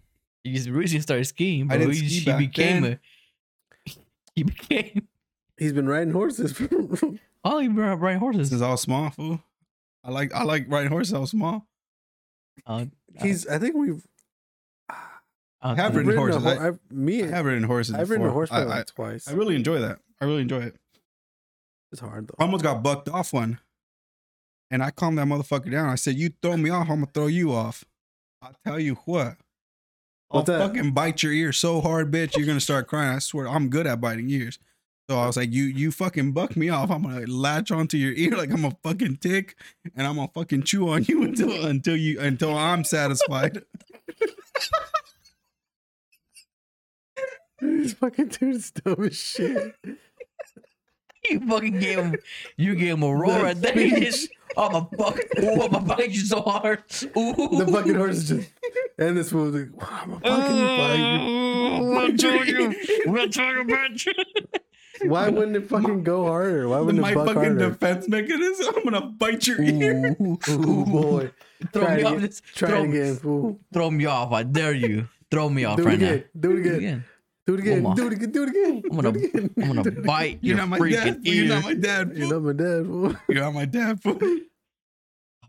He just recently started skiing,
I
but
didn't
he,
ski
she
back
became
then.
a. *laughs* He became. *laughs*
he's been riding horses.
Oh, he ride ride
This
horses.
is all small, fool. I like I like riding horses. I was small.
Uh,
*laughs* he's. I think we've
uh,
Have
uh,
ridden
a
horses.
ho-
I-
I've, me.
I have ridden horses.
I've ridden a
before.
horse probably
I,
like
I,
twice.
I really enjoy that. I really enjoy it.
it's hard
I
though.
almost got bucked off one, and I calmed that motherfucker down. I said, "You throw me off, I'm gonna throw you off." I tell you what, I'll
What's that?
fucking bite your ear so hard, bitch, you're gonna start crying. I swear, I'm good at biting ears. So I was like, "You, you fucking buck me off. I'm gonna latch onto your ear *laughs* like I'm a fucking tick, and I'm gonna fucking chew on you *laughs* until until you until I'm satisfied."
*laughs*
*laughs*
this fucking dude's dumb as
*laughs*
shit.
*laughs* You fucking gave him. You gave him a roar, and then he just. Oh my fuck! *laughs* Ooh, I'm gonna bite you so hard. Ooh.
The fucking horse is
*laughs*
just. And this fool's like, wow, I'm a fucking
Uh,
We'll talk you. We'll talk about you.
bug. Why wouldn't it fucking go harder? Why wouldn't
My
it buck
fucking
harder?
defense mechanism. I'm gonna bite your ear.
Ooh,
Ooh, boy.
Throw
Try it
me off
again.
this.
*laughs* Try
throw,
it again, fool.
Throw me off. I dare you. Throw me off
Do it
right
again. Do it
now.
again. Do it
Come
again.
on.
Do it again. Do it again.
I'm
Do
gonna.
it again. *laughs*
I'm
Do
gonna
it again.
bite
You're
your
not my
freaking
dad. fool.
ear.
You're not my dad.
You're
fool.
not my dad, fool.
You're not my dad. fool. *laughs*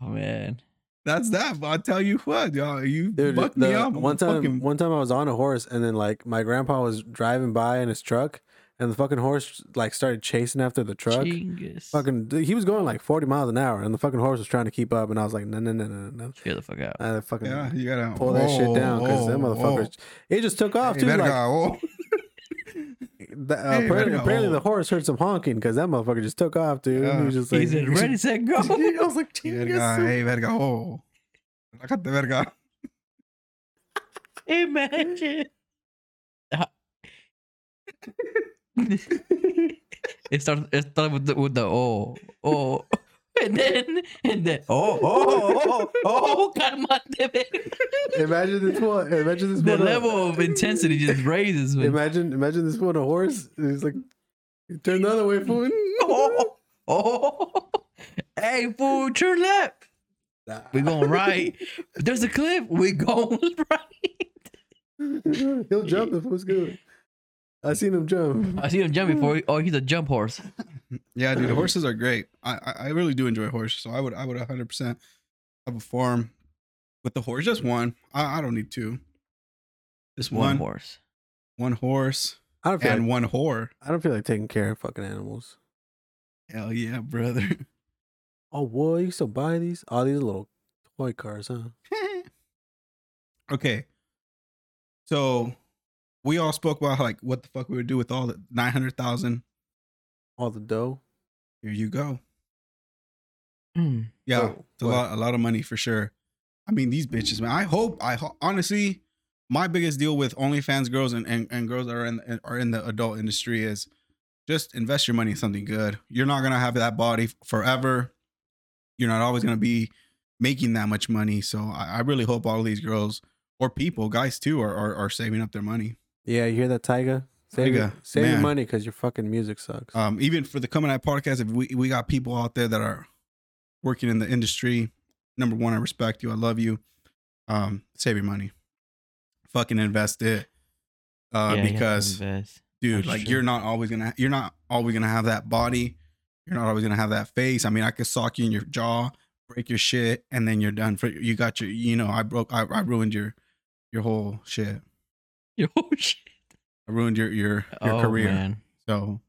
oh man.
That's that. But I tell you what, y'all, you
Dude,
bucked
the-
me up. I'm
one time,
fucking-
one time I was on a horse, and then like my grandpa was driving by in his truck, and the fucking horse like started chasing after the truck.
Chingus.
Fucking, dude, he was going like forty miles an hour, and the fucking horse was trying to keep up, and I was like, no, no, no, no, no,
Get the fuck out.
I had to fucking
*laughs* yeah, you gotta
pull that shit
whoa,
down because that
whoa,
motherfucker, it just took
whoa.
off
Hey,
too.
better
Like,
go.
*laughs* the, uh,
Hey,
apparently,
Vertigo.
apparently the horse heard some honking because that motherfucker just took off, dude.
Yeah.
He was just like,
He said, ready, set,
*laughs*
go.
I was like,
Hey,
"Chingas."
verga, hey, verga, oh. Acá te verga.
Imagine. *laughs* Ah. it starts. It started with the with the oh *laughs* oh, and then and then oh oh oh oh. oh calma,
Imagine this one. Imagine this
The
one.
level of intensity just raises. When,
Imagine, imagine this one a horse. And he's like, turn the other way, fool.
*laughs*
*laughs*
*laughs*
oh, oh, hey fool, turn left. We going *laughs* right. There's a cliff. We going *laughs* right.
He'll jump if it's good. I seen him jump.
I see him jump before. he- oh, he's a jump horse.
Yeah, dude, horses are great. I, I I really do enjoy horses, so I would I would 100 percent have a farm with the horse. Just one. I, I don't need two. Just
One
one,
horse.
one horse
I don't feel.
and
Like,
one whore.
I don't feel like taking care of fucking animals.
Hell yeah, brother. *laughs*
Oh, whoa! You still buy these? All these little toy cars, huh?
okay. So we all spoke about like what the fuck we would do with all the 900,000.
All the dough.
Here you go.
Mm.
Yeah.
Oh,
it's a
what?
lot a lot of money for sure. I mean, these bitches, man. I hope I ho- honestly my biggest deal with OnlyFans girls and, and, and girls that are in are in the adult industry is just invest your money in something good. You're not gonna have that body forever. You're not always gonna be making that much money. So I, I really hope all of these girls or people, guys too, are are, are saving up their money.
Yeah, you hear that, Tyga? Save, your-
Tyga,
save your
man.
money because your fucking music sucks.
um, even for the coming out podcast, if we, we got people out there that are working in the industry, number one, I respect you. I love you. Um, save your money. Fucking invest it. Uh,
Yeah, you have to
because
*laughs* invest.
dude,
That's
like
true.
you're not always gonna you're not always gonna have that body. You're not always gonna have that face. I mean, I could sock you in your jaw, break your shit, and then you're done for you got your you know, I broke I, I ruined your your whole shit.
Yo, Oh, shit.
I ruined your your your
Oh,
career.
man.
So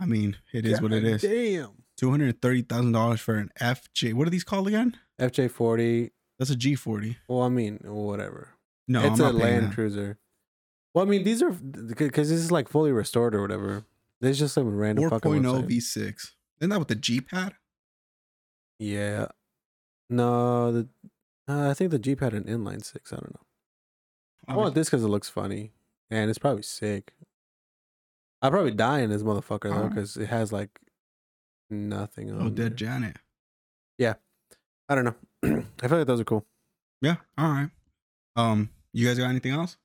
I mean, it is what it
God
is.
Damn.
Two hundred thirty thousand dollars for an FJ. What are these called again?
FJ forty.
That's a G forty.
Well, I mean, whatever.
No,
it's
I'm
a
not paying
Land
that.
Cruiser. Well, I mean, these are because this is like fully restored or whatever. This is just some random fucking
4.0
website.
V6. oh Isn't that with the Jeep had?
Yeah. No, the uh, I think the Jeep had an inline six. I don't know. I
Oh,
want this because it looks funny and it's probably sick. I'd probably die in this motherfucker though
Alright.
because it has like nothing on.
Uh-huh. Oh, dead
there.
Janet.
I don't know. *clears throat* I feel like those are cool.
Yeah. All right. Um, you guys got anything else?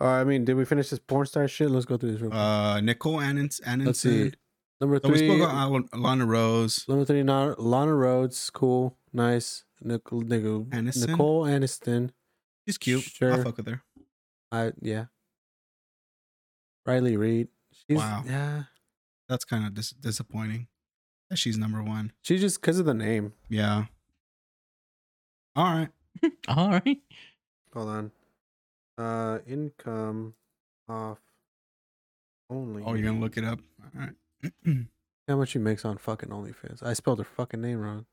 All right, I mean, did we finish this porn star shit? Let's go through this real quick.
Uh, Nicole Annins. Annins.
Let's see. Number
So we uh,
three,
spoke about Al- Lana Rose.
number three, Na- Lana Rhodes, cool, nice. Nicole, Nicole,
Aniston?
Nicole Aniston.
She's cute.
Sure.
I fuck with her.
I yeah. Riley Reed. She's,
Wow.
Yeah.
That's kind of dis- disappointing that she's number one.
She's just because of the name.
Yeah. All right.
*laughs* All right.
Hold on. Uh, income off only.
Oh, you're gonna look it up. All right. *clears throat*
how much she makes on fucking OnlyFans. I spelled her fucking name wrong.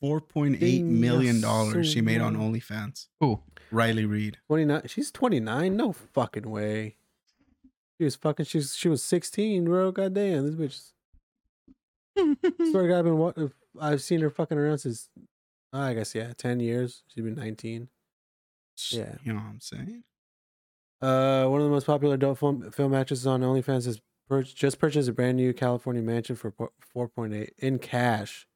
Four point eight million dollars she made on
Ding-a-soo.
OnlyFans.
*laughs*
Cool.
Riley Reed.
Twenty nine. She's twenty nine. No fucking way. She was fucking. She's she was sixteen, bro. Goddamn, this bitch. is- Swear to God, I've been. wa- uh, I've seen her fucking around since. oh, I guess yeah, ten years. She's been nineteen. Yeah.
You know what I'm saying?
Uh, one of the most popular adult film, film actresses on OnlyFans has pur- just purchased a brand new California mansion for four point eight in cash.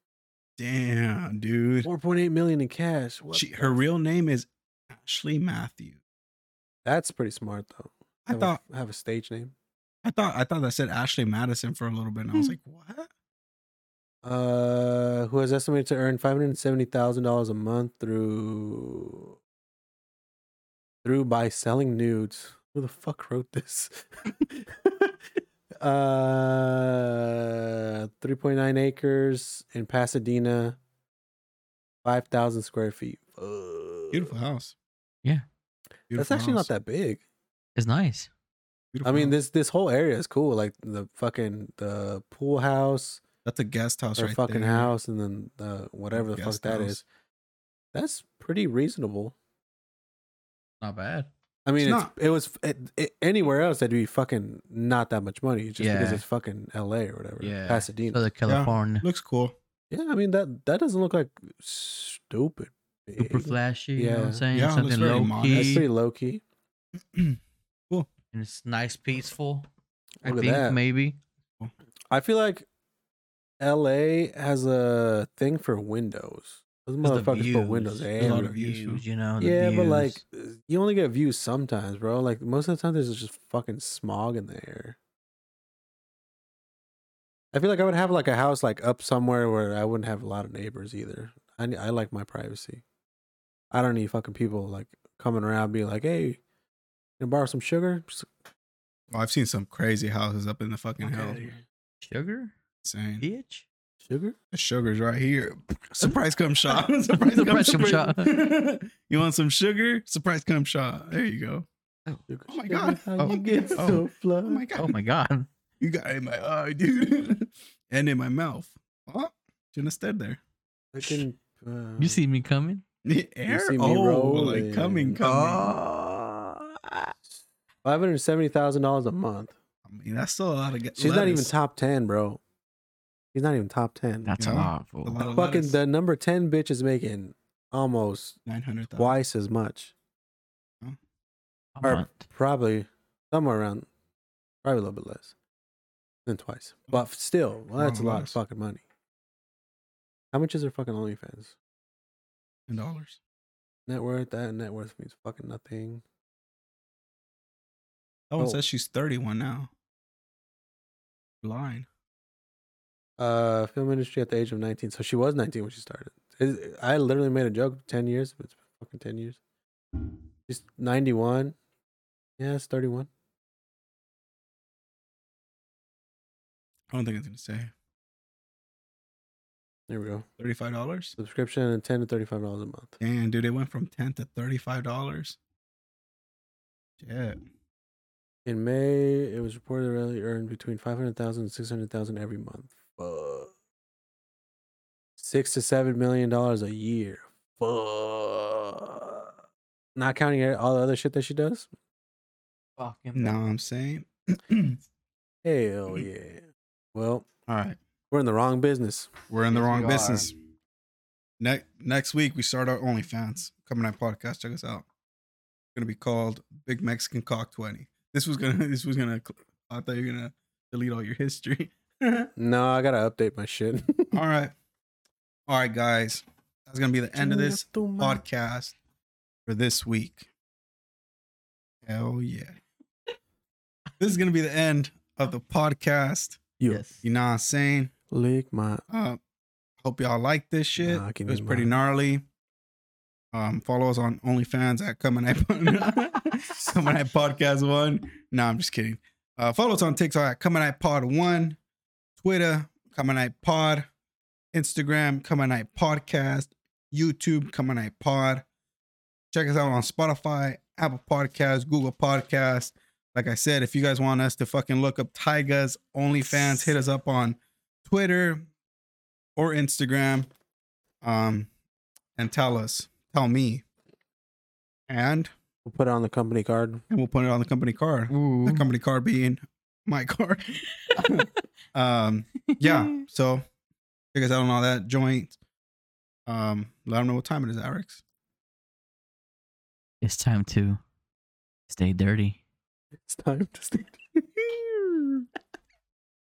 Damn, dude.
Four point eight million in cash. What
She,
the-
her real name is Ashley Matthews.
That's pretty smart though.
I
Have
thought
a, have a stage name.
I thought I thought that said Ashley Madison for a little bit, and I
Hmm.
was like, what?
Uh, who has estimated to earn five hundred seventy thousand dollars a month through through by selling nudes. Who the fuck wrote this? *laughs* uh, three point nine acres in Pasadena, five thousand square feet. Ugh.
Beautiful house.
Yeah.
That's actually not that big.
It's nice.
I mean, this this whole area is cool. Like the fucking the pool house,
that's a guest house
their
right
fucking
there.
house and then the whatever the fuck
Guest
that
house.
is. That's pretty reasonable.
Not bad.
I mean,
It's
it's
not.
it was it, it, anywhere else that'd be fucking not that much money just because
Yeah.
it's fucking L.A. or whatever,
Yeah.
Pasadena.
Southern California.
Looks cool. *clears throat*
yeah, I mean that that doesn't look like stupid.
Super
big.
flashy. You know what
Yeah.
I'm saying?
Yeah, it looks
Something
very
low
modest.
That's
key.
pretty low key.
and it's nice, peaceful.
Look
I
at
think
that.
maybe.
I feel like L.A. has a thing for windows. Those
'Cause the
motherfuckers put windows
views,
A lot
everywhere.
of views,
views, you know. the
Yeah, but like uh,
views.
you only get views sometimes, bro. Like most of the time, there's just fucking smog in the air. I feel like I would have like a house like up somewhere where I wouldn't have a lot of neighbors either. I I like my privacy. I don't need fucking people like coming around being like, "Hey, can I borrow some sugar?" Just
Oh, I've seen some crazy houses up in the fucking
fuck
hill.
outta here.
sugar,
Insane.
bitch.
Sugar?
The sugar's right here. Surprise cum shot. Surprise,
Surprise cum shot.
*laughs* you want some sugar? Surprise cum shot. There you go.
Sugar,
Oh my
sugar,
God.
How
Oh.
you get
Oh.
so fly.
Oh my god.
Oh
*laughs*
my god.
You got it in my eye, dude. *laughs* and in my mouth. Oh, shouldn't have stood there.
I can,
You
uh,
see me coming?
Air?
see me
oh,
rolling. Ah.
like coming, coming.
five hundred seventy thousand dollars a month.
I mean, that's still a lot of. Get
She's not even
lettuce.
top ten, bro. She's not even top ten.
That's
Yeah.
a lot. fool.
A lot of
Fucking
lettuce.
the number ten bitch is making almost
900,000.
twice as much.
A
or
month.
Probably somewhere around, probably a little bit less than twice. But still, well, that's a lot of
Less.
fucking money. How much is her fucking OnlyFans?
Ten dollars.
Net worth? That net worth means fucking nothing.
That one
Oh.
says she's 31 now. Line.
Uh, film industry at the age of nineteen. So she was nineteen when she started. It- I literally made a joke. Ten years, but it's been fucking ten years. She's ninety-one. Yeah, it's thirty-one.
I don't think it's going to say.
There we go.
$35?
Subscription and ten to thirty-five dollars a month.
Damn, dude, it went from 10 to $35. Shit.
In May, it was reported Riley earned between five hundred thousand and six hundred thousand every month. Fuck. Six to seven million dollars a year. Fuck. Not counting e, all the other shit that she does.
Fucking
Know what I'm saying? *clears throat*
Hell
Mm-hmm.
yeah. Well,
All right.
we're in the wrong business.
We're in the
Yes,
wrong
we are.
business. Next next week we start our OnlyFans. Coming out podcast. Check us out. It's gonna be called Big Mexican Cock Twenty. This was gonna. *laughs* This was gonna. I thought you were gonna delete all your history. *laughs* all
No, I gotta update my shit. *laughs*
right. All right, guys. That's gonna be the end of this
Podcast.
podcast for this week. Hell yeah. This is gonna be the end of the podcast.
You
yes. *laughs*
You know what I'm saying?
lick my
Uh, hope y'all like this shit.
Nah, give
it
me
was pretty
mine.
gnarly. Um, follow us on OnlyFans at Coming
*laughs*
Night *laughs* Coming Night Podcast One. No, I'm just kidding. Uh, follow us on TikTok at Coming Night Pod One, Twitter Coming Night Pod, Instagram Coming Night Podcast, YouTube Coming Night Pod. Check us out on Spotify, Apple Podcasts, Google Podcasts. Like I said, if you guys want us to fucking look up Tyga's OnlyFans, hit us up on Twitter or Instagram, um, and tell us, tell me, and
We'll put it on the company card.
and we'll put it on the company card.
Ooh.
The company card being my card. um, yeah.
*laughs*
So check us out on all that joint. Um, let them know what time it is, Alex.
It's time to stay dirty.
It's time to stay.